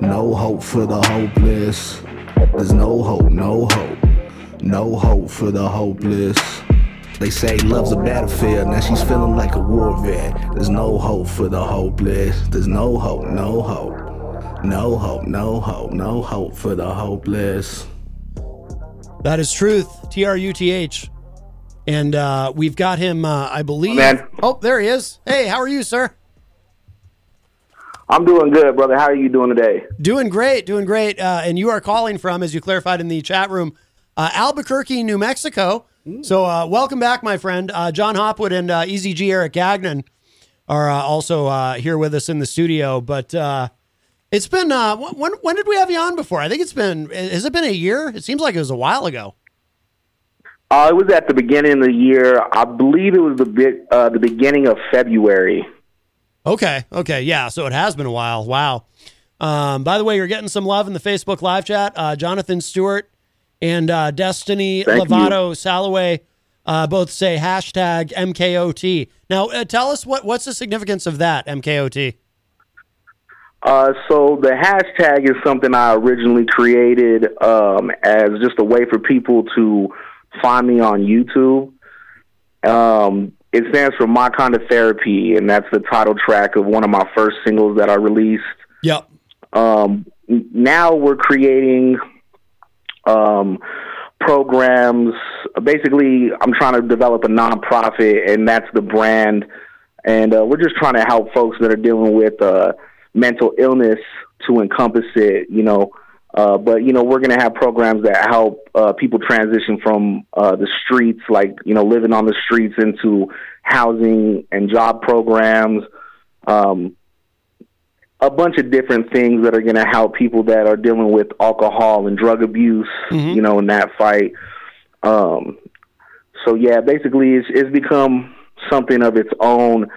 [SPEAKER 11] No hope for the hopeless. There's no hope, no hope. No hope for the hopeless. They say love's a battlefield, now she's feeling like a war vet. There's no hope for the hopeless. There's no hope, no hope. No hope, no hope, no hope for the hopeless.
[SPEAKER 2] That is truth. T R U T H. And uh, we've got him, uh, I believe.
[SPEAKER 12] man.
[SPEAKER 2] Oh, there he is. Hey, how are you, sir?
[SPEAKER 12] I'm doing good, brother. How are you doing today?
[SPEAKER 2] Doing great, doing great. Uh, and you are calling from, as you clarified in the chat room, uh, Albuquerque, New Mexico. So uh, welcome back, my friend. Uh, John Hopwood and uh, Easy G Eric Gagnon are uh, also uh, here with us in the studio. But uh, it's been uh, wh- when when did we have you on before? I think it's been has it been a year? It seems like it was a while ago.
[SPEAKER 12] Uh, it was at the beginning of the year. I believe it was the bit, uh, the beginning of February.
[SPEAKER 2] Okay. Okay. Yeah. So it has been a while. Wow. Um, by the way, you're getting some love in the Facebook live chat. Uh, Jonathan Stewart and uh, Destiny
[SPEAKER 12] Thank
[SPEAKER 2] Lovato Salaway uh, both say hashtag MKOT. Now, uh, tell us what what's the significance of that MKOT?
[SPEAKER 12] Uh, so the hashtag is something I originally created um, as just a way for people to find me on YouTube. Um, it stands for My Kind of Therapy, and that's the title track of one of my first singles that I released.
[SPEAKER 2] Yep.
[SPEAKER 12] Um, n- now we're creating um, programs. Basically, I'm trying to develop a nonprofit, and that's the brand. And uh, we're just trying to help folks that are dealing with uh, mental illness to encompass it, you know. Uh, but you know, we're going to have programs that help uh, people transition from uh, the streets, like you know, living on the streets, into housing and job programs. Um, a bunch of different things that are going to help people that are dealing with alcohol and drug abuse,
[SPEAKER 2] Mm-hmm.
[SPEAKER 13] Mhm.
[SPEAKER 12] you know, in that fight. Um, so yeah, basically, it's it's become something of its own,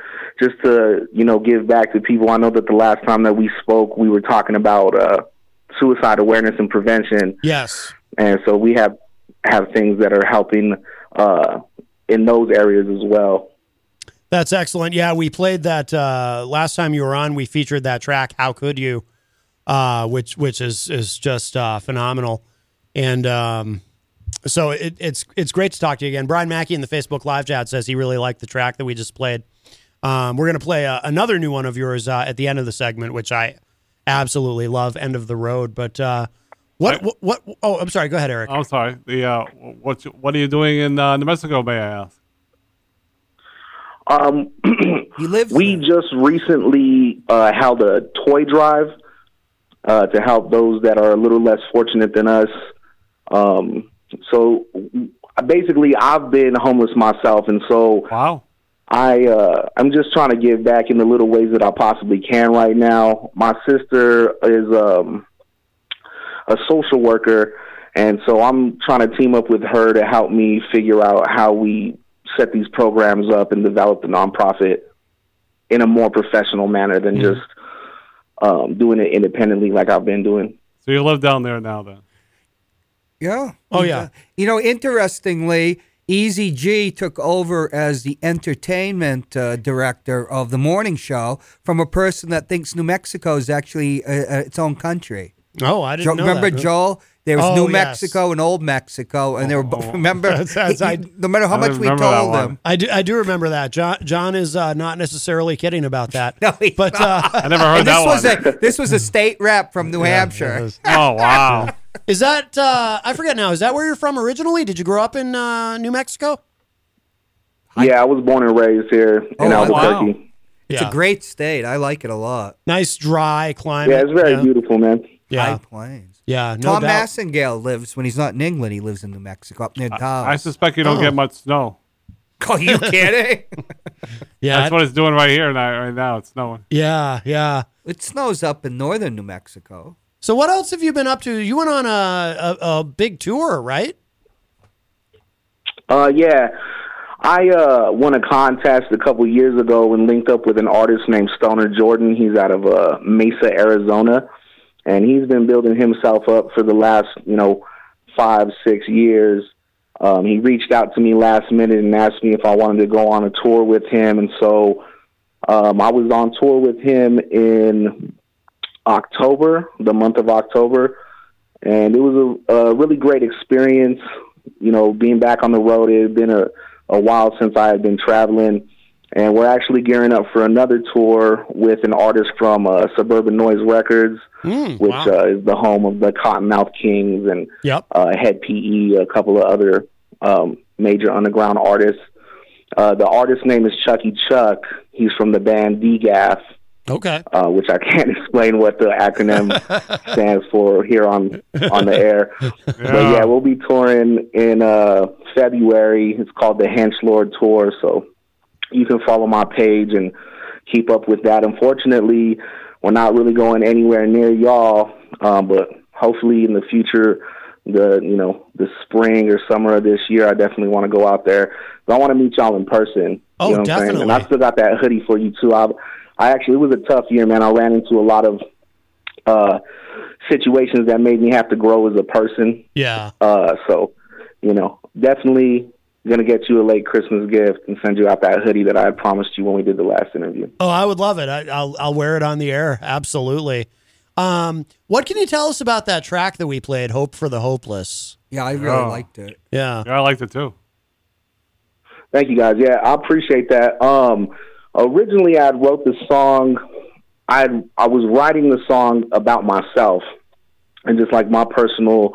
[SPEAKER 12] just to you know give back to people. I know that the last time that we spoke, we were talking about uh, suicide awareness and prevention,
[SPEAKER 2] Yes.
[SPEAKER 12] and so we have have things that are helping uh, in those areas as well.
[SPEAKER 2] That's excellent. Yeah, we played that uh, last time you were on. We featured that track. How could you? Uh, which which is is just uh, phenomenal, and um, so it, it's it's great to talk to you again. Brian Mackey in the Facebook live chat says he really liked the track that we just played. Um, we're gonna play uh, another new one of yours uh, at the end of the segment, which I absolutely love. End of the road, but uh, what, what what? Oh, I'm sorry. Go ahead, Eric.
[SPEAKER 3] I'm sorry. The uh, what you- what are you doing in uh, New Mexico? May I ask?
[SPEAKER 12] Um, we just recently uh, held a toy drive uh, to help those that are a little less fortunate than us. Um, so w- basically, I've been homeless myself, and so
[SPEAKER 3] wow.
[SPEAKER 12] I uh, I'm just trying to give back in the little ways that I possibly can right now. My sister is um, a social worker, and so I'm trying to team up with her to help me figure out how we set these programs up and develop the nonprofit in a more professional manner than just um, doing it independently like I've been doing.
[SPEAKER 3] So you live down there now, then?
[SPEAKER 4] Yeah.
[SPEAKER 3] Oh, yeah.
[SPEAKER 4] You know, interestingly, Easy G took over as the entertainment uh, director of the morning show from a person that thinks New Mexico is actually uh, uh, its own country.
[SPEAKER 2] Oh, I didn't
[SPEAKER 4] Jo-
[SPEAKER 2] know that.
[SPEAKER 4] Remember, Joel? There was
[SPEAKER 2] Oh,
[SPEAKER 4] New
[SPEAKER 2] yes. Oh,
[SPEAKER 4] Mexico and Old Mexico, and they were both. Remember?
[SPEAKER 2] That's- that's- I-
[SPEAKER 4] no matter how much we told them.
[SPEAKER 2] I do, I do remember that. John, John is uh, not necessarily kidding about that. no, but uh,
[SPEAKER 4] I never heard And this that was one. a- this was a state rep from New Hampshire.
[SPEAKER 3] Oh wow!
[SPEAKER 2] Is that uh, I forget now? Is that where you're from originally? Did you grow up in uh, New Mexico?
[SPEAKER 12] yeah, I was born and raised here in
[SPEAKER 4] Oh, wow.
[SPEAKER 12] Albuquerque.
[SPEAKER 4] It's a great state. I like it a lot.
[SPEAKER 2] Nice dry climate.
[SPEAKER 12] Yeah, it's very beautiful, man.
[SPEAKER 4] High plains.
[SPEAKER 2] Yeah,
[SPEAKER 4] Tom Massingale lives when he's not in England. He lives in New Mexico, up near Dallas.
[SPEAKER 3] I suspect you don't get much snow.
[SPEAKER 4] Are you kidding?
[SPEAKER 2] Yeah,
[SPEAKER 3] that's
[SPEAKER 2] I-
[SPEAKER 3] what it's doing right here now. Right now, it's snowing.
[SPEAKER 2] Yeah, yeah.
[SPEAKER 4] Uh, It snows up in northern New Mexico.
[SPEAKER 2] So what else have you been up to? You went on a a, a big tour, right?
[SPEAKER 12] Uh, yeah. I uh, won a contest a couple years ago and linked up with an artist named Stoner Jordan. He's out of uh, Mesa, Arizona, and he's been building himself up for the last, you know, five, six years. Um, he reached out to me last minute and asked me if I wanted to go on a tour with him, and so um, I was on tour with him in October, the month of October, and it was a, a really great experience you know, being back on the road, it had been a, a while since I had been traveling. And we're actually gearing up for another tour with an artist from uh, Suburban Noise Records,
[SPEAKER 13] Hmm,
[SPEAKER 2] Mm,
[SPEAKER 12] which uh, is the home of the Cottonmouth Kings and
[SPEAKER 2] Yep.
[SPEAKER 12] uh, Head PE, a couple of other um, major underground artists. Uh, the artist's name is Chucky Chuck. He's from the band DGAF,
[SPEAKER 2] Okay.
[SPEAKER 12] uh, which I can't explain what the acronym stands for here on on the air. But yeah, we'll be touring in uh, February. It's called the Hench Lord Tour, so you can follow my page and keep up with that. Unfortunately, we're not really going anywhere near y'all, um, but hopefully in the future, the you know the spring or summer of this year, I definitely want to go out there. But I want to meet y'all in person.
[SPEAKER 2] Oh,
[SPEAKER 12] you know what I'm saying? And I
[SPEAKER 2] definitely.
[SPEAKER 12] still got that hoodie for you too. I, I actually it was a tough year, man. I ran into a lot of uh, situations that made me have to grow as a person.
[SPEAKER 2] Yeah.
[SPEAKER 12] Uh, so, you know, definitely gonna get you a late Christmas gift and send you out that hoodie that I had promised you when we did the last interview.
[SPEAKER 2] Oh, I would love it. I, I'll I'll wear it on the air. Absolutely. Um, what can you tell us about that track that we played, "Hope for the Hopeless"?
[SPEAKER 4] Yeah, I really
[SPEAKER 12] Oh.
[SPEAKER 4] liked it.
[SPEAKER 2] Yeah.
[SPEAKER 3] I liked it too.
[SPEAKER 12] Thank you guys. Yeah, I appreciate that. Um, originally, I had wrote the song. I had- I was writing the song about myself and just like my personal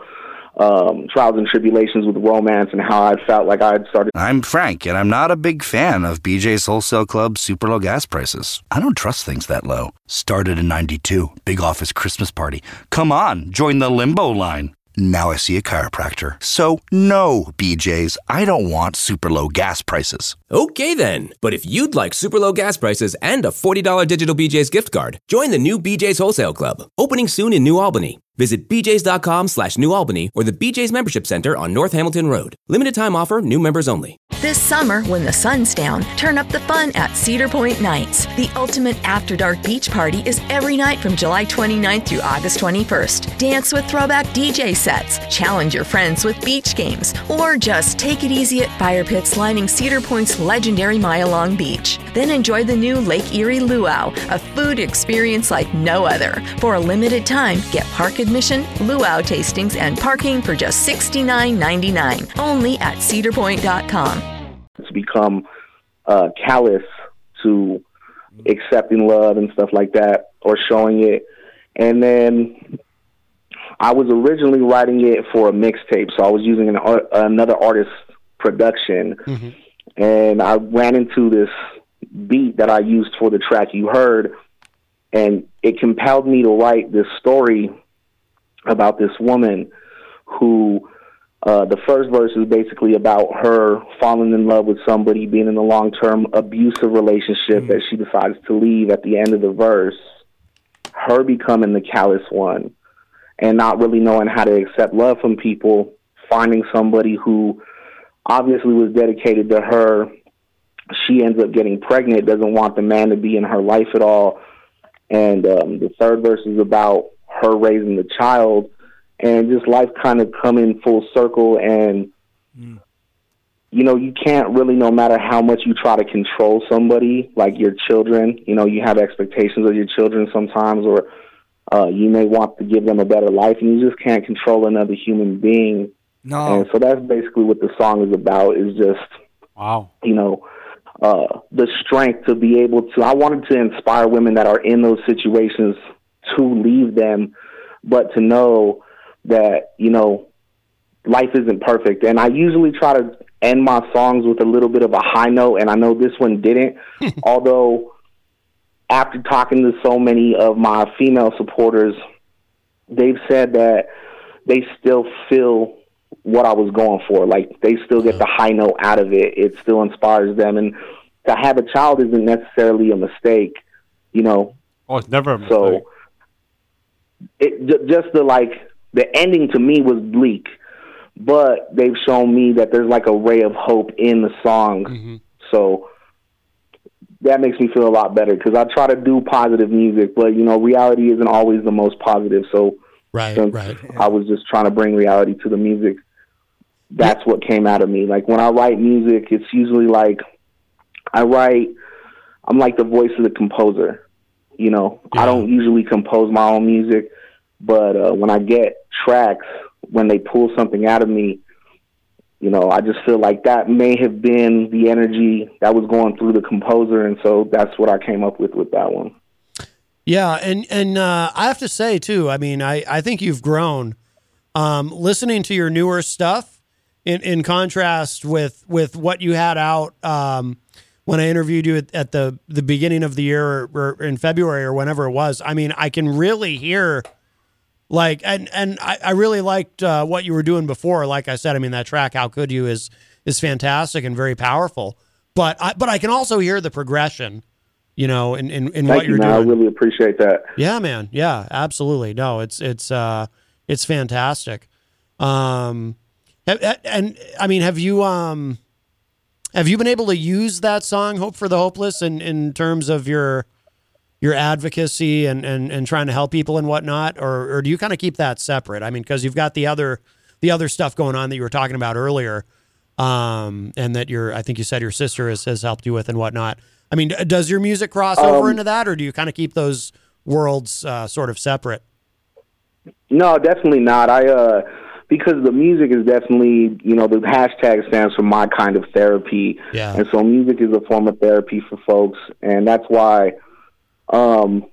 [SPEAKER 12] um, trials and tribulations with romance and how I felt like I had started.
[SPEAKER 14] I'm Frank, and I'm not a big fan of BJ's Wholesale Club's super low gas prices. I don't trust things that low. Started in 92, big office Christmas party. Come on, join the limbo line. Now I see a chiropractor. So, no, BJ's, I don't want super low gas prices.
[SPEAKER 15] Okay then, but if you'd like super low gas prices and a $40 digital BJ's gift card, join the new BJ's Wholesale Club, opening soon in New Albany. Visit bjs.com slash New Albany or the BJ's Membership Center on North Hamilton Road. Limited time offer, new members only.
[SPEAKER 16] This summer, when the sun's down, turn up the fun at Cedar Point Nights. The ultimate after dark beach party is every night from July 29th through August 21st. Dance with throwback DJ sets, challenge your friends with beach games, or just take it easy at fire pits lining Cedar Point's legendary mile long beach. Then enjoy the new Lake Erie Luau, a food experience like no other. For a limited time, get park admission, luau tastings, and parking for just $69.99 only at cedarpoint.com.
[SPEAKER 12] to become uh, callous to accepting love and stuff like that or showing it. And then I was originally writing it for a mixtape, so I was using an ar- another artist's production.
[SPEAKER 2] Mm-hmm.
[SPEAKER 12] And I ran into this beat that I used for the track you heard, and it compelled me to write this story about this woman who uh, the first verse is basically about her falling in love with somebody, being in a long term abusive relationship that she decides to leave at the end of the verse, her becoming the callous one and not really knowing how to accept love from people, finding somebody who obviously was dedicated to her. She ends up getting pregnant, doesn't want the man to be in her life at all. And um, the third verse is about her raising the child and just life kind of coming full circle and you know you can't really no matter how much you try to control somebody like your children you know you have expectations of your children sometimes or uh, you may want to give them a better life and you just can't control another human being
[SPEAKER 4] No.
[SPEAKER 12] and so that's basically what the song is about is just
[SPEAKER 3] wow
[SPEAKER 12] you know uh, the strength to be able to i wanted to inspire women that are in those situations to leave them but to know that you know life isn't perfect and i usually try to end my songs with a little bit of a high note and i know this one didn't although after talking to so many of my female supporters they've said that they still feel what I was going for. Like they still get the high note out of it. It still inspires them, and to have a child isn't necessarily a mistake, you know.
[SPEAKER 3] Oh, it's never a mistake.
[SPEAKER 12] So it ju- just the like the ending to me was bleak, but they've shown me that there's like a ray of hope in the song. So that makes me feel a lot better because I try to do positive music, but you know, reality isn't always the most positive. So
[SPEAKER 2] right,
[SPEAKER 12] right. I was just trying to bring reality to the music. That's what came out of me. Like when I write music, it's usually like I write. I'm like the voice of the composer. You know, I don't usually compose my own music, but uh, when I get tracks, when they pull something out of me, you know, I just feel like that may have been the energy that was going through the composer, and so that's what I came up with with that one.
[SPEAKER 2] Yeah, and and uh, I have to say too. I mean, I I think you've grown. Um, listening to your newer stuff, in in contrast with with what you had out um, when I interviewed you at, at the the beginning of the year or, or in February or whenever it was. I mean, I can really hear. Like and and I, I really liked uh, what you were doing before. Like I said, I mean that track "How Could You" is is fantastic and very powerful. But I but I can also hear the progression, you know, in in, in
[SPEAKER 12] Thank
[SPEAKER 2] what
[SPEAKER 12] you,
[SPEAKER 2] are
[SPEAKER 12] man.
[SPEAKER 2] doing.
[SPEAKER 12] I really appreciate that.
[SPEAKER 2] Yeah, man. Yeah, absolutely. No, it's it's uh it's fantastic. Um ha- ha- and I mean, have you um have you been able to use that song Hope for the Hopeless in in terms of your your advocacy and and and trying to help people and whatnot or or do you kind of keep that separate? I mean, cuz you've got the other the other stuff going on that you were talking about earlier. Um and that your I think you said your sister has, has helped you with and whatnot. I mean, d- does your music cross over
[SPEAKER 12] Um,
[SPEAKER 2] into that or do you kind of keep those worlds uh, sort of separate.
[SPEAKER 12] No, definitely not. I uh because the music is definitely, you know, the hashtag stands for my kind of therapy.
[SPEAKER 2] Yeah.
[SPEAKER 12] And so music is a form of therapy for folks and that's why um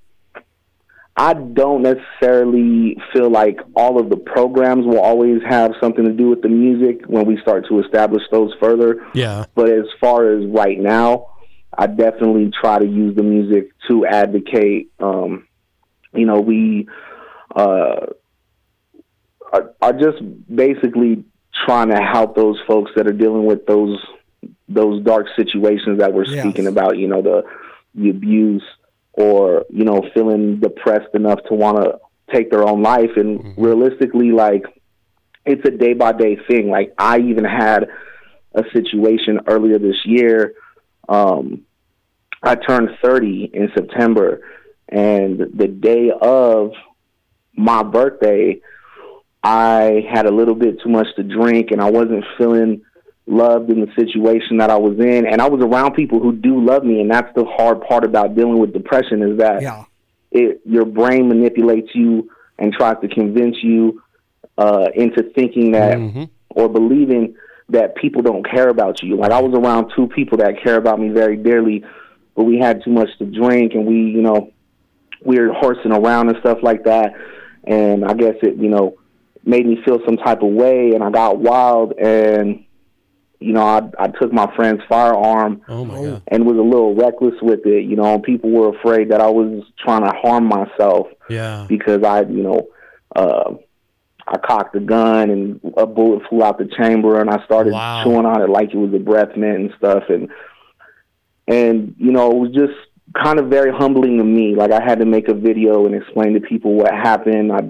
[SPEAKER 12] I don't necessarily feel like all of the programs will always have something to do with the music when we start to establish those further.
[SPEAKER 2] Yeah.
[SPEAKER 12] But as far as right now, I definitely try to use the music to advocate. Um, you know, we uh, are, are just basically trying to help those folks that are dealing with those those dark situations that we're
[SPEAKER 17] Yes.
[SPEAKER 12] speaking about. You know, the the abuse or you know feeling depressed enough to want to take their own life and realistically like it's a day by day thing like i even had a situation earlier this year um i turned 30 in september and the day of my birthday i had a little bit too much to drink and i wasn't feeling loved in the situation that I was in, and I was around people who do love me, and that's the hard part about dealing with depression is that
[SPEAKER 4] Yeah.
[SPEAKER 12] it your brain manipulates you and tries to convince you uh, into thinking that or believing that people don't care about you. Like I was around two people that care about me very dearly, but we had too much to drink, and we you know we were horsing around and stuff like that, and I guess it you know made me feel some type of way, and I got wild and you know, I, I took my friend's firearm
[SPEAKER 2] Oh my god.
[SPEAKER 12] and was a little reckless with it. You know, and people were afraid that I was trying to harm myself
[SPEAKER 2] Yeah.
[SPEAKER 12] because I, you know, uh, I cocked a gun and a bullet flew out the chamber, and I started
[SPEAKER 18] Wow.
[SPEAKER 12] chewing on it like it was a breath mint and stuff, and and you know, it was just kind of very humbling to me. Like I had to make a video and explain to people what happened. I,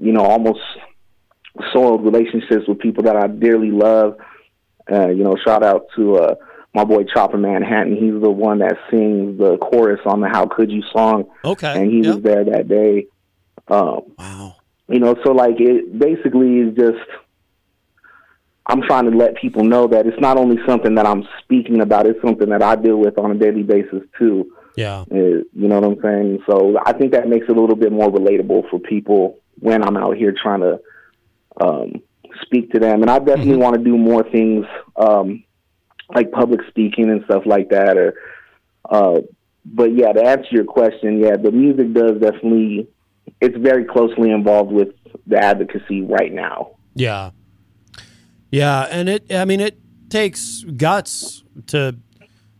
[SPEAKER 12] you know, almost soiled relationships with people that I dearly love. Uh, you know, shout out to uh, my boy Chopper Manhattan. He's the one that sings the chorus on the "How Could You" song,
[SPEAKER 2] Okay.
[SPEAKER 12] and he was there that day. Um,
[SPEAKER 2] wow.
[SPEAKER 12] You know, so like it basically is just. I'm trying to let people know that it's not only something that I'm speaking about; it's something that I deal with on a daily basis too.
[SPEAKER 2] Yeah.
[SPEAKER 12] Uh, you know what I'm saying? So I think that makes it a little bit more relatable for people when I'm out here trying to um, speak to them. And I definitely want to do more things um, like public speaking and stuff like that. Or, uh, but yeah, to answer your question, yeah, the music does definitely. It's very closely involved with the advocacy right now.
[SPEAKER 2] Yeah. Yeah, and it I mean it takes guts to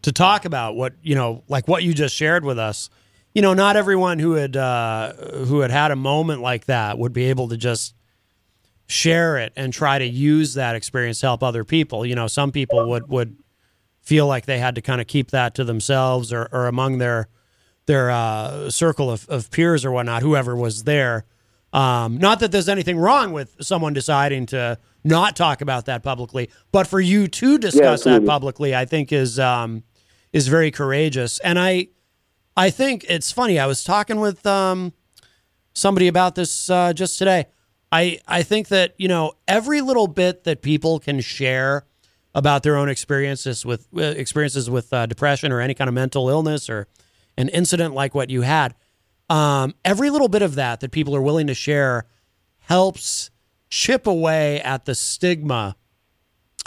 [SPEAKER 2] to talk about what, you know, like what you just shared with us. You know, not everyone who had uh who had had a moment like that would be able to just share it and try to use that experience to help other people. You know, some people would would feel like they had to kind of keep that to themselves or, or among their their uh, circle of, of peers or whatnot, whoever was there. Um, not that there's anything wrong with someone deciding to not talk about that publicly, but for you to discuss that
[SPEAKER 17] absolutely.
[SPEAKER 2] publicly, I think is um, is very courageous. And I I think it's funny. I was talking with um, somebody about this uh, just today. I, I think that, you know, every little bit that people can share about their own experiences with uh, experiences with uh, depression or any kind of mental illness or an incident like what you had, um, every little bit of that that people are willing to share helps chip away at the stigma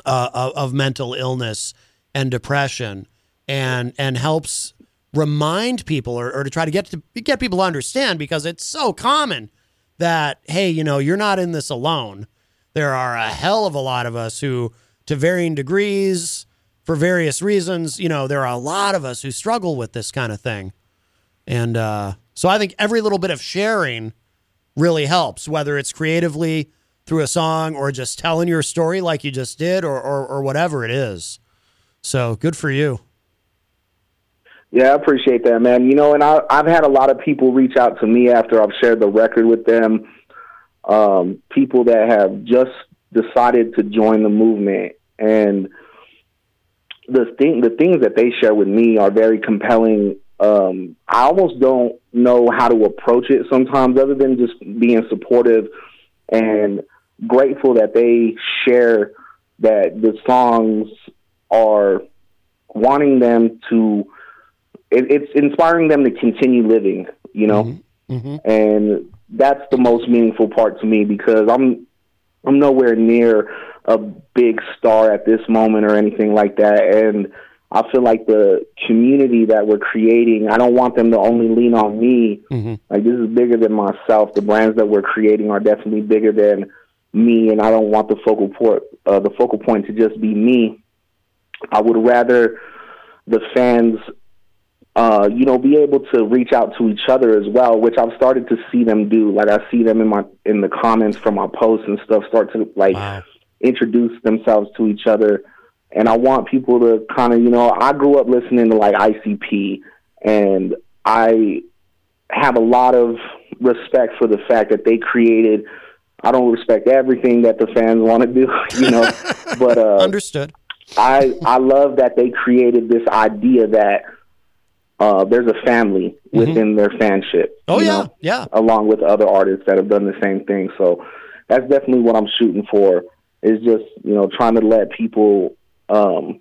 [SPEAKER 2] uh, of, of mental illness and depression and and helps remind people or, or to try to get to get people to understand because it's so common that hey you know you're not in this alone there are a hell of a lot of us who to varying degrees for various reasons you know there are a lot of us who struggle with this kind of thing and uh, so I think every little bit of sharing really helps, whether it's creatively through a song or just telling your story like you just did or, or, or whatever it is. So good for you.
[SPEAKER 12] Yeah, I appreciate that, man. You know, and I, I've had a lot of people reach out to me after I've shared the record with them. Um, people that have just decided to join the movement, and the thing, the things that they share with me are very compelling. Um, I almost don't know how to approach it sometimes, other than just being supportive and grateful that they share that the songs are wanting them to it, it's inspiring them to continue living, you know, Mm-hmm. and that's the most meaningful part to me because I'm I'm nowhere near a big star at this moment or anything like that, and I feel like the community that we're creating, I don't want them to only lean on me.
[SPEAKER 2] Mm-hmm.
[SPEAKER 12] Like this is bigger than myself. The brands that we're creating are definitely bigger than me, and I don't want the focal point uh, the focal point to just be me. I would rather the fans, uh, you know, be able to reach out to each other as well, which I've started to see them do. Like I see them in my in the comments from my posts and stuff start to like introduce themselves to each other. And I want people to kind of, you know, I grew up listening to like ICP, and I have a lot of respect for the fact that they created. I don't respect everything that the fans want to do, you know, but uh,
[SPEAKER 2] understood.
[SPEAKER 12] I I love that they created this idea that uh, there's a family within their fanship.
[SPEAKER 2] Mm-hmm. Oh
[SPEAKER 12] you
[SPEAKER 2] yeah,
[SPEAKER 12] know,
[SPEAKER 2] yeah.
[SPEAKER 12] along with other artists that have done the same thing. So that's definitely what I'm shooting for. Is just you know trying to let people um,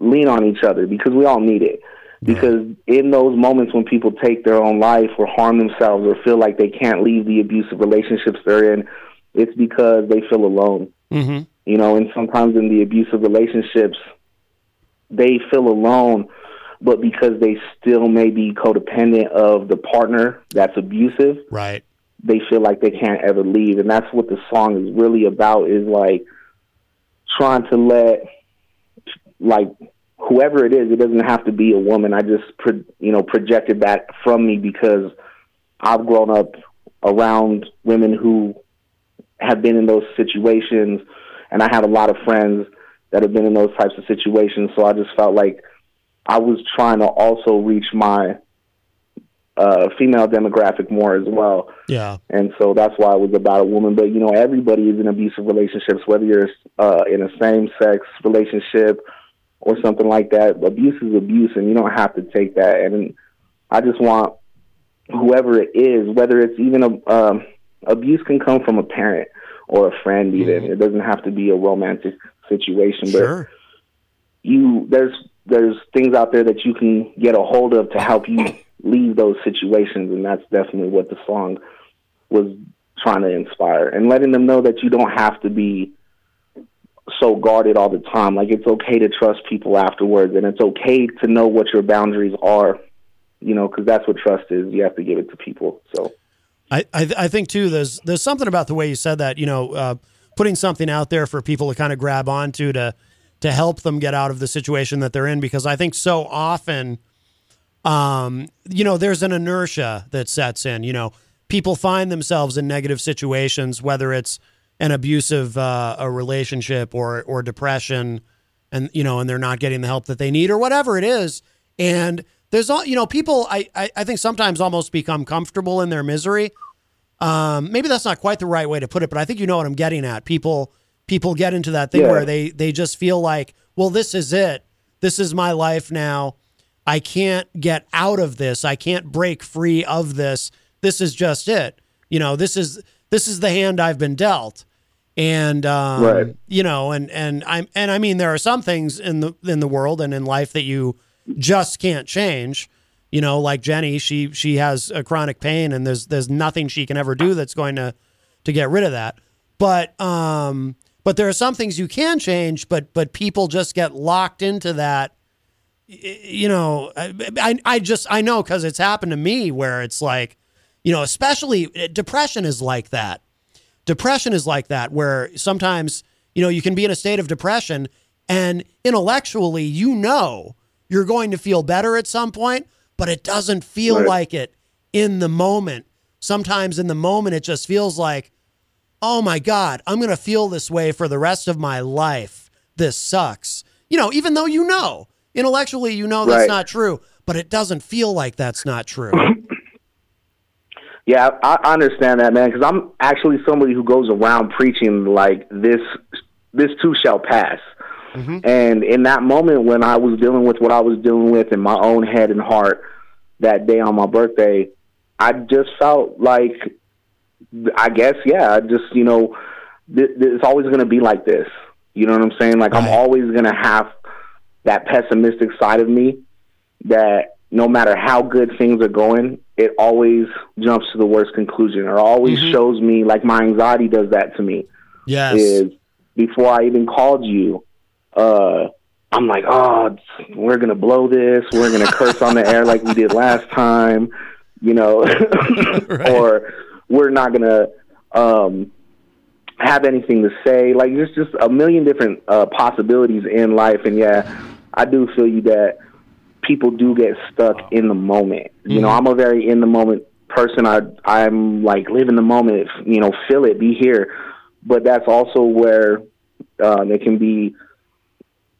[SPEAKER 12] lean on each other because we all need it. Because in those moments when people take their own life or harm themselves or feel like they can't leave the abusive relationships they're in, it's because they feel alone
[SPEAKER 2] Mm-hmm.
[SPEAKER 12] you know, and sometimes in the abusive relationships, they feel alone, but because they still may be codependent of the partner that's abusive,
[SPEAKER 2] right?
[SPEAKER 12] They feel like they can't ever leave, and that's what the song is really about. Is like trying to let, like, whoever it is, it doesn't have to be a woman. I just, pro- you know, projected that from me because I've grown up around women who have been in those situations and I have a lot of friends that have been in those types of situations. So I just felt like I was trying to also reach my uh, female demographic more as well,
[SPEAKER 2] Yeah.
[SPEAKER 12] and so that's why it was about a woman. But you know, everybody is in abusive relationships, whether you're uh, in a same-sex relationship or something like that. Abuse is abuse, and you don't have to take that. And I just want whoever it is, whether it's even a um, abuse, can come from a parent or a friend even it doesn't have to be a romantic situation
[SPEAKER 2] Mm-hmm. Sure.
[SPEAKER 12] but you there's there's things out there that you can get a hold of to help you leave those situations and that's definitely what the song was trying to inspire and letting them know that you don't have to be so guarded all the time like it's okay to trust people afterwards and it's okay to know what your boundaries are you know because that's what trust is you have to give it to people so
[SPEAKER 2] I, I, I think too. There's there's something about the way you said that. You know, uh, putting something out there for people to kind of grab onto to to help them get out of the situation that they're in. Because I think so often, um, you know, there's an inertia that sets in. You know, people find themselves in negative situations, whether it's an abusive uh, a relationship or or depression, and you know, and they're not getting the help that they need or whatever it is. And there's all you know, people I I, I think sometimes almost become comfortable in their misery. Um, maybe that's not quite the right way to put it, but I think you know what I'm getting at. People people get into that thing
[SPEAKER 5] Yeah.
[SPEAKER 2] where they they just feel like, well, this is it. This is my life now. I can't get out of this. I can't break free of this. This is just it. You know, this is this is the hand I've been dealt. And um,
[SPEAKER 5] Right.
[SPEAKER 2] you know, and and I'm and I mean there are some things in the in the world and in life that you just can't change. You know, like Jenny, she she has a chronic pain and there's there's nothing she can ever do that's going to to get rid of that. But um but there are some things you can change, but but people just get locked into that you know, I, I, I just, I know because it's happened to me where it's like, you know, especially eh, depression is like that. Depression is like that, where sometimes, you know, you can be in a state of depression and intellectually, you know, you're going to feel better at some point, but it doesn't feel
[SPEAKER 5] Right.
[SPEAKER 2] like it in the moment. Sometimes in the moment, it just feels like, oh my God, I'm going to feel this way for the rest of my life. This sucks. You know, even though you know, intellectually, you know that's
[SPEAKER 12] Right.
[SPEAKER 2] not true, but it doesn't feel like that's not true.
[SPEAKER 12] Yeah, I, I understand that, man, because I'm actually somebody who goes around preaching like this. This too shall pass. And in that moment, when I was dealing with what I was dealing with in my own head and heart, that day on my birthday, I just felt like, I guess, yeah, I just you know, th- th- it's always going to be like this. You know what I'm saying? Like I'm always going to have that pessimistic side of me that no matter how good things are going, it always jumps to the worst conclusion or always shows me like my anxiety does that to me.
[SPEAKER 2] Yes.
[SPEAKER 12] Is before I even called you, uh, I'm like, oh, we're gonna blow this. We're gonna curse on the air like we did last time, you know, or we're not gonna um, have anything to say. Like there's just a million different uh, possibilities in life, and yeah, I do feel you that people do get stuck in the moment. You know,
[SPEAKER 17] Mhm.
[SPEAKER 12] I'm a very in the moment person. I I'm like live in the moment. You know, feel it, be here. But that's also where um, it can be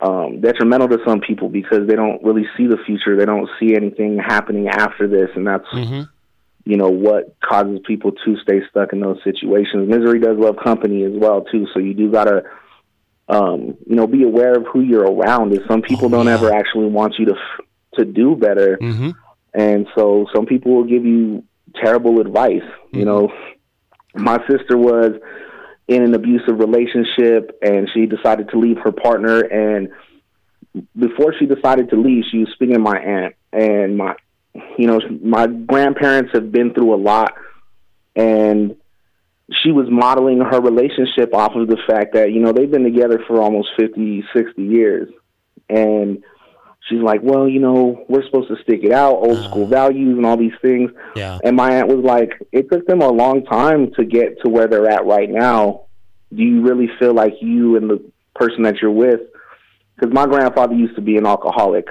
[SPEAKER 12] um, detrimental to some people because they don't really see the future. They don't see anything happening after this, and that's
[SPEAKER 2] Mm-hmm.
[SPEAKER 12] you know what causes people to stay stuck in those situations. Misery does love company as well too, so you do gotta um, you know be aware of who you're around. Is some people don't ever actually want you to f- to do better, and so some people will give you terrible advice. You know, my sister was in an abusive relationship, and she decided to leave her partner. And before she decided to leave, she was speaking to my aunt and my you know, my grandparents have been through a lot, and she was modeling her relationship off of the fact that, you know, they've been together for almost fifty, sixty years. And she's like, well, you know, we're supposed to stick it out, old school values and all these things.
[SPEAKER 2] Yeah.
[SPEAKER 12] And my aunt was like, it took them a long time to get to where they're at right now. Do you really feel like you and the person that you're with? Because my grandfather used to be an alcoholic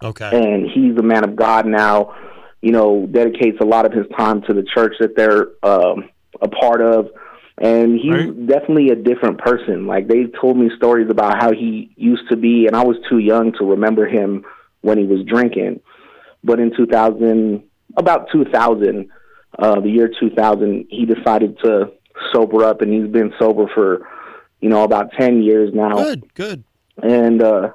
[SPEAKER 2] Okay.
[SPEAKER 12] and he's a man of God now. You know, dedicates a lot of his time to the church that they're um, a part of, and he's definitely a different person. Like they told me stories about how he used to be, and I was too young to remember him when he was drinking. But in 2000, about 2000, uh, the year 2000, he decided to sober up, and he's been sober for, you know, about 10 years now
[SPEAKER 2] Good, good.
[SPEAKER 12] and uh,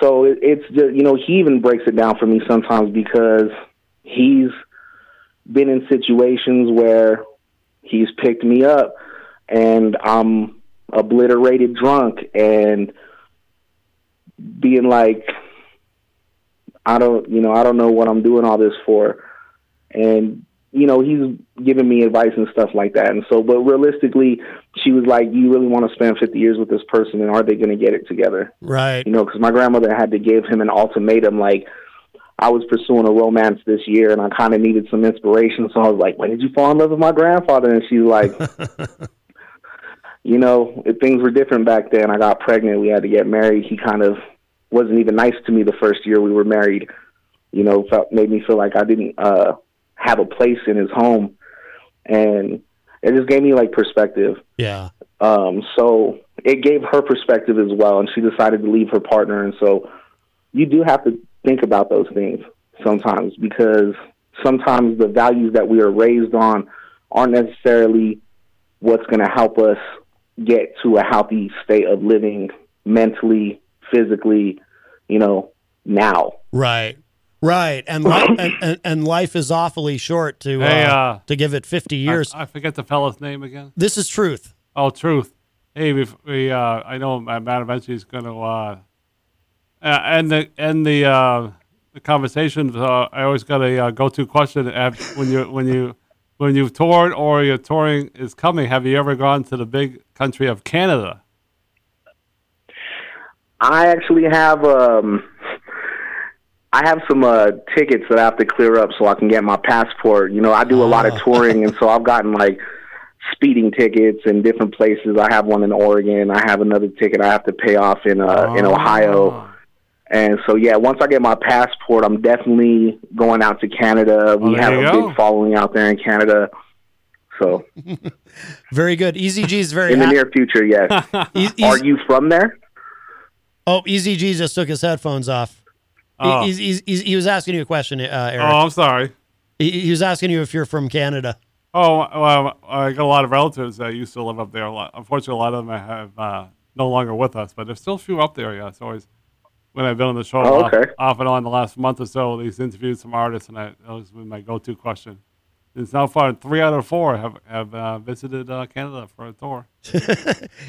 [SPEAKER 12] so it, it's just you know he even breaks it down for me sometimes because he's been in situations where he's picked me up and I'm obliterated drunk and being like I don't you know I don't know what I'm doing all this for and you know he's giving me advice and stuff like that and so but realistically she was like you really want to spend 50 years with this person and are they going to get it together
[SPEAKER 2] Right.
[SPEAKER 12] you know, because my grandmother had to give him an ultimatum. Like, I was pursuing a romance this year, and I kind of needed some inspiration. So I was like, "When did you fall in love with my grandfather?" And she's like, "You know, if things were different back then. I got pregnant. We had to get married. He kind of wasn't even nice to me the first year we were married. You know, felt made me feel like I didn't uh, have a place in his home, and it just gave me like perspective.
[SPEAKER 2] Yeah.
[SPEAKER 12] Um, so it gave her perspective as well, and she decided to leave her partner. And so you do have to think about those things sometimes because sometimes the values that we are raised on aren't necessarily what's going to help us get to a healthy state of living mentally, physically, you know, now.
[SPEAKER 2] Right. Right. And, li- and, and and life is awfully short to uh,
[SPEAKER 3] Hey, uh,
[SPEAKER 2] to give it 50 years.
[SPEAKER 3] I, I forget the fella's name again.
[SPEAKER 2] this is truth.
[SPEAKER 3] Oh, truth. Hey, we, we uh, I know Matt eventually is going to uh, uh, end the end the uh, the conversation. Uh, I always got a uh, go-to question af- when you when you when you've toured or your touring is coming. Have you ever gone to the big country of Canada?
[SPEAKER 12] I actually have um I have some uh tickets that I have to clear up so I can get my passport. You know, I do a
[SPEAKER 2] Oh.
[SPEAKER 12] lot of touring and so I've gotten like speeding tickets in different places. I have one in Oregon, I have another ticket I have to pay off in uh in
[SPEAKER 2] Oh.
[SPEAKER 12] Ohio. And so yeah, once I get my passport, I'm definitely going out to Canada. We
[SPEAKER 2] there
[SPEAKER 12] have
[SPEAKER 2] you
[SPEAKER 12] a
[SPEAKER 2] go.
[SPEAKER 12] big following out there in Canada. So
[SPEAKER 2] Very good. Easy G is very
[SPEAKER 12] in the
[SPEAKER 2] hap-
[SPEAKER 12] near future, yes. Are you from there?
[SPEAKER 2] Oh, Easy G just took his headphones off. E-, He-
[SPEAKER 3] Oh.
[SPEAKER 2] He's, he's, he's, he was asking you a question, uh, Eric.
[SPEAKER 3] Oh, I'm sorry.
[SPEAKER 2] He, he was asking you if you're from Canada.
[SPEAKER 3] Oh, well, I got a lot of relatives that used to live up there. A lot. Unfortunately, a lot of them have uh, no longer with us, but there's still a few up there. Yeah, it's always when I've been on the show
[SPEAKER 12] Oh,
[SPEAKER 3] off-
[SPEAKER 12] okay.
[SPEAKER 3] off, and on the last month or so, these interviewed some artists, and I, that was my go-to question. It's now far three out of four have have uh, visited uh, Canada for a tour,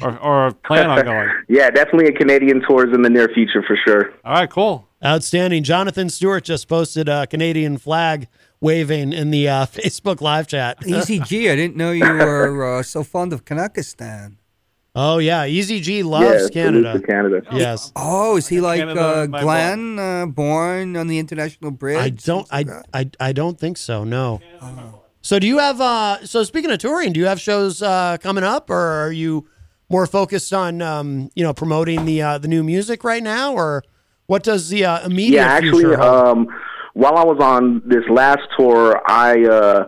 [SPEAKER 3] or, or plan on going.
[SPEAKER 12] yeah, definitely a Canadian tours in the near future for sure.
[SPEAKER 3] All right, cool.
[SPEAKER 2] Outstanding. Jonathan Stewart just posted a Canadian flag waving in the uh, Facebook live chat.
[SPEAKER 4] Easy E G, I didn't know you were uh, so fond of Kanakistan.
[SPEAKER 2] Oh yeah, Easy G loves Canada.
[SPEAKER 12] Canada.
[SPEAKER 2] Yes.
[SPEAKER 4] Oh, is he like
[SPEAKER 2] Canada,
[SPEAKER 4] uh,
[SPEAKER 2] my
[SPEAKER 4] Glenn, uh, born on the International Bridge?
[SPEAKER 2] I don't. I, I. I don't think so. No. So do you have? Uh, so speaking of touring, do you have shows uh, coming up, or are you more focused on um, you know promoting the uh, the new music right now, or what does the uh, immediate
[SPEAKER 12] yeah, actually,
[SPEAKER 2] future hold?
[SPEAKER 12] um, while I was on this last tour, I uh,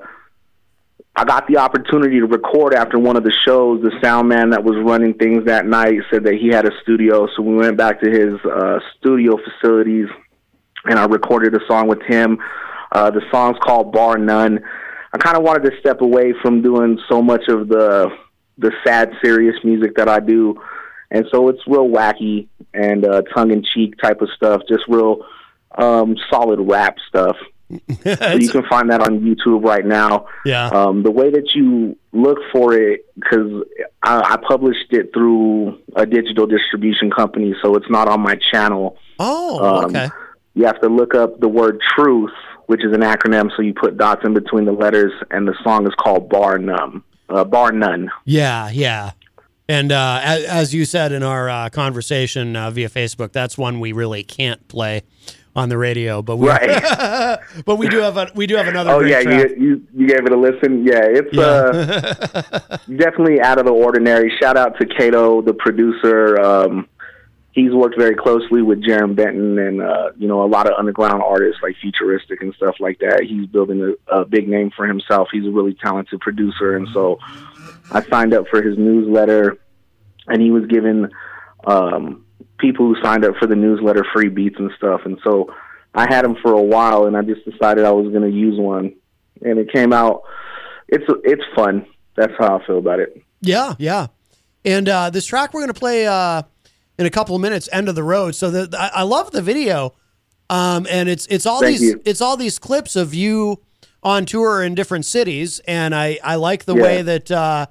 [SPEAKER 12] I got the opportunity to record after one of the shows. The sound man that was running things that night said that he had a studio, so we went back to his uh, studio facilities, and I recorded a song with him. Uh, the song's called Bar None. I kind of wanted to step away from doing so much of the the sad, serious music that I do, and so it's real wacky and uh, tongue in cheek type of stuff, just real um, solid rap stuff. so you can find that on YouTube right now.
[SPEAKER 2] Yeah.
[SPEAKER 12] Um, the way that you look for it, because I, I published it through a digital distribution company, so it's not on my channel. Um,
[SPEAKER 2] Oh, okay.
[SPEAKER 12] You have to look up the word truth, which is an acronym, so you put dots in between the letters, and the song is called Bar None. Uh, Bar None.
[SPEAKER 2] Yeah, yeah. And uh, as, as you said in our uh, conversation uh, via Facebook, that's one we really can't play on the radio, but we
[SPEAKER 12] Right.
[SPEAKER 2] but we do have a we do have another.
[SPEAKER 12] oh
[SPEAKER 2] great
[SPEAKER 12] yeah,
[SPEAKER 2] track.
[SPEAKER 12] you, you you gave it a listen. Yeah, it's uh definitely out of the ordinary. Shout out to Cato, the producer. Um, he's worked very closely with Jaron Benton and uh, you know a lot of underground artists like Futuristic and stuff like that. He's building a, a big name for himself. He's a really talented producer, and so I signed up for his newsletter, and he was giving um, people who signed up for the newsletter free beats and stuff, and so. I had them for a while, and I just decided I was going to use one, and it came out. It's it's fun. That's how I feel about it.
[SPEAKER 2] Yeah, yeah. And uh, this track we're going to play uh, in a couple of minutes, "End of the Road." So the, I, I love the video, um, and it's it's all
[SPEAKER 12] Thank
[SPEAKER 2] these
[SPEAKER 12] you.
[SPEAKER 2] it's all these clips of you on tour in different cities, and I I like the
[SPEAKER 12] Yeah.
[SPEAKER 2] way that uh,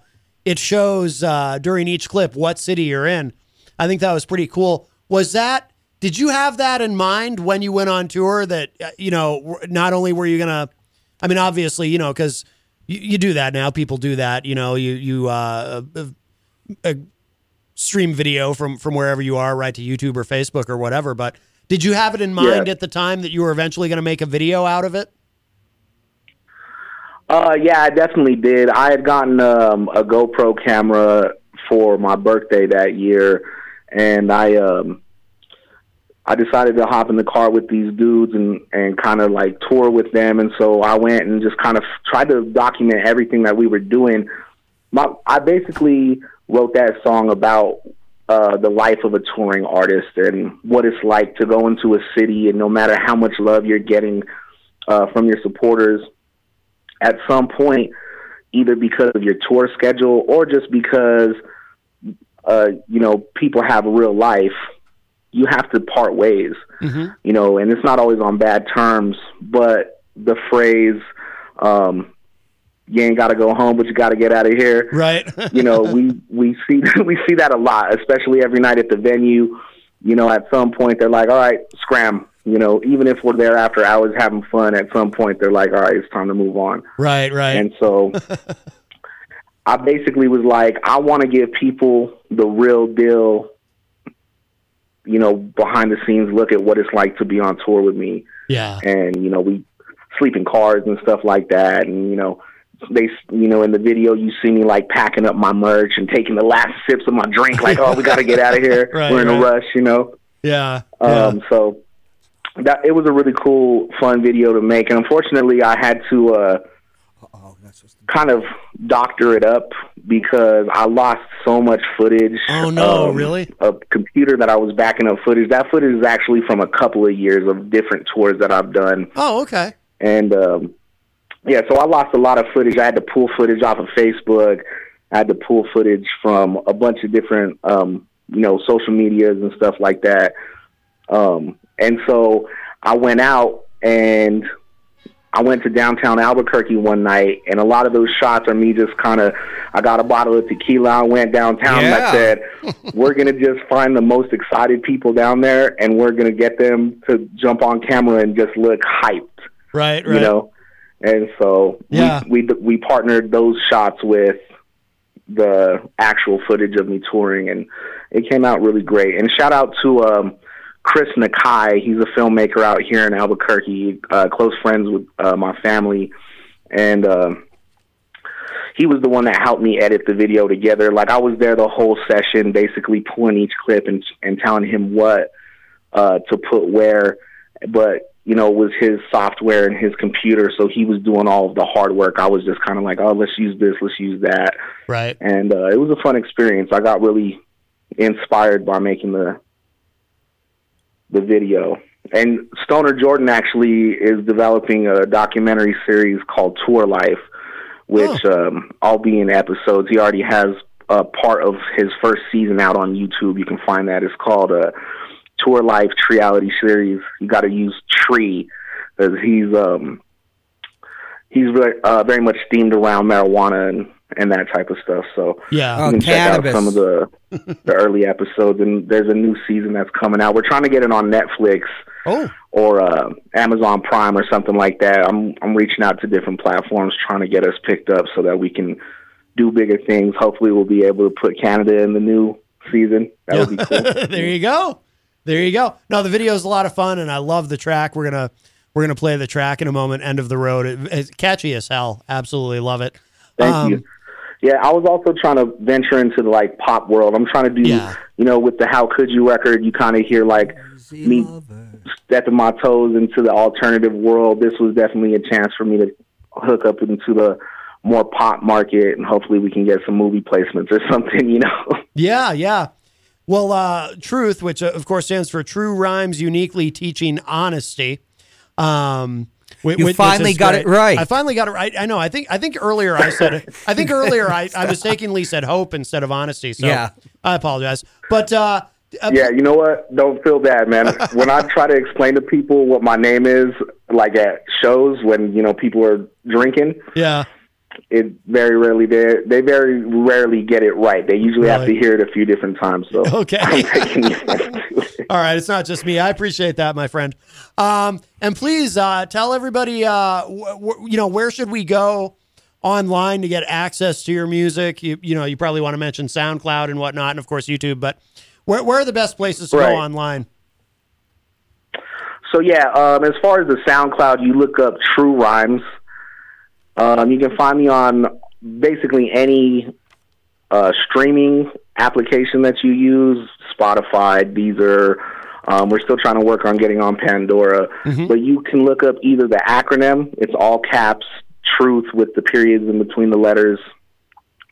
[SPEAKER 2] it shows uh, during each clip what city you're in. I think that was pretty cool. Was that? Did you have that in mind when you went on tour? That uh, you know, w- not only were you gonna I mean, obviously, you know, because you, you do that now. People do that. You know, you you uh, uh, uh, stream video from from wherever you are, right to YouTube or Facebook or whatever. But did you have it in mind
[SPEAKER 12] Yeah.
[SPEAKER 2] at the time that you were eventually going to make a video out of it?
[SPEAKER 12] Uh, yeah, I definitely did. I had gotten um, a GoPro camera for my birthday that year, and I um, I decided to hop in the car with these dudes and and kind of like tour with them. And so I went and just kind of tried to document everything that we were doing. My, I basically wrote that song about uh, the life of a touring artist and what it's like to go into a city and no matter how much love you're getting uh, from your supporters, at some point, either because of your tour schedule or just because uh, you know people have a real life, you have to part ways. You know, and it's not always on bad terms, but the phrase um, "you ain't got to go home, but you got to get out of here,"
[SPEAKER 2] Right.
[SPEAKER 12] you know we we see we see that a lot especially every night at the venue you know at some point they're like all right scram you know even if we're there after hours having fun at some point they're like all right it's time to move on
[SPEAKER 2] Right, right.
[SPEAKER 12] and so i basically was like i want to give people the real deal you know behind the scenes look at what it's like to be on tour with me
[SPEAKER 2] Yeah.
[SPEAKER 12] and you know we sleep in cars and stuff like that and you know they you know in the video you see me like packing up my merch and taking the last sips of my drink like oh we got to get out of here
[SPEAKER 2] Right,
[SPEAKER 12] we're in a
[SPEAKER 2] right.
[SPEAKER 12] rush you know
[SPEAKER 2] Yeah.
[SPEAKER 12] um so that it was a really cool fun video to make and unfortunately i had to uh kind of doctor it up because i lost so much footage
[SPEAKER 2] oh no, really?
[SPEAKER 12] a computer that i was backing up footage that footage is actually from a couple of years of different tours that i've done
[SPEAKER 2] Oh, okay.
[SPEAKER 12] and um, yeah, so I lost a lot of footage. I had to pull footage off of Facebook. I had to pull footage from a bunch of different, um, you know, social medias and stuff like that. Um, and so I went out and I went to downtown Albuquerque one night, and a lot of those shots are me just kind of. I got a bottle of tequila. I went downtown. And
[SPEAKER 17] Yeah.
[SPEAKER 12] I said, "We're gonna just find the most excited people down there, and we're gonna get them to jump on camera and just look hyped."
[SPEAKER 2] Right, right.
[SPEAKER 12] you know and so
[SPEAKER 2] Yeah.
[SPEAKER 12] we, we we partnered those shots with the actual footage of me touring and it came out really great and shout out to um Chris Nakai he's a filmmaker out here in Albuquerque uh close friends with uh, my family and uh he was the one that helped me edit the video together like I was there the whole session basically pulling each clip and and telling him what uh to put where but you know it was his software and his computer so he was doing all of the hard work i was just kind of like oh let's use this let's use that
[SPEAKER 2] Right.
[SPEAKER 12] and uh, it was a fun experience i got really inspired by making the the video and stoner jordan actually is developing a documentary series called tour life which um, i'll be in episodes he already has a part of his first season out on youtube you can find that it's called uh, tour life triality series. You got to use tree because he's um he's very, uh, very much themed around marijuana and and that type of stuff. So
[SPEAKER 2] Yeah.
[SPEAKER 12] you
[SPEAKER 2] Oh,
[SPEAKER 12] can
[SPEAKER 2] cannabis.
[SPEAKER 12] check out some of the the early episodes. And there's a new season that's coming out. We're trying to get it on Netflix.
[SPEAKER 2] Oh.
[SPEAKER 12] Or uh, Amazon Prime or something like that. I'm I'm reaching out to different platforms trying to get us picked up so that we can do bigger things. Hopefully, we'll be able to put Canada in the new season. That would be cool.
[SPEAKER 2] there you go. There you go. No, the video is a lot of fun, and I love the track. We're gonna we're gonna play the track in a moment. End of the road. It- it's catchy as hell. Absolutely love it. Um,
[SPEAKER 12] Thank you. Yeah, I was also trying to venture into the like pop world. I'm trying to do, you know, with the How Could You record, you kind of hear like me stepping my toes into the alternative world. This was definitely a chance for me to hook up into the more pop market, and hopefully we can get some movie placements or something, you know.
[SPEAKER 2] Yeah, yeah. Well, uh, Truth, which uh, of course stands for True Rhymes Uniquely Teaching Honesty. Um, whi-
[SPEAKER 4] You
[SPEAKER 2] which- which
[SPEAKER 4] finally
[SPEAKER 2] is
[SPEAKER 4] got it right.
[SPEAKER 2] I finally got it right. I know. I think. I think earlier I said. I think earlier I, I mistakenly said hope instead of honesty. So
[SPEAKER 12] Yeah.
[SPEAKER 2] I apologize. But uh,
[SPEAKER 12] yeah, you know what? Don't feel bad, man. when I try to explain to people what my name is, like at shows when you know people are drinking,
[SPEAKER 2] yeah.
[SPEAKER 12] it very rarely they they very rarely get it right. They usually have to
[SPEAKER 2] Really?
[SPEAKER 12] hear it a few different times. So
[SPEAKER 2] Okay. All right, it's not just me. I appreciate that, my friend. Um, and please uh, tell everybody, uh, wh- wh- you know, where should we go online to get access to your music? You, you know, you probably want to mention SoundCloud and whatnot, and of course YouTube. But where, where are the best places to
[SPEAKER 12] Right.
[SPEAKER 2] go online?
[SPEAKER 12] so yeah, um, as far as the SoundCloud, you look up True Rhymes. Um, you can find me on basically any uh, streaming application that you use: Spotify, Deezer, Um, we're still trying to work on getting on Pandora, but you can look up either the acronym, it's all caps, truth with the periods in between the letters.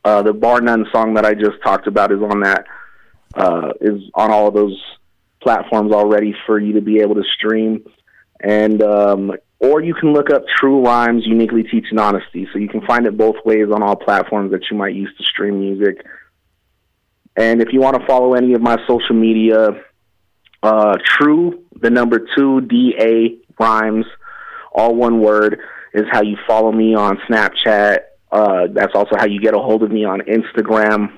[SPEAKER 12] Uh, the Bar None song that I just talked about is on that, uh, is on all of those platforms already for you to be able to stream. And, um, or you can look up True Rhymes Uniquely Teaching Honesty. So you can find it both ways on all platforms that you might use to stream music. And if you want to follow any of my social media, uh, true, the number two, D A rhymes, all one word, is how you follow me on Snapchat. Uh, that's also how you get a hold of me on Instagram.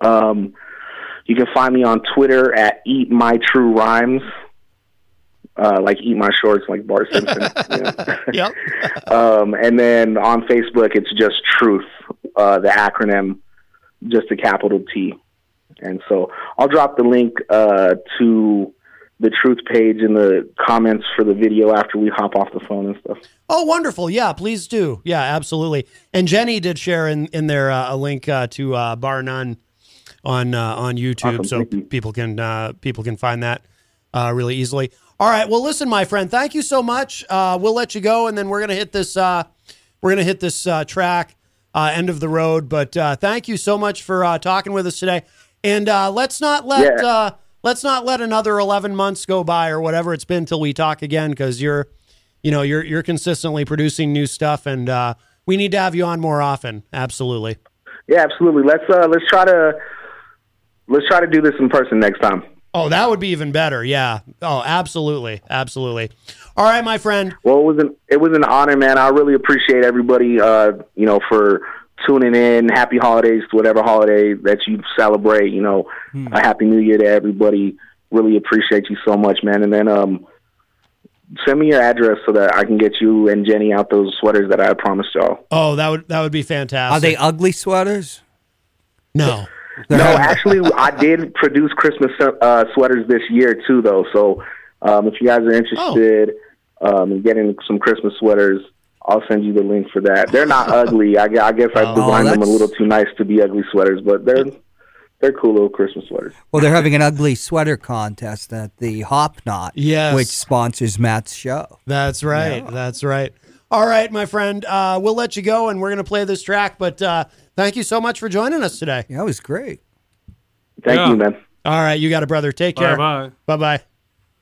[SPEAKER 12] Um, you can find me on Twitter at Eat My True Rhymes, uh, like Eat My Shorts, like Bart Simpson.
[SPEAKER 2] yep.
[SPEAKER 12] Um, and then on Facebook, it's just Truth, uh, the acronym, just a capital T. And so I'll drop the link uh, to the Truth page in the comments for the video after we hop off the phone and stuff.
[SPEAKER 2] Oh, wonderful. Yeah, please do. Yeah, absolutely. And Jenny did share in, in there uh, a link uh, to uh, Bar None on uh, on YouTube,
[SPEAKER 12] Awesome.
[SPEAKER 2] so p- people can uh, people can find that uh, really easily. All right. Well, listen, my friend, thank you so much. Uh, we'll let you go, and then we're gonna hit this uh, we're gonna hit this uh, track uh, end of the road. But uh, thank you so much for uh, talking with us today. And uh, let's not let
[SPEAKER 12] Yeah.
[SPEAKER 2] uh, let's not let another eleven months go by or whatever it's been till we talk again, because you're you know you're you're consistently producing new stuff, and uh, we need to have you on more often. Absolutely.
[SPEAKER 12] Yeah, absolutely. Let's uh, let's try to let's try to do this in person next time.
[SPEAKER 2] Oh, that would be even better. Yeah. Oh, absolutely. Absolutely. All right, my friend.
[SPEAKER 12] Well, it was an it was an honor, man. I really appreciate everybody, uh, you know, for tuning in. Happy holidays to whatever holiday that you celebrate. You know,
[SPEAKER 2] Hmm.
[SPEAKER 12] a happy New Year to everybody. Really appreciate you so much, man. And then um, send me your address so that I can get you and Jenny out those sweaters that I promised y'all.
[SPEAKER 2] Oh, that would that would be fantastic.
[SPEAKER 4] Are they ugly sweaters?
[SPEAKER 2] No.
[SPEAKER 12] No, actually, I did produce Christmas uh, sweaters this year too, though. So um, if you guys are interested um, in getting some Christmas sweaters, I'll send you the link for that. They're not ugly. I, gu- I guess I designed them a little too nice to be ugly sweaters, but they're they're cool little Christmas sweaters.
[SPEAKER 4] Well, they're having an ugly sweater contest at the Hop Knot,
[SPEAKER 2] Yes.
[SPEAKER 4] which sponsors Matt's show.
[SPEAKER 2] That's right. That's right. All right, my friend. Uh, we'll let you go, and we're gonna play this track. But uh, thank you so much for joining us today.
[SPEAKER 4] Yeah, it was great.
[SPEAKER 12] Thank you, man.
[SPEAKER 2] All right, you got it, brother. Take care.
[SPEAKER 12] Bye-bye.
[SPEAKER 2] Bye bye.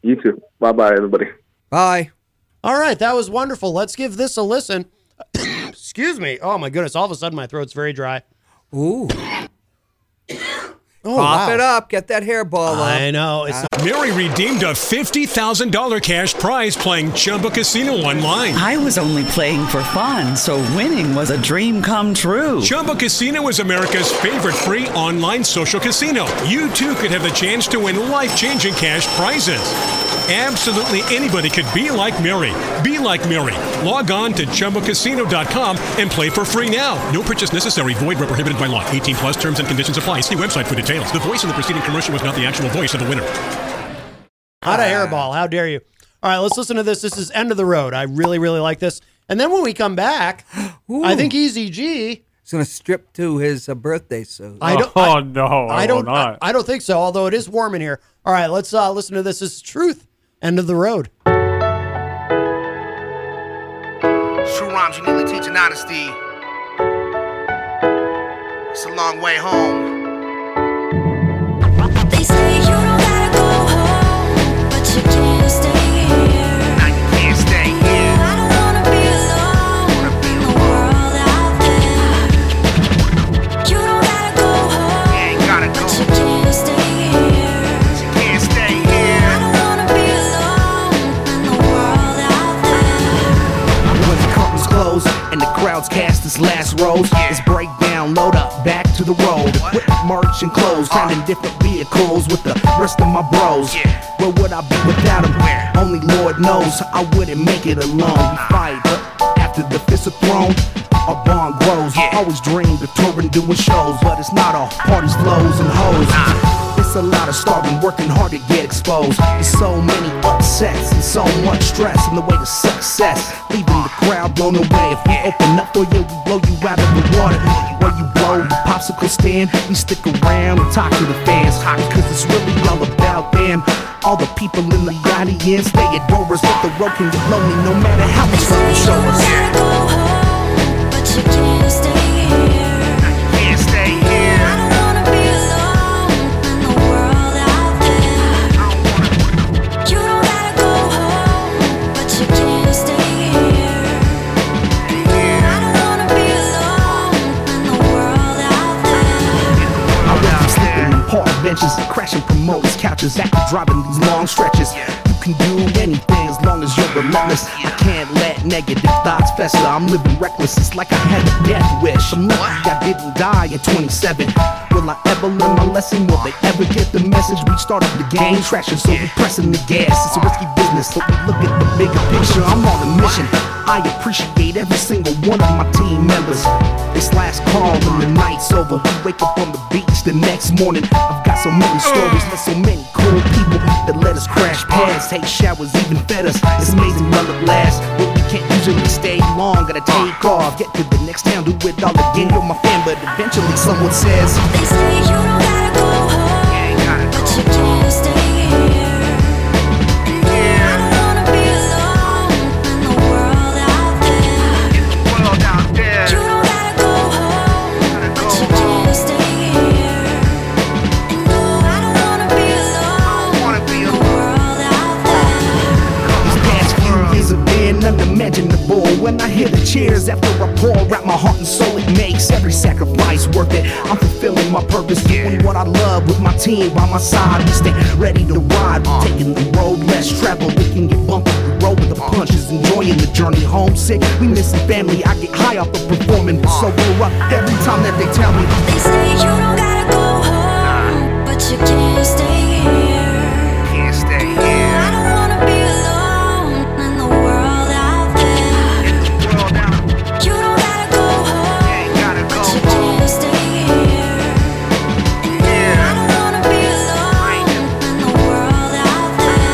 [SPEAKER 12] You too. Bye bye, everybody.
[SPEAKER 4] Bye.
[SPEAKER 2] All right, that was wonderful. Let's give this a listen. Excuse me. Oh my goodness! All of a sudden, my throat's very dry.
[SPEAKER 4] Ooh.
[SPEAKER 2] Oh,
[SPEAKER 4] Pop
[SPEAKER 2] wow.
[SPEAKER 4] it up. Get that hairball up.
[SPEAKER 2] I know. It's
[SPEAKER 17] Uh, Mary redeemed a $50,000 cash prize playing Chumba Casino online.
[SPEAKER 18] I was only playing for fun, so winning was a dream come true.
[SPEAKER 17] Chumba Casino is America's favorite free online social casino. You too could have the chance to win life changing cash prizes. Absolutely anybody could be like Mary. Be like Mary. Log on to chumbacasino.com and play for free now. No purchase necessary. Void where prohibited by law. 18 plus terms and conditions apply. See website for details. The voice in the preceding commercial was not the actual voice of the winner.
[SPEAKER 2] Not a hairball. How dare you? All right, let's listen to this. This is End of the Road. I really, really like this. And then when we come back, I think Easy G.
[SPEAKER 4] He's going to strip to his uh, birthday suit.
[SPEAKER 2] I don't-
[SPEAKER 3] Oh no!
[SPEAKER 2] I don't. I, I don't think so. Although it is warm in here. All right, let's uh, listen to this. This is Truth. End of the Road.
[SPEAKER 19] True rhymes uniquely teaching honesty. It's a long way home.
[SPEAKER 13] They say you don't gotta go home, but you can't stay here. Now you can't stay here. I don't wanna be alone in the world out there. You don't gotta go home, but you can't stay here. You can't stay here. I don't wanna be alone in the world out
[SPEAKER 11] Once the curtains close and the crowds cast its last rows, it's breakdown, load up, back to the road. With merch and clothes, found in different vehicles with the rest of my bros. Where would I be without them? Only Lord knows I wouldn't make it alone. We fight but after the fists are thrown. Our bond grows. Always dreamed of touring, doing shows, but it's not all parties, flows, and hoes. It's a lot of starving, working hard to get exposed. There's so many upsets and so much stress in the way to success. Leaving the crowd blown away. If we open up for you, we blow you out of the water. Where you blow, we pop popsicle stand. We stick around and talk to the fans, hot, cause it's really all about them. All the people in the audience, they adore us, but the road can get lonely no matter how much love you show us. I went from sleeping on park benches, crashing promoters' couches, after driving these long stretches. You can do anything as long as you're relentless. I can't let negative thoughts fester. I'm living reckless, it's like I had a death wish. I'm lucky I didn't die at 27. Will I ever learn my lesson? Will they ever get the message? We started the game trashing, so we pressing the gas. It's a risky business, so we look at the bigger picture. I'm on a mission. I appreciate every single one of my team members. This last call when the night's over, we wake up on the beach the next morning. I've got so many stories, met so many cool people that let us crash pads, take showers, even fed us. It's amazing while it lasts, but we can't usually stay long. Gotta take off, get to the next town, do it all again. You're my fan, but eventually someone says. They say you don't gotta go home, but you can't stay here. These past few years have been unimaginable. When I hear the cheers after I pour out my heart and soul, it makes every sacrifice worth it. I'm fulfilling my purpose, doing what I love with my team by my side. We stay ready to ride, We're taking the road less traveled. We can get bumpy, we roll with the punches, enjoying the journey. Homesick, we missing family. I get high off the performing, so we're up every time that they tell me. They say you don't gotta go home, but you can't stay here. Can't stay here. I don't wanna be alone in the world out there. You don't gotta go home, but you can't stay here. I don't wanna be alone in the world out there.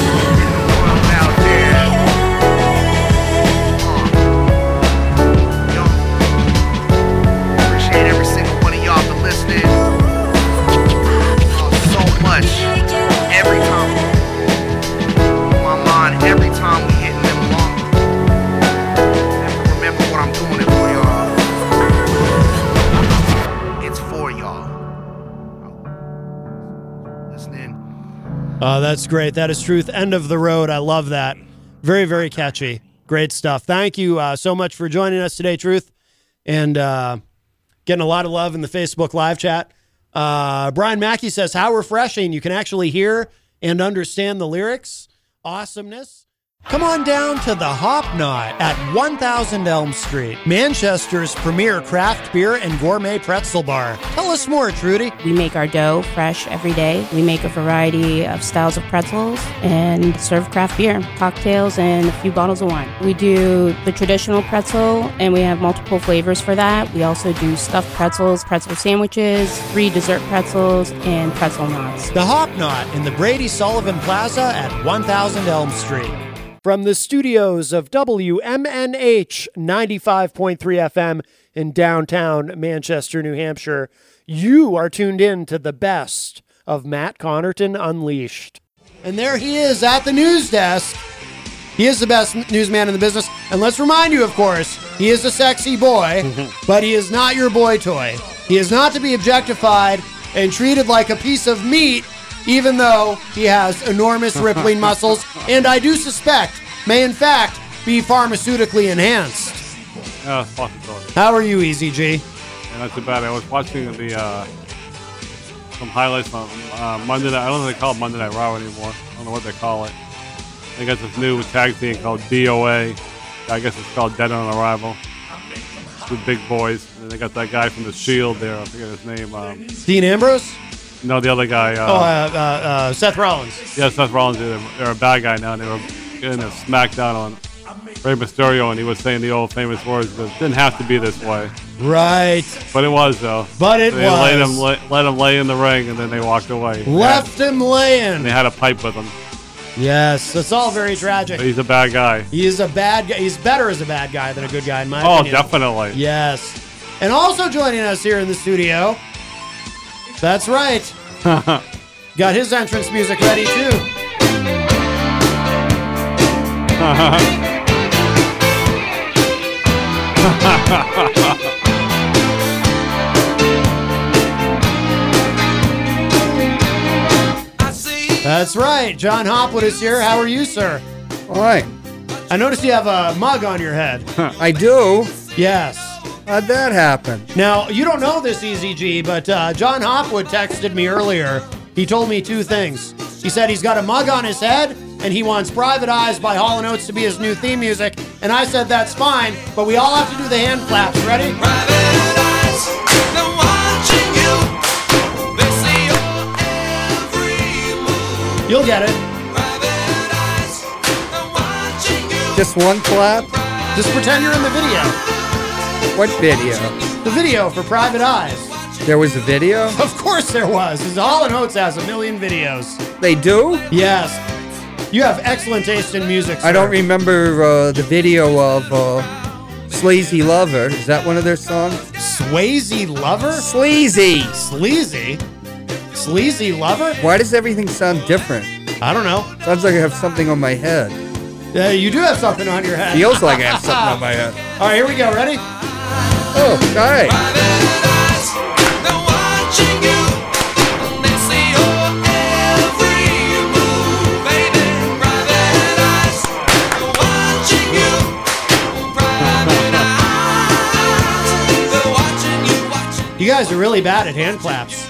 [SPEAKER 19] Appreciate every single one of y'all for listening. Oh, so much. Every time. My mind, every time we hitting them long. Have to remember what I'm doing it for y'all. It's for y'all. Listening.
[SPEAKER 5] Oh, that's great. That is truth. End of the road. I love that. Very, very catchy. Great stuff. Thank you uh, so much for joining us today, Truth, and uh, getting a lot of love in the Facebook live chat. Uh, Brian Mackey says, "How refreshing! You can actually hear and understand the lyrics. Awesomeness." Come on down to the Hop Knot at 1000 Elm Street, Manchester's premier craft beer and gourmet pretzel bar. Tell us more, Trudy.
[SPEAKER 10] We make our dough fresh every day. We make a variety of styles of pretzels and serve craft beer, cocktails, and a few bottles of wine. We do the traditional pretzel, and we have multiple flavors for that. We also do stuffed pretzels, pretzel sandwiches, free dessert pretzels, and pretzel knots.
[SPEAKER 5] The Hop Knot in the Brady Sullivan Plaza at 1000 Elm Street. From the studios of WMNH 95.3 FM in downtown Manchester, New Hampshire, you are tuned in to the best of Matt Connerton Unleashed.
[SPEAKER 2] And there he is at the news desk. He is the best n- newsman in the business. And let's remind you, of course, he is a sexy boy, but he is not your boy toy. He is not to be objectified and treated like a piece of meat, even though he has enormous rippling muscles, and I do suspect may, in fact, be pharmaceutically enhanced.
[SPEAKER 3] Yeah, it's possible.
[SPEAKER 2] How are you, Easy G?
[SPEAKER 3] And that's about it. I was watching the uh, some highlights from uh, Monday Night. I don't think they call it Monday Night Raw anymore. I don't know what they call it. They got this new tag team called DOA. I guess it's called Dead on Arrival. Two big boys. And they got that guy from the Shield there. I forget his name. Um,
[SPEAKER 2] Dean Ambrose?
[SPEAKER 3] no, the other guy.
[SPEAKER 2] oh, uh,
[SPEAKER 3] Uh,
[SPEAKER 2] uh, uh, Seth Rollins.
[SPEAKER 3] yeah, Seth Rollins. They're, they're a bad guy now. and They were getting a smackdown on Rey Mysterio, and he was saying the old famous words that didn't have to be this way.
[SPEAKER 2] Right.
[SPEAKER 3] But it was though.
[SPEAKER 2] But it
[SPEAKER 3] they Let
[SPEAKER 2] was.
[SPEAKER 3] him lay, let him lay in the ring, and then they walked away.
[SPEAKER 2] Left him
[SPEAKER 3] And
[SPEAKER 2] laying.
[SPEAKER 3] they had a pipe with him.
[SPEAKER 2] Yes, that's all very tragic.
[SPEAKER 3] But he's a bad guy.
[SPEAKER 2] He is a bad guy. He's better as a bad guy than a good guy, in my
[SPEAKER 3] Oh,
[SPEAKER 2] opinion.
[SPEAKER 3] definitely.
[SPEAKER 2] Yes. And also joining us here in the studio That's right. Got his entrance music ready too. That's right. John Hopwood is here. How are you, sir?
[SPEAKER 4] All right.
[SPEAKER 2] I noticed you have a mug on your head.
[SPEAKER 4] I do.
[SPEAKER 2] Yes.
[SPEAKER 4] How'd that happen?
[SPEAKER 2] Now, you don't know this, EZG, but uh, John Hopwood texted me earlier. He told me two things. He said he's got a mug on his head and he wants Private Eyes by Hall & Oates to be his new theme music. And I said, that's fine, but we all have to do the hand claps. Ready? You'll get it.
[SPEAKER 4] Just one clap?
[SPEAKER 2] Just pretend you're in the video.
[SPEAKER 4] What video?
[SPEAKER 2] The video for Private Eyes.
[SPEAKER 4] There was a video?
[SPEAKER 2] Of course there was. 'cause Hall and Oates has a million videos.
[SPEAKER 4] They do?
[SPEAKER 2] Yes. You have excellent taste in music. Sir.
[SPEAKER 4] I don't remember uh, the video of uh, Sleazy Lover. Is that one of their songs?
[SPEAKER 2] Swayze Lover?
[SPEAKER 4] Sleazy.
[SPEAKER 2] Sleazy? Sleazy Lover?
[SPEAKER 4] Why does everything sound different?
[SPEAKER 2] I don't know.
[SPEAKER 4] Sounds like I have something on my head.
[SPEAKER 2] Yeah, you do have something on your head.
[SPEAKER 4] Feels like I have something on my head.
[SPEAKER 2] All right, here we go. Ready?
[SPEAKER 4] Oh, all right.
[SPEAKER 2] You guys are really bad at hand claps.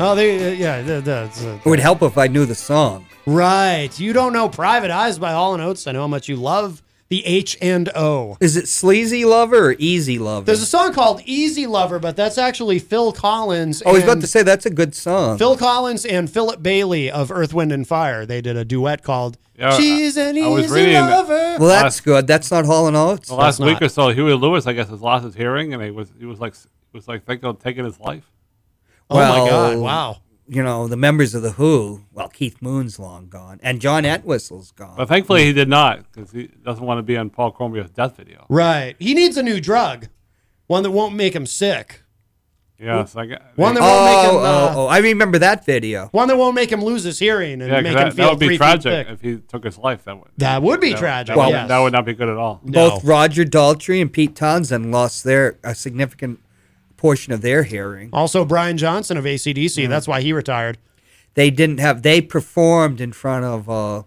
[SPEAKER 2] Oh, they, uh, yeah, the, the, the-
[SPEAKER 4] It would help if I knew the song.
[SPEAKER 2] right. You don't know "Private Eyes" by Hall and Oates. I know how much you love the H and O.
[SPEAKER 4] Is it Sleazy Lover or Easy Lover?
[SPEAKER 2] There's a song called "Easy Lover," but that's actually Phil Collins.
[SPEAKER 4] I was about
[SPEAKER 2] and-
[SPEAKER 4] to say that's a good
[SPEAKER 3] Uh-huh.
[SPEAKER 4] song.
[SPEAKER 2] Phil Collins and Philip Bailey of Earth, Wind, and Fire. They did a duet called
[SPEAKER 3] Yeah,
[SPEAKER 2] "She's an
[SPEAKER 3] I was
[SPEAKER 2] Easy
[SPEAKER 3] reading that.
[SPEAKER 2] Lover."
[SPEAKER 4] well, that's good. That's not Hall and Oates.
[SPEAKER 3] The last
[SPEAKER 4] That's
[SPEAKER 3] week
[SPEAKER 4] not.
[SPEAKER 3] or so, Huey Lewis, I guess, has lost his hearing, and he was he was like s- was like thinking of taking his life. Oh
[SPEAKER 4] Well,
[SPEAKER 2] Wow.
[SPEAKER 4] You know the members of the Who. Well, Keith Moon's long gone, and John Entwistle's gone.
[SPEAKER 3] But thankfully, he did not because he doesn't want to be on Paul Cormier's death video.
[SPEAKER 2] Right. He needs a new drug, one that won't make him sick,
[SPEAKER 3] Yes, I got
[SPEAKER 2] One that
[SPEAKER 4] oh,
[SPEAKER 2] won't make him,
[SPEAKER 4] oh,
[SPEAKER 2] uh,
[SPEAKER 4] oh, I remember that video.
[SPEAKER 2] one that won't make him lose his hearing and
[SPEAKER 3] Yeah, 'cause
[SPEAKER 2] make him
[SPEAKER 3] that,
[SPEAKER 2] feel
[SPEAKER 3] that would
[SPEAKER 2] three
[SPEAKER 3] be
[SPEAKER 2] feet
[SPEAKER 3] tragic
[SPEAKER 2] thick.
[SPEAKER 3] if he took his life. That would
[SPEAKER 2] That would be
[SPEAKER 3] that-
[SPEAKER 2] tragic,
[SPEAKER 3] That, would-
[SPEAKER 2] yes.
[SPEAKER 3] that would not be good at all.
[SPEAKER 4] Both Roger Daltrey and Pete Townsend lost their a significant portion of their hearing.
[SPEAKER 2] Also, Brian Johnson of ACDC. That's why he retired.
[SPEAKER 4] They didn't have. They performed in front of, uh,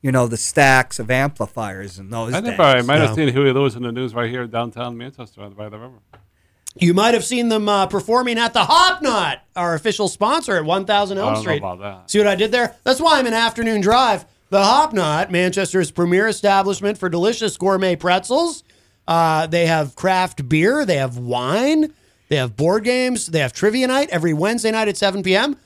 [SPEAKER 4] you know, the stacks of amplifiers and those
[SPEAKER 3] I
[SPEAKER 4] days.
[SPEAKER 3] never. I might have seen Huey Lewis in the news right here downtown Manchester on- by the river.
[SPEAKER 2] You might have seen them uh, performing at the Hopknot, our official sponsor at 1000
[SPEAKER 3] I
[SPEAKER 2] Elm
[SPEAKER 3] don't
[SPEAKER 2] Street.
[SPEAKER 3] know about that.
[SPEAKER 2] See what I did there? That's why I'm in afternoon drive. The Hopknot, Manchester's premier establishment for delicious gourmet pretzels. Uh, they have craft beer, they have wine, they have board games, they have trivia night every Wednesday night at 7 p.m.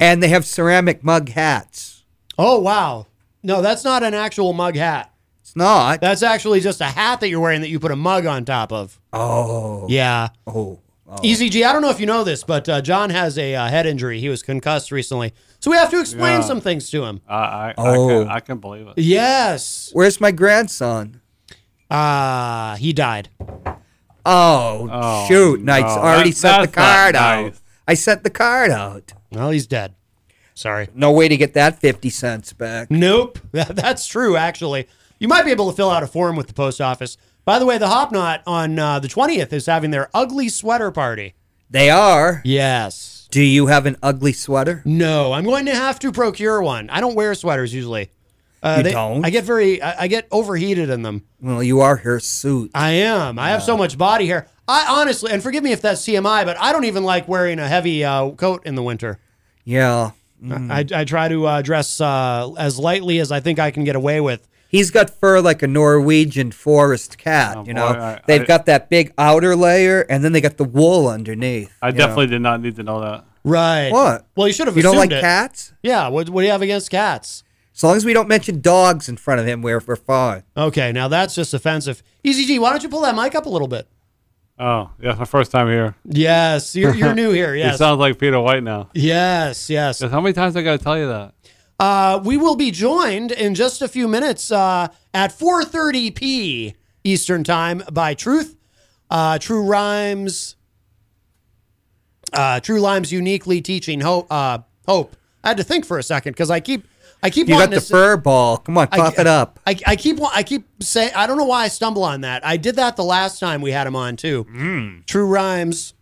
[SPEAKER 4] and they have ceramic mug hats.
[SPEAKER 2] Oh wow! No, that's not an actual mug hat.
[SPEAKER 4] It's not.
[SPEAKER 2] That's actually just a hat that you're wearing that you put a mug on top of.
[SPEAKER 4] Oh.
[SPEAKER 2] Yeah.
[SPEAKER 4] Oh.
[SPEAKER 2] EZG, E I don't know if you know this, but uh, John has a uh, head injury. He was concussed recently, so we have to explain
[SPEAKER 3] Yeah.
[SPEAKER 2] some things to him.
[SPEAKER 3] I I, I,
[SPEAKER 4] Oh.
[SPEAKER 3] can, I can believe it.
[SPEAKER 2] Yes.
[SPEAKER 4] Where's my grandson?
[SPEAKER 2] Ah, he died.
[SPEAKER 4] Oh,
[SPEAKER 3] Oh,
[SPEAKER 4] shoot! And I
[SPEAKER 3] no.
[SPEAKER 4] already
[SPEAKER 3] That-
[SPEAKER 4] sent the
[SPEAKER 3] that's not
[SPEAKER 4] card
[SPEAKER 3] nice.
[SPEAKER 4] out. I sent the card out.
[SPEAKER 2] Well, he's dead. Sorry.
[SPEAKER 4] No way to get that fifty cents back.
[SPEAKER 2] Nope. That's true. Actually, you might be able to fill out a form with the post office. By the way, the Hopknot on uh, the twentieth is having their ugly sweater party.
[SPEAKER 4] They are.
[SPEAKER 2] Yes.
[SPEAKER 4] Do you have an ugly sweater?
[SPEAKER 2] No, Oh, I'm going to have to procure one. I don't wear sweaters usually. Uh,
[SPEAKER 4] You
[SPEAKER 2] they-
[SPEAKER 4] don't?
[SPEAKER 2] I get very, I, I get overheated in them.
[SPEAKER 4] Well, you are her suit.
[SPEAKER 2] I am. I have so much body hair. I honestly, and forgive me if that's CMI, but I don't even like wearing a heavy uh, coat in the winter.
[SPEAKER 4] Yeah. Mm.
[SPEAKER 2] I, I try to uh, dress uh, as lightly as I think I can get away with.
[SPEAKER 4] He's got fur like a Norwegian forest cat. you know,
[SPEAKER 3] Oh, boy, I-
[SPEAKER 4] they've
[SPEAKER 3] I-
[SPEAKER 4] got that big outer layer, and then they got the wool underneath.
[SPEAKER 3] I
[SPEAKER 4] you know.
[SPEAKER 3] definitely did not need to know that.
[SPEAKER 2] Right.
[SPEAKER 4] What?
[SPEAKER 2] Well, you should have.
[SPEAKER 4] You don't
[SPEAKER 2] assumed
[SPEAKER 4] like
[SPEAKER 2] it.
[SPEAKER 4] cats?
[SPEAKER 2] Yeah. What, what do you have against cats?
[SPEAKER 4] As long as we don't mention dogs in front of him, we're, we're fine.
[SPEAKER 2] Okay, now that's just offensive. EZG, why don't you pull that mic up a little bit?
[SPEAKER 3] Oh, yeah, my first time here.
[SPEAKER 2] Yes, you're, you're new here.
[SPEAKER 3] He
[SPEAKER 2] Yes.
[SPEAKER 3] sounds like Peter White now.
[SPEAKER 2] Yes. Yes.
[SPEAKER 3] How many times I got to tell you that?
[SPEAKER 2] Uh, we will be joined in just a few minutes uh, at 4:30 p. Eastern Time by Truth, uh, True Rhymes, uh, True Lime's uniquely teaching hope. Uh, hope. I had to think for a second because I keep, I keep.
[SPEAKER 4] You got
[SPEAKER 2] wanting
[SPEAKER 4] the
[SPEAKER 2] to, s-
[SPEAKER 4] fur ball. Come on,
[SPEAKER 2] I-
[SPEAKER 4] cough it up.
[SPEAKER 2] I, I keep wa- I keep saying I don't know why I stumble on that. I did that the last time we had him on too. True rhymes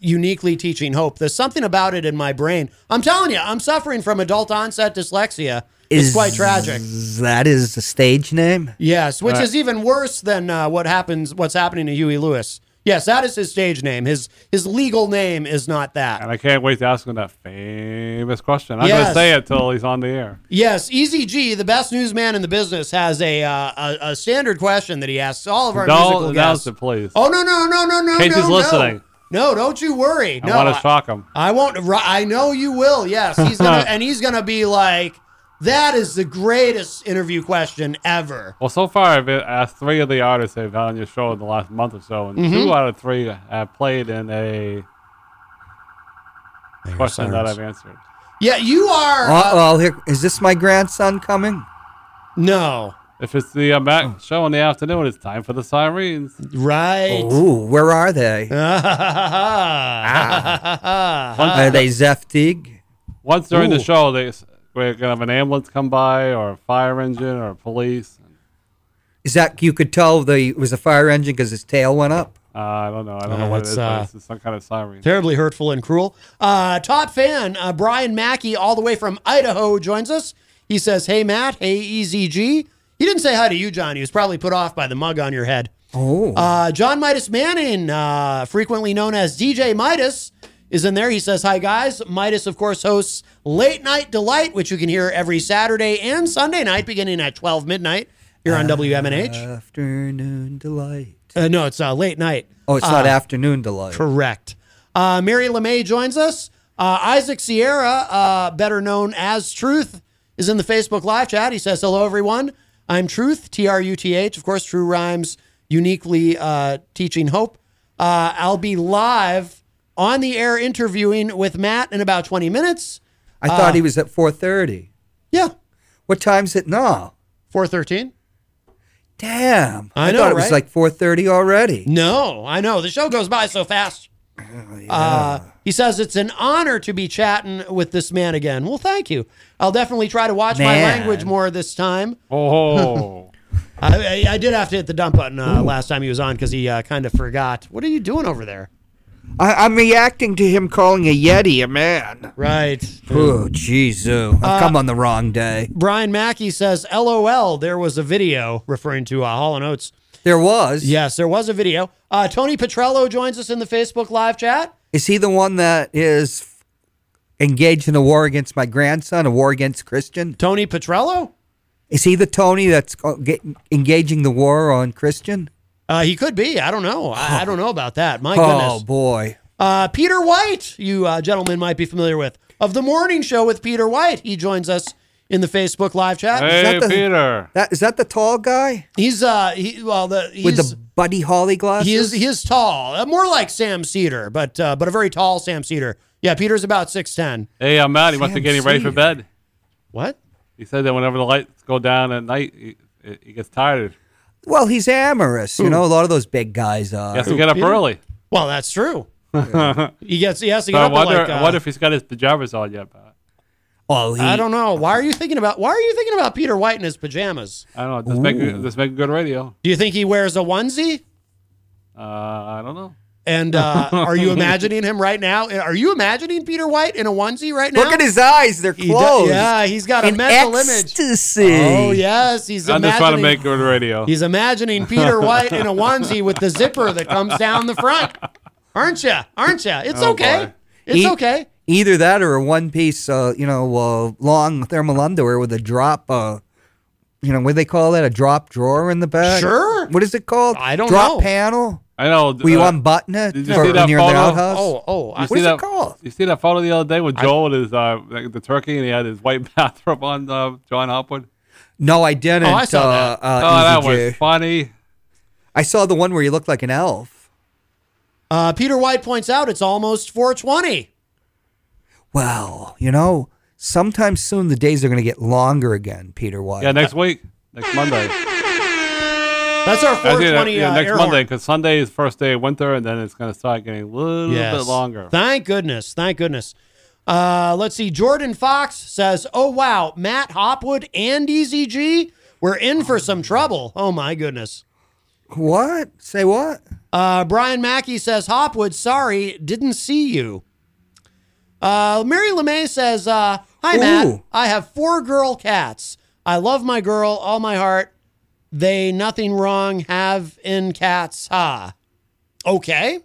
[SPEAKER 2] uniquely teaching hope. There's something about it in my brain. I'm telling you, I'm suffering from adult onset dyslexia. It's quite tragic.
[SPEAKER 4] That is the stage name.
[SPEAKER 2] Yes, which
[SPEAKER 4] Right.
[SPEAKER 2] is even worse than uh, what happens. What's happening to Huey Lewis? Yes, that is his stage name. His his legal name is not that.
[SPEAKER 3] And I can't wait to ask him that famous question. I'm
[SPEAKER 2] Yes.
[SPEAKER 3] going to say it till he's on the air.
[SPEAKER 2] Yes, EZG, the best newsman in the business, has a uh, a, a standard question that he asks all of our musical
[SPEAKER 3] Don't
[SPEAKER 2] guests.
[SPEAKER 3] announce it, please.
[SPEAKER 2] Oh no no no no no!
[SPEAKER 3] Casey's
[SPEAKER 2] no,
[SPEAKER 3] listening.
[SPEAKER 2] No. no, don't you worry.
[SPEAKER 3] I
[SPEAKER 2] no,
[SPEAKER 3] want to shock him.
[SPEAKER 2] I won't. ri- I know you will. Yes, he's gonna, and he's gonna be like, "That is the greatest interview question ever."
[SPEAKER 3] Well, so far I've asked three of the artists they've had on your show in the last month or so, and two
[SPEAKER 2] Mhm.
[SPEAKER 3] out of three have played in a question that
[SPEAKER 4] sirens.
[SPEAKER 3] I've answered.
[SPEAKER 2] Yeah, you are.
[SPEAKER 4] Uh oh, here is this my grandson coming?
[SPEAKER 2] No.
[SPEAKER 3] If it's the uh, Mac
[SPEAKER 4] Oh.
[SPEAKER 3] show in the afternoon, it's time for the sirens.
[SPEAKER 2] Right.
[SPEAKER 4] Ooh, where are they?
[SPEAKER 2] uh,
[SPEAKER 4] Are they Zeftig?
[SPEAKER 3] Once during
[SPEAKER 4] Ooh.
[SPEAKER 3] the show, they s- we're gonna have an ambulance come by, or a fire engine, or police.
[SPEAKER 4] Is that you could tell the it was a fire engine because his tail went up?
[SPEAKER 3] Uh, I don't know. I don't
[SPEAKER 4] Uh,
[SPEAKER 3] know what it
[SPEAKER 4] it's,
[SPEAKER 3] is. but
[SPEAKER 4] uh,
[SPEAKER 3] it's it's some kind of siren.
[SPEAKER 2] Terribly hurtful and cruel. Uh, top fan uh, Brian Mackey, all the way from Idaho, joins us. He says, "Hey Matt, hey EZG." He didn't say hi to you, John. He was probably put off by the mug on your head.
[SPEAKER 4] Oh,
[SPEAKER 2] Uh, John Midas Manning, uh, frequently known as DJ Midas, is in there. He says, Hi, guys. Midas, of course, hosts Late Night Delight, which you can hear every Saturday and Sunday night beginning at 12 midnight here
[SPEAKER 4] Ah.
[SPEAKER 2] on WMNH.
[SPEAKER 4] afternoon delight.
[SPEAKER 2] Uh, no, it's uh, late night.
[SPEAKER 4] Oh, it's not
[SPEAKER 2] Uh,
[SPEAKER 4] afternoon delight.
[SPEAKER 2] Correct. Uh, Mary LeMay joins us. Uh, Isaac Sierra, uh, better known as Truth, is in the Facebook live chat. He says, Hello, everyone. I'm Truth, T R U T H. Of course, True Rhymes uniquely uh, teaching hope. Uh, I'll be live on the air interviewing with Matt in about 20 minutes. Uh,
[SPEAKER 4] I thought he was at four thirty.
[SPEAKER 2] Yeah.
[SPEAKER 4] What time's it now?
[SPEAKER 2] Four thirteen.
[SPEAKER 4] Damn.
[SPEAKER 2] I know,
[SPEAKER 4] Um, thought it was
[SPEAKER 2] right?
[SPEAKER 4] like four thirty already. Oh,
[SPEAKER 2] No, I know. The show goes by so fast. uh, he says it's an honor to be chatting with this man again. Well, thank you. I'll definitely try to watch my
[SPEAKER 4] Man.
[SPEAKER 2] language more this time.
[SPEAKER 3] Oh.
[SPEAKER 2] I, I, I did have to hit the dump button uh, last time he was on because he uh, kind of forgot. What are you doing over there?
[SPEAKER 4] I, I'm reacting to him calling a Yeti a man.
[SPEAKER 2] Right.
[SPEAKER 4] Oh, jeez, oh. I've
[SPEAKER 2] Uh,
[SPEAKER 4] come on the wrong day.
[SPEAKER 2] Brian Mackey says, "LOL, there was a video referring to uh, Hall and Oates."
[SPEAKER 4] There was.
[SPEAKER 2] Yes, there was a video. Uh, Tony Petrello joins us in the Facebook live chat.
[SPEAKER 4] Is he the one that is engaged in a war against my grandson, a war against Christian?
[SPEAKER 2] Tony Petrello?
[SPEAKER 4] Is he the Tony that's go- get- engaging the war on Christian?
[SPEAKER 2] Uh, he could be. I don't know. I, I don't know about that. My
[SPEAKER 4] oh,
[SPEAKER 2] goodness.
[SPEAKER 4] boy.
[SPEAKER 2] Uh, Peter White, you uh, gentlemen might be familiar with, of The Morning Show with Peter White. He joins us in the Facebook live chat.
[SPEAKER 3] Hey, Peter.
[SPEAKER 4] That, is that the tall guy?
[SPEAKER 2] He's, uh, he, well, the, he's,
[SPEAKER 4] With the Buddy Holly glasses?
[SPEAKER 2] he is, he is tall, uh, more like Sam Cedar, but, uh, but a very tall Sam Cedar. Yeah, Peter's about 6'10.
[SPEAKER 3] Hey, I'm out. He must
[SPEAKER 2] Sam
[SPEAKER 3] be getting ready for
[SPEAKER 2] Cedar.
[SPEAKER 3] bed.
[SPEAKER 2] What?
[SPEAKER 3] He said that whenever the lights go down at night, he, he gets tired.
[SPEAKER 4] Well, he's amorous. You know, a lot of those big guys
[SPEAKER 2] Uh,
[SPEAKER 4] are.
[SPEAKER 3] He has to get up early.
[SPEAKER 2] Well, that's true. He gets, he has to
[SPEAKER 3] So
[SPEAKER 2] get
[SPEAKER 3] I
[SPEAKER 2] up at
[SPEAKER 3] wonder,
[SPEAKER 2] like, uh,
[SPEAKER 3] I wonder if he's got his pajamas on yet. Pat.
[SPEAKER 4] Oh, he,
[SPEAKER 2] I don't know. Why are you thinking about, why are you thinking about Peter White in his pajamas?
[SPEAKER 3] I don't know. Just making,
[SPEAKER 4] Ooh.
[SPEAKER 3] just making good radio.
[SPEAKER 2] Do you think he wears a onesie?
[SPEAKER 3] Uh, I don't know.
[SPEAKER 2] And uh, are you imagining him right now? Are you imagining Peter White in a onesie right now?
[SPEAKER 4] Look at his eyes. They're
[SPEAKER 2] He do-
[SPEAKER 4] closed.
[SPEAKER 2] yeah, he's got a
[SPEAKER 4] In
[SPEAKER 2] mental
[SPEAKER 4] ecstasy.
[SPEAKER 2] image. Oh yes, he's
[SPEAKER 3] I'm just trying to
[SPEAKER 2] imagining.
[SPEAKER 3] make good radio.
[SPEAKER 2] he's imagining Peter White in a onesie with the zipper that comes down the front. Aren't you? Aren't you? It's
[SPEAKER 3] Oh,
[SPEAKER 2] okay.
[SPEAKER 3] boy.
[SPEAKER 2] It's
[SPEAKER 4] E-
[SPEAKER 2] okay.
[SPEAKER 4] Either that or a one piece, uh, you know, uh, long thermal underwear with a drop, uh, you know, what do they call that? A drop drawer in the back?
[SPEAKER 2] Sure.
[SPEAKER 4] What is it called?
[SPEAKER 2] I don't
[SPEAKER 4] drop
[SPEAKER 2] know.
[SPEAKER 4] panel?
[SPEAKER 3] I know.
[SPEAKER 4] Will you
[SPEAKER 3] uh,
[SPEAKER 4] unbutton it
[SPEAKER 3] Did you
[SPEAKER 4] for-
[SPEAKER 3] see that
[SPEAKER 4] when you're in the
[SPEAKER 3] photo?
[SPEAKER 4] outhouse?
[SPEAKER 2] Oh, oh,
[SPEAKER 3] You
[SPEAKER 2] I,
[SPEAKER 3] see
[SPEAKER 4] What is it
[SPEAKER 3] that-
[SPEAKER 4] called?
[SPEAKER 3] You see that photo the other day with Joel and his uh, like the turkey, and he had his white bathrobe on uh, John Hopwood.
[SPEAKER 4] No, I didn't.
[SPEAKER 2] Oh, I saw
[SPEAKER 4] uh, Uh,
[SPEAKER 2] that.
[SPEAKER 3] oh, that
[SPEAKER 4] EasyJet.
[SPEAKER 3] was funny.
[SPEAKER 4] I saw the one where he looked like an elf.
[SPEAKER 2] uh, Peter White points out it's almost 420.
[SPEAKER 4] Well, you know, sometime soon the days are going to get longer again, Peter White.
[SPEAKER 3] Yeah, next week, next Monday.
[SPEAKER 2] That's our
[SPEAKER 3] I think
[SPEAKER 2] 420
[SPEAKER 3] yeah,
[SPEAKER 2] uh,
[SPEAKER 3] next
[SPEAKER 2] air
[SPEAKER 3] Monday
[SPEAKER 2] horn.
[SPEAKER 3] because Sunday is first day of winter, and then it's going to start getting a little
[SPEAKER 2] Yes.
[SPEAKER 3] bit longer.
[SPEAKER 2] Thank goodness. Thank goodness. Uh, let's see. Jordan Fox says, "Oh wow, Matt Hopwood and EZG, we're in for some trouble." Oh my goodness.
[SPEAKER 4] What? Say what?
[SPEAKER 2] Uh, Brian Mackey says, "Hopwood, sorry, didn't see you." Uh, Mary LeMay says, uh, "Hi Matt,
[SPEAKER 4] Ooh.
[SPEAKER 2] I have four girl cats. I love my girl all my heart. They nothing wrong have in cats. Ha." Okay.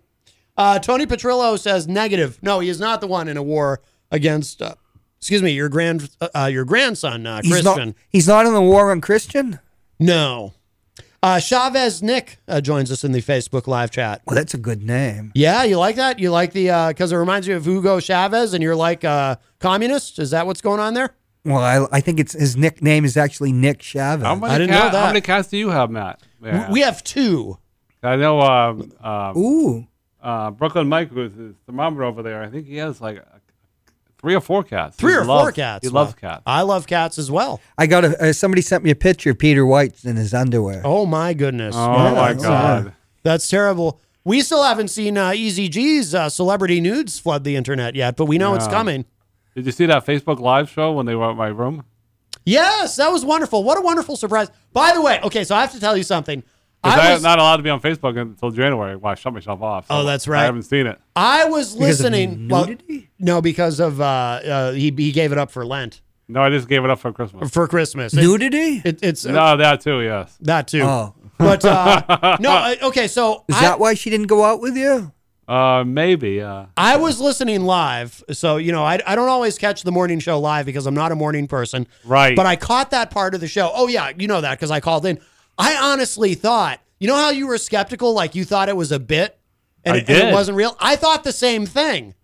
[SPEAKER 2] Uh, Tony Petrillo says negative. No, he is not the one in a war against. Uh, excuse me, your grand uh, uh, your grandson uh,
[SPEAKER 4] He's not-
[SPEAKER 2] Christian.
[SPEAKER 4] he's not in the war on Christian.
[SPEAKER 2] No. Uh, Chavez Nick uh, joins us in the Facebook live chat.
[SPEAKER 4] Well, that's a good name.
[SPEAKER 2] Yeah, you like that? You like the because it reminds you of Hugo Chavez, and you're like uh, communist. Is that what's going on there?
[SPEAKER 4] Well, I, I think it's his nickname is actually Nick Chavez.
[SPEAKER 3] How many ca- How many cats do you have, Matt?
[SPEAKER 2] We have two.
[SPEAKER 3] I know. Um, um,
[SPEAKER 4] Ooh.
[SPEAKER 3] Uh, Brooklyn Mike, who's his thermometer over there, I think he has like uh, three or four cats.
[SPEAKER 2] Three
[SPEAKER 3] He
[SPEAKER 2] or
[SPEAKER 3] loves-
[SPEAKER 2] four cats.
[SPEAKER 3] He loves
[SPEAKER 2] Wow.
[SPEAKER 3] cats.
[SPEAKER 2] I love cats as well.
[SPEAKER 4] I got a uh, somebody sent me a picture of Peter White in his underwear.
[SPEAKER 2] Oh my goodness!
[SPEAKER 4] Oh, my God.
[SPEAKER 2] that's terrible. We still haven't seen uh, EZG's uh, celebrity nudes flood the internet yet, but we know it's
[SPEAKER 3] Yeah.
[SPEAKER 2] coming.
[SPEAKER 3] Did you see that Facebook live show when they were at my room?
[SPEAKER 2] Yes, that was wonderful. What a wonderful surprise! By the way, okay, so I have to tell you something.
[SPEAKER 3] 'Cause I'm
[SPEAKER 2] I was,
[SPEAKER 3] not allowed to be on Facebook until January. Well, I shut myself off.
[SPEAKER 2] Oh, that's right.
[SPEAKER 3] I haven't seen it.
[SPEAKER 2] I was
[SPEAKER 3] Because of
[SPEAKER 2] listening. Well, no, because of uh, uh, he he gave it up for Lent
[SPEAKER 3] No, I just gave it up for Christmas.
[SPEAKER 2] for Christmas.
[SPEAKER 4] Nudity?
[SPEAKER 2] It, it's Oh. uh,
[SPEAKER 3] no, that too. Yes.
[SPEAKER 2] that too. But uh, no, I- okay. So
[SPEAKER 4] Is
[SPEAKER 2] I,
[SPEAKER 4] that why she didn't go out with you?
[SPEAKER 3] Uh, maybe. Uh,
[SPEAKER 2] I was listening live, so you know I, I don't always catch the morning show live because I'm not a morning person.
[SPEAKER 3] Right.
[SPEAKER 2] But I caught that part of the show. Oh yeah, you know that because I called in. I honestly thought, you know how you were skeptical, like you thought it was a bit, and,
[SPEAKER 3] I
[SPEAKER 2] it, and it
[SPEAKER 3] did.
[SPEAKER 2] wasn't real. I thought the same thing.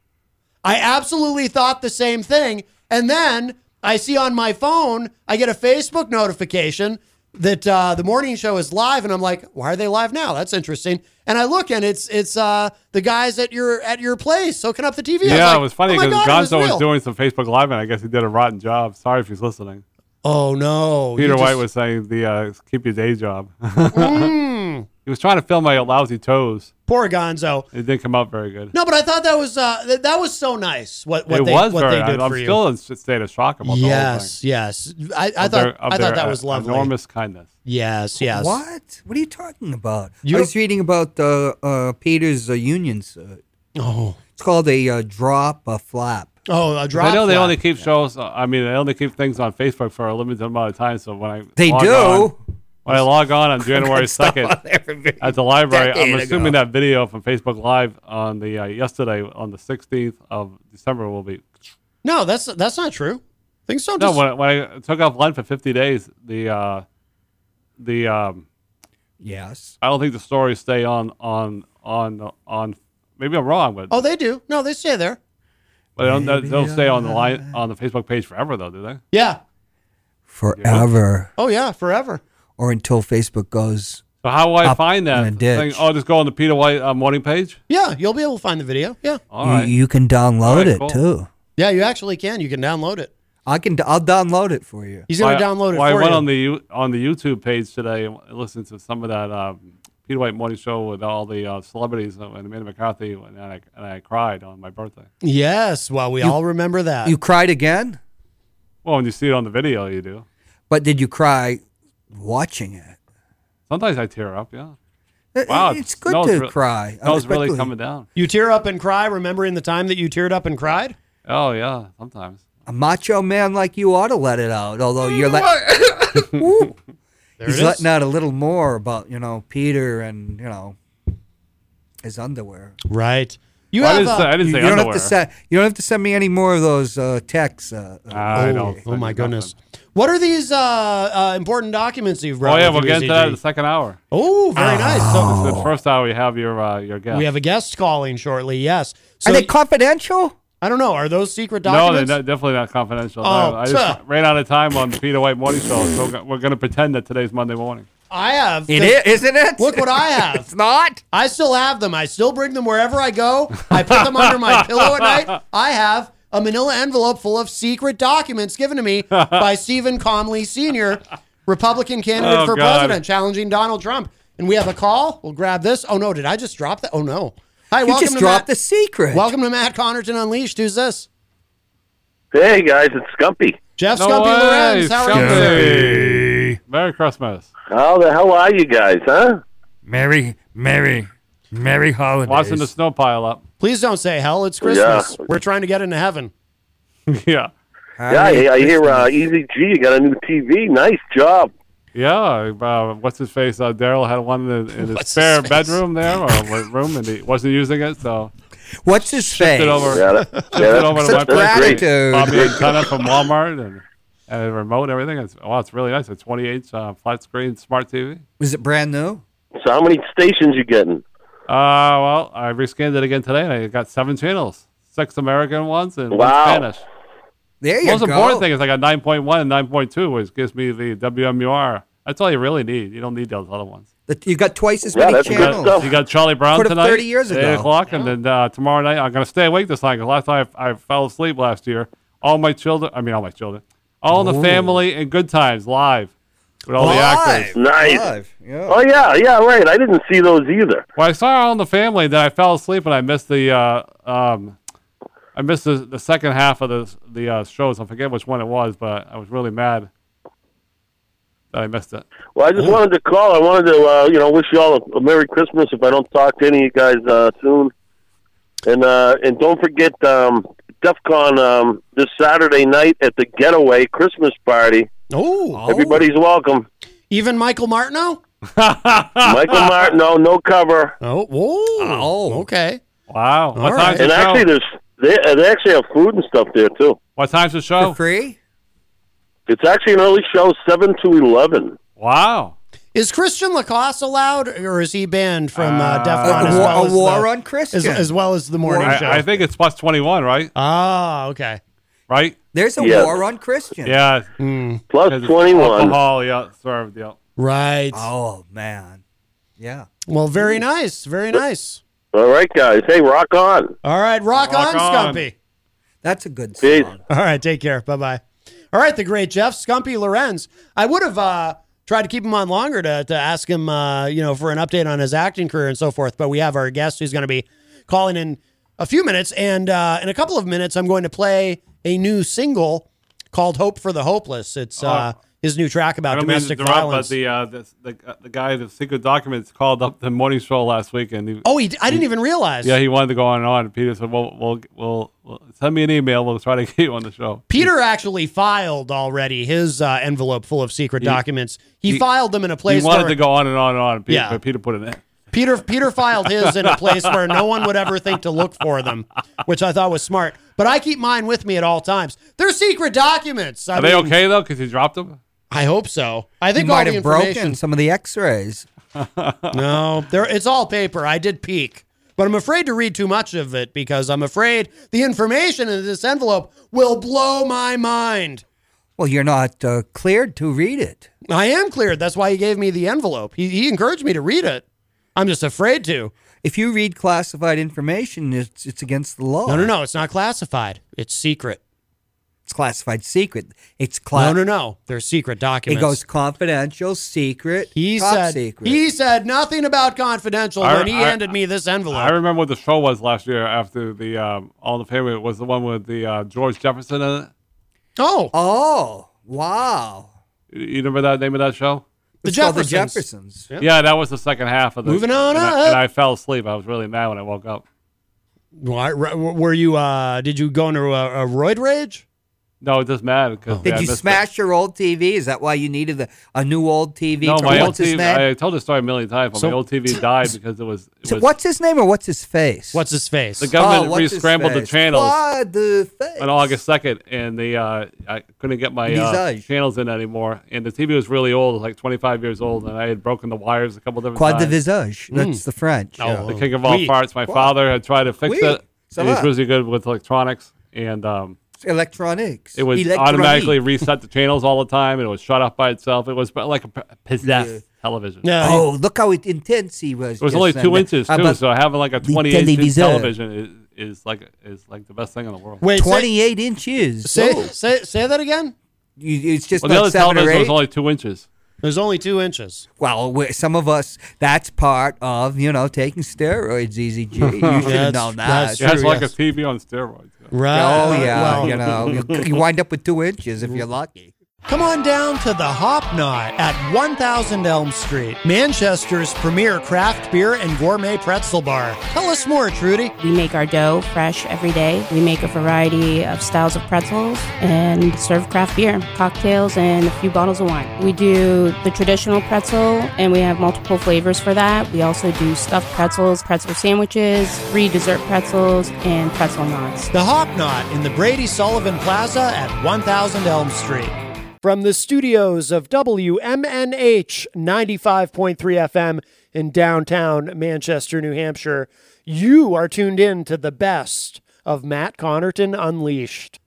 [SPEAKER 2] I absolutely thought the same thing, and then I see on my phone I get a Facebook notification that uh, the morning show is live, and I'm like, why are they live now? That's interesting. And I look, and it's it's uh, the guys at your at your place hooking up the TV. I
[SPEAKER 3] yeah,
[SPEAKER 2] like,
[SPEAKER 3] it was funny
[SPEAKER 2] "Oh my
[SPEAKER 3] because
[SPEAKER 2] God, it was
[SPEAKER 3] Gonzo was,
[SPEAKER 2] real."
[SPEAKER 3] doing some Facebook Live, and I guess he did a rotten job. Sorry if he's listening.
[SPEAKER 2] Oh no,
[SPEAKER 3] Peter
[SPEAKER 2] you
[SPEAKER 3] White
[SPEAKER 2] just-
[SPEAKER 3] was saying the uh, keep your day job.
[SPEAKER 2] Mm.
[SPEAKER 3] he was trying to film my lousy toes.
[SPEAKER 2] Poor Gonzo.
[SPEAKER 3] It didn't come out very good.
[SPEAKER 2] No, but I thought that was uh, th- that was so nice. What what
[SPEAKER 3] it
[SPEAKER 2] they
[SPEAKER 3] was
[SPEAKER 2] what
[SPEAKER 3] very.
[SPEAKER 2] they did
[SPEAKER 3] I'm
[SPEAKER 2] for
[SPEAKER 3] still
[SPEAKER 2] you.
[SPEAKER 3] in a state of shock about
[SPEAKER 2] Yes, yes. I, I
[SPEAKER 3] Of their-
[SPEAKER 2] thought
[SPEAKER 3] of
[SPEAKER 2] I
[SPEAKER 3] their,
[SPEAKER 2] thought that
[SPEAKER 3] uh,
[SPEAKER 2] was lovely.
[SPEAKER 3] enormous kindness.
[SPEAKER 2] Yes, yes.
[SPEAKER 4] What? What are you talking about?
[SPEAKER 2] You-
[SPEAKER 4] I was reading about uh, uh, Peter's uh, union suit.
[SPEAKER 2] Oh.
[SPEAKER 4] It's called a uh, drop a flap.
[SPEAKER 2] Oh, a
[SPEAKER 3] the whole thing. I know they only keep shows. uh, I mean, they only keep things on Facebook for a limited amount of time. So when I
[SPEAKER 4] They
[SPEAKER 3] log
[SPEAKER 4] do?
[SPEAKER 3] on- when I log on on January
[SPEAKER 4] That's not
[SPEAKER 3] second
[SPEAKER 4] on there.
[SPEAKER 3] at the library,
[SPEAKER 4] Decade
[SPEAKER 3] I'm
[SPEAKER 4] ago.
[SPEAKER 3] assuming that video from Facebook Live on the uh, yesterday on the 16th of December will be
[SPEAKER 2] No, that's that's not true. Things don't.
[SPEAKER 3] No,
[SPEAKER 2] just-
[SPEAKER 3] when, I- when I took off Lent for 50 days, the uh, the um,
[SPEAKER 4] yes,
[SPEAKER 3] I don't think the stories stay on on on on. Maybe I'm wrong, but
[SPEAKER 2] oh, they do. No, they stay there.
[SPEAKER 3] but they don't, they don't stay on the line on the Facebook page forever, though, do they?
[SPEAKER 2] Yeah.
[SPEAKER 4] Forever.
[SPEAKER 2] Oh yeah, forever.
[SPEAKER 4] Or until Facebook goes.
[SPEAKER 3] So how will I
[SPEAKER 4] Up
[SPEAKER 3] find
[SPEAKER 4] in a
[SPEAKER 3] that
[SPEAKER 4] ditch.
[SPEAKER 3] thing? Oh, just go on the Peter White uh, morning page.
[SPEAKER 2] Yeah, you'll be able to find the video. Yeah.
[SPEAKER 3] All right.
[SPEAKER 4] You, you can download
[SPEAKER 3] Alright,
[SPEAKER 4] it
[SPEAKER 3] cool.
[SPEAKER 4] too.
[SPEAKER 2] Yeah, you actually can. You can download it.
[SPEAKER 4] I can. I'll download it for you.
[SPEAKER 2] He's gonna
[SPEAKER 3] Well, I-
[SPEAKER 2] download it
[SPEAKER 3] well,
[SPEAKER 2] for
[SPEAKER 3] I went
[SPEAKER 2] you.
[SPEAKER 3] on the you- on the YouTube page today and listened to some of that um, Peter White morning show with all the uh, celebrities and Amanda McCarthy, and I and I cried on my birthday.
[SPEAKER 2] yes. Well, we
[SPEAKER 4] You-
[SPEAKER 2] all remember that.
[SPEAKER 4] You cried again,
[SPEAKER 3] Well, when you see it on the video, you do.
[SPEAKER 4] but did you cry watching it?
[SPEAKER 3] Sometimes I tear up. Yeah.
[SPEAKER 4] It-
[SPEAKER 3] Wow,
[SPEAKER 4] it's
[SPEAKER 3] it
[SPEAKER 4] good
[SPEAKER 3] smells
[SPEAKER 4] to
[SPEAKER 3] re-
[SPEAKER 4] cry.
[SPEAKER 3] smells really
[SPEAKER 4] unexpectedly.
[SPEAKER 3] coming down.
[SPEAKER 2] you tear up and cry, remembering the time that you teared up and cried.
[SPEAKER 3] Oh yeah, sometimes.
[SPEAKER 4] A macho man like you ought to let it out, although you're like
[SPEAKER 2] There
[SPEAKER 4] he's
[SPEAKER 2] it is.
[SPEAKER 4] letting out a little more about you know Peter and you know his underwear.
[SPEAKER 2] Right. You
[SPEAKER 3] Well, I
[SPEAKER 2] have.
[SPEAKER 3] didn't
[SPEAKER 2] uh,
[SPEAKER 3] say- I didn't
[SPEAKER 4] You,
[SPEAKER 3] say
[SPEAKER 4] you don't have
[SPEAKER 3] underwear.
[SPEAKER 4] to send. You don't have to send me any more of those uh, texts. Uh, uh,
[SPEAKER 3] I
[SPEAKER 2] oh,
[SPEAKER 3] don't
[SPEAKER 2] oh my goodness. What are these uh, uh, important documents that you've brought?
[SPEAKER 3] Oh yeah,
[SPEAKER 2] with
[SPEAKER 3] we'll
[SPEAKER 2] you,
[SPEAKER 3] get into that in
[SPEAKER 2] EZG?
[SPEAKER 3] the second hour.
[SPEAKER 2] Oh, very
[SPEAKER 4] Ah.
[SPEAKER 2] nice. So
[SPEAKER 3] The first hour, you have your uh, your guest.
[SPEAKER 2] we have a guest calling shortly. Yes.
[SPEAKER 4] are they confidential?
[SPEAKER 2] I don't know. Are those secret
[SPEAKER 3] no, they're
[SPEAKER 2] documents?
[SPEAKER 3] not, definitely not confidential.
[SPEAKER 2] Oh,
[SPEAKER 3] no, I just
[SPEAKER 2] tuh.
[SPEAKER 3] ran out of time on the Peter White morning show, so we're go- we're going to pretend that today's Monday morning.
[SPEAKER 2] I have.
[SPEAKER 4] It
[SPEAKER 2] the-
[SPEAKER 4] is, isn't it?
[SPEAKER 2] Look what I have. it's
[SPEAKER 4] not.
[SPEAKER 2] I still have them. I still bring them wherever I go. I put them under my pillow at night. I have a manila envelope full of secret documents given to me by Stephen Comley Sr., Republican candidate
[SPEAKER 3] Oh,
[SPEAKER 2] for
[SPEAKER 3] God.
[SPEAKER 2] president, challenging Donald Trump. and we have a call. We'll grab this. Oh no, did I just drop that? Oh no. Hi,
[SPEAKER 4] You
[SPEAKER 2] welcome
[SPEAKER 4] just
[SPEAKER 2] to
[SPEAKER 4] dropped
[SPEAKER 2] Matt, the secret. Welcome to Matt Connerton Unleashed. Who's this?
[SPEAKER 7] Hey guys, it's Scumpy.
[SPEAKER 2] Jeff No Scumpy way, Lorenz, how are you?
[SPEAKER 3] Scumpy. Merry Christmas.
[SPEAKER 7] How the hell are you guys, huh?
[SPEAKER 3] Merry, merry, merry holidays. Watching the snow pile up.
[SPEAKER 2] Please don't say hell. It's Christmas. We're trying to get into heaven.
[SPEAKER 3] yeah.
[SPEAKER 7] yeah, I, I hear uh, Easy G. You got a new TV. Nice job.
[SPEAKER 3] Yeah, uh, what's his face? Uh, Daryl had one in, in his spare bedroom there, or what room, and he wasn't using it, so.
[SPEAKER 4] What's his
[SPEAKER 3] Shipped
[SPEAKER 4] face?
[SPEAKER 3] it over,
[SPEAKER 4] Yeah, that-
[SPEAKER 3] shipped
[SPEAKER 4] yeah,
[SPEAKER 3] it over to my
[SPEAKER 4] that's
[SPEAKER 3] place.
[SPEAKER 4] gratitude.
[SPEAKER 3] Bobby antenna from Walmart and, and a remote, and everything. It's, wow, it's really nice. A 28 uh, flat screen smart TV.
[SPEAKER 4] Was it brand new?
[SPEAKER 7] So how many stations you getting?
[SPEAKER 3] Uh, well, I rescanned it again today, and I got seven channels, six American ones and
[SPEAKER 7] Wow.
[SPEAKER 3] one Spanish.
[SPEAKER 4] There
[SPEAKER 7] you
[SPEAKER 3] Most
[SPEAKER 7] go.
[SPEAKER 3] important thing is I got 9.1 and 9.2, which gives me the WMUR. That's all you really need. You don't need those other ones.
[SPEAKER 4] That- You got twice as
[SPEAKER 3] You
[SPEAKER 4] many
[SPEAKER 3] got-
[SPEAKER 4] channels.
[SPEAKER 3] You got Charlie Brown
[SPEAKER 4] Put up
[SPEAKER 3] tonight.
[SPEAKER 4] 30 years
[SPEAKER 3] Eight
[SPEAKER 4] ago.
[SPEAKER 3] o'clock, and then uh, tomorrow night I'm going to stay awake this time 'cause last time I, I fell asleep last year. All my children, I mean all my children, all in the
[SPEAKER 7] Ooh.
[SPEAKER 3] family and good times live with all the actors.
[SPEAKER 7] Nice. Oh yeah, yeah, right. I didn't see those either.
[SPEAKER 3] Well, I saw All in the Family, then I fell asleep and I missed the uh, um, I missed the, the second half of the the uh, shows. I forget which one it was, but I was really mad that I missed it.
[SPEAKER 7] Well, I
[SPEAKER 2] Oh.
[SPEAKER 7] just wanted to call. I wanted to, uh, you know, wish you all a, a Merry Christmas. If I don't talk to any of you guys uh, soon, and uh, and don't forget um, DEF CON um, this Saturday night at the Getaway Christmas party.
[SPEAKER 2] Oh,
[SPEAKER 7] everybody's welcome.
[SPEAKER 2] Even Michael Martineau?
[SPEAKER 7] Michael Martineau, no cover.
[SPEAKER 2] Oh, oh, okay.
[SPEAKER 3] Wow. What
[SPEAKER 2] All
[SPEAKER 3] time's
[SPEAKER 7] And
[SPEAKER 3] the show?
[SPEAKER 7] actually, there's they, uh, they actually have food and stuff there too.
[SPEAKER 3] What time's the show?
[SPEAKER 4] free.
[SPEAKER 7] It's actually an early show, seven to eleven.
[SPEAKER 3] Wow.
[SPEAKER 2] Is Christian Lacoste allowed, or is he banned from uh, DEF
[SPEAKER 3] Uh,
[SPEAKER 2] CON
[SPEAKER 3] a
[SPEAKER 2] as
[SPEAKER 3] war-
[SPEAKER 2] well
[SPEAKER 3] a
[SPEAKER 2] as
[SPEAKER 3] war
[SPEAKER 2] the,
[SPEAKER 3] on Christian.
[SPEAKER 2] as, as well as the morning
[SPEAKER 3] I,
[SPEAKER 2] show?
[SPEAKER 3] I think it's plus twenty one, right?
[SPEAKER 2] Ah, okay.
[SPEAKER 3] Right.
[SPEAKER 4] There's
[SPEAKER 2] a Yes. war on Christians. Hmm.
[SPEAKER 3] Yeah.
[SPEAKER 7] Plus
[SPEAKER 3] 'Cause it's
[SPEAKER 7] 21.
[SPEAKER 3] Alcohol, yeah, served, yeah.
[SPEAKER 2] Right.
[SPEAKER 4] Oh man. Yeah.
[SPEAKER 2] Well, very nice. Very nice.
[SPEAKER 7] All right, guys. Hey, rock on.
[SPEAKER 2] All right, rock,
[SPEAKER 7] Rock
[SPEAKER 2] on,
[SPEAKER 7] on.
[SPEAKER 2] Scumpy.
[SPEAKER 4] That's a good
[SPEAKER 7] Peace.
[SPEAKER 2] All right, take care. Bye bye. All right, the great Jeff Scumpy Lorenz. I would have uh, tried to keep him on longer to, to ask him, uh, you know, for an update on his acting career and so forth. But we have our guest who's going to be calling in a few minutes, and uh, in a couple of minutes, I'm going to play a new single called "Hope for the Hopeless." It's uh, his new track
[SPEAKER 3] I
[SPEAKER 2] about
[SPEAKER 3] don't mean to
[SPEAKER 2] domestic
[SPEAKER 3] interrupt,
[SPEAKER 2] violence.
[SPEAKER 3] but the uh, the the, uh, the guy, the secret documents, called up the morning show last week, and he,
[SPEAKER 2] oh, he, I didn't even realize.
[SPEAKER 3] Yeah, he wanted to go on and on. Peter said, "Well, we'll, we'll, we'll send me an email. We'll try to get you on the show."
[SPEAKER 2] Peter actually filed already his uh, envelope full of secret documents. He,
[SPEAKER 3] he-
[SPEAKER 2] filed them in a place
[SPEAKER 3] he wanted
[SPEAKER 2] where
[SPEAKER 3] to go on and on and on. Peter,
[SPEAKER 2] Yeah.
[SPEAKER 3] but Peter put it in.
[SPEAKER 2] Peter Peter filed his in a place where no one would ever think to look for them, which I thought was smart. But I keep mine with me at all times. They're secret documents. I
[SPEAKER 3] Are they
[SPEAKER 2] mean,
[SPEAKER 3] okay though? Because he dropped them.
[SPEAKER 2] I hope so. I think
[SPEAKER 4] you
[SPEAKER 2] all
[SPEAKER 4] might
[SPEAKER 2] the
[SPEAKER 4] have
[SPEAKER 2] information.
[SPEAKER 4] broken some of the X-rays.
[SPEAKER 2] no, there it's all paper. I did peek, but I'm afraid to read too much of it because I'm afraid the information in this envelope will blow my mind.
[SPEAKER 4] Well, you're not uh, cleared to read it.
[SPEAKER 2] I am cleared. That's why he gave me the envelope. He, he encouraged me to read it. I'm just afraid to.
[SPEAKER 4] If you read classified information, it's it's against the law.
[SPEAKER 2] No, no, no. It's not classified. It's secret.
[SPEAKER 4] It's classified secret. It's cla-
[SPEAKER 2] no, no, no. They're secret documents.
[SPEAKER 4] It goes confidential, secret,
[SPEAKER 2] He
[SPEAKER 4] top
[SPEAKER 2] said
[SPEAKER 4] secret.
[SPEAKER 2] he said nothing about confidential
[SPEAKER 3] I-
[SPEAKER 2] when he
[SPEAKER 3] I-
[SPEAKER 2] handed me this envelope.
[SPEAKER 3] I remember what the show was last year after the um, All in the Family. It was the one with the uh, George Jefferson in it.
[SPEAKER 2] oh,
[SPEAKER 4] oh, wow.
[SPEAKER 3] You- You remember that name of that show?
[SPEAKER 4] The It's called The Jeffersons. Jeffersons.
[SPEAKER 3] Yeah, that was the second half of the.
[SPEAKER 2] Moving on
[SPEAKER 3] and
[SPEAKER 2] up.
[SPEAKER 3] I, and I fell asleep. I was really mad when I woke up.
[SPEAKER 2] Why, r- were you? uh Did you go into a, a roid rage?
[SPEAKER 3] No, just mad because
[SPEAKER 4] Did you smash your old TV? Is that why you needed the, a new old TV?
[SPEAKER 3] No,
[SPEAKER 4] for
[SPEAKER 3] my old
[SPEAKER 4] what's his
[SPEAKER 3] TV.
[SPEAKER 4] name?
[SPEAKER 3] I told the story a million times. But
[SPEAKER 4] So-
[SPEAKER 3] my old TV died because it was. It
[SPEAKER 4] So
[SPEAKER 3] was
[SPEAKER 4] what's his name or what's his face?
[SPEAKER 2] What's his face?
[SPEAKER 3] The government
[SPEAKER 4] Oh, what's his
[SPEAKER 3] re-scrambled the
[SPEAKER 4] face?
[SPEAKER 3] channels
[SPEAKER 4] What the fa-
[SPEAKER 3] on August second, and the uh, I couldn't get my uh,
[SPEAKER 4] Visage.
[SPEAKER 3] channels in anymore. And the TV was really old, like 25 years old, and I had broken the wires a couple different
[SPEAKER 4] Quad de
[SPEAKER 3] times. Mm.
[SPEAKER 4] visage. That's the French. Oh. yeah.
[SPEAKER 3] the king of all parts. My father had tried to fix
[SPEAKER 4] Oui,
[SPEAKER 3] it.
[SPEAKER 4] ça
[SPEAKER 3] and He's
[SPEAKER 4] va.
[SPEAKER 3] really good with electronics, and um,
[SPEAKER 4] Electronics.
[SPEAKER 3] it would
[SPEAKER 4] Electronique.
[SPEAKER 3] automatically reset the channels all the time, and it was shut off by itself. It was like a p- possessed
[SPEAKER 4] Yeah.
[SPEAKER 3] television.
[SPEAKER 4] Oh, look how it- intense he was.
[SPEAKER 3] It was only
[SPEAKER 4] just
[SPEAKER 3] two
[SPEAKER 4] then. Uh,
[SPEAKER 3] inches
[SPEAKER 4] How
[SPEAKER 3] too,
[SPEAKER 4] about
[SPEAKER 3] so having like a
[SPEAKER 4] the
[SPEAKER 3] 28 inch
[SPEAKER 4] televisor?
[SPEAKER 3] television is, is like is like the best thing in the world.
[SPEAKER 2] Wait, say-
[SPEAKER 4] 28 inches.
[SPEAKER 2] Say
[SPEAKER 4] Oh.
[SPEAKER 2] say say that again.
[SPEAKER 4] You- it's just
[SPEAKER 3] well, the
[SPEAKER 4] not
[SPEAKER 3] other
[SPEAKER 4] seven or
[SPEAKER 3] television was
[SPEAKER 4] eight.
[SPEAKER 3] only two inches.
[SPEAKER 2] There's only two inches.
[SPEAKER 4] Well, we- some of us, that's part of, you know, taking steroids, EZG. You should have known that.
[SPEAKER 3] Yeah, it's like a TV on steroids.
[SPEAKER 4] Oh, yeah. you know, you, you wind up with two inches if you're lucky.
[SPEAKER 2] Come on down to the Hop Knot at 1000 Elm Street, Manchester's premier craft beer and gourmet pretzel bar. Tell us more, Trudy.
[SPEAKER 10] We make our dough fresh every day. We make a variety of styles of pretzels and serve craft beer, cocktails, and a few bottles of wine. We do the traditional pretzel, and we have multiple flavors for that. We also do stuffed pretzels, pretzel sandwiches, free dessert pretzels, and pretzel knots.
[SPEAKER 2] The Hop Knot in the Brady Sullivan Plaza at 1000 Elm Street.
[SPEAKER 5] From the studios of WMNH 95.3 FM in downtown Manchester, New Hampshire, you are tuned in to the best of Matt Connerton Unleashed.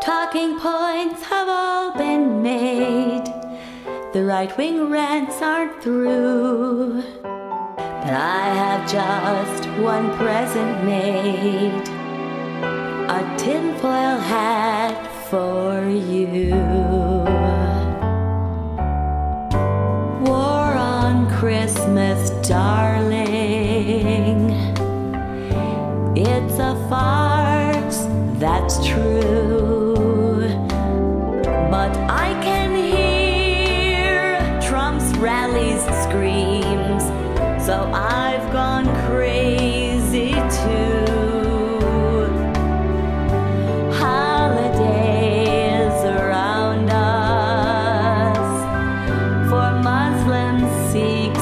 [SPEAKER 20] Talking points have all been made. The right wing rants aren't through. But I have just one present made a tinfoil hat for you. War on Christmas, darling. It's a farce, that's true. But I can hear Trump's rallies, screams. So I've gone crazy too. Holidays around us for Muslims, Sikhs,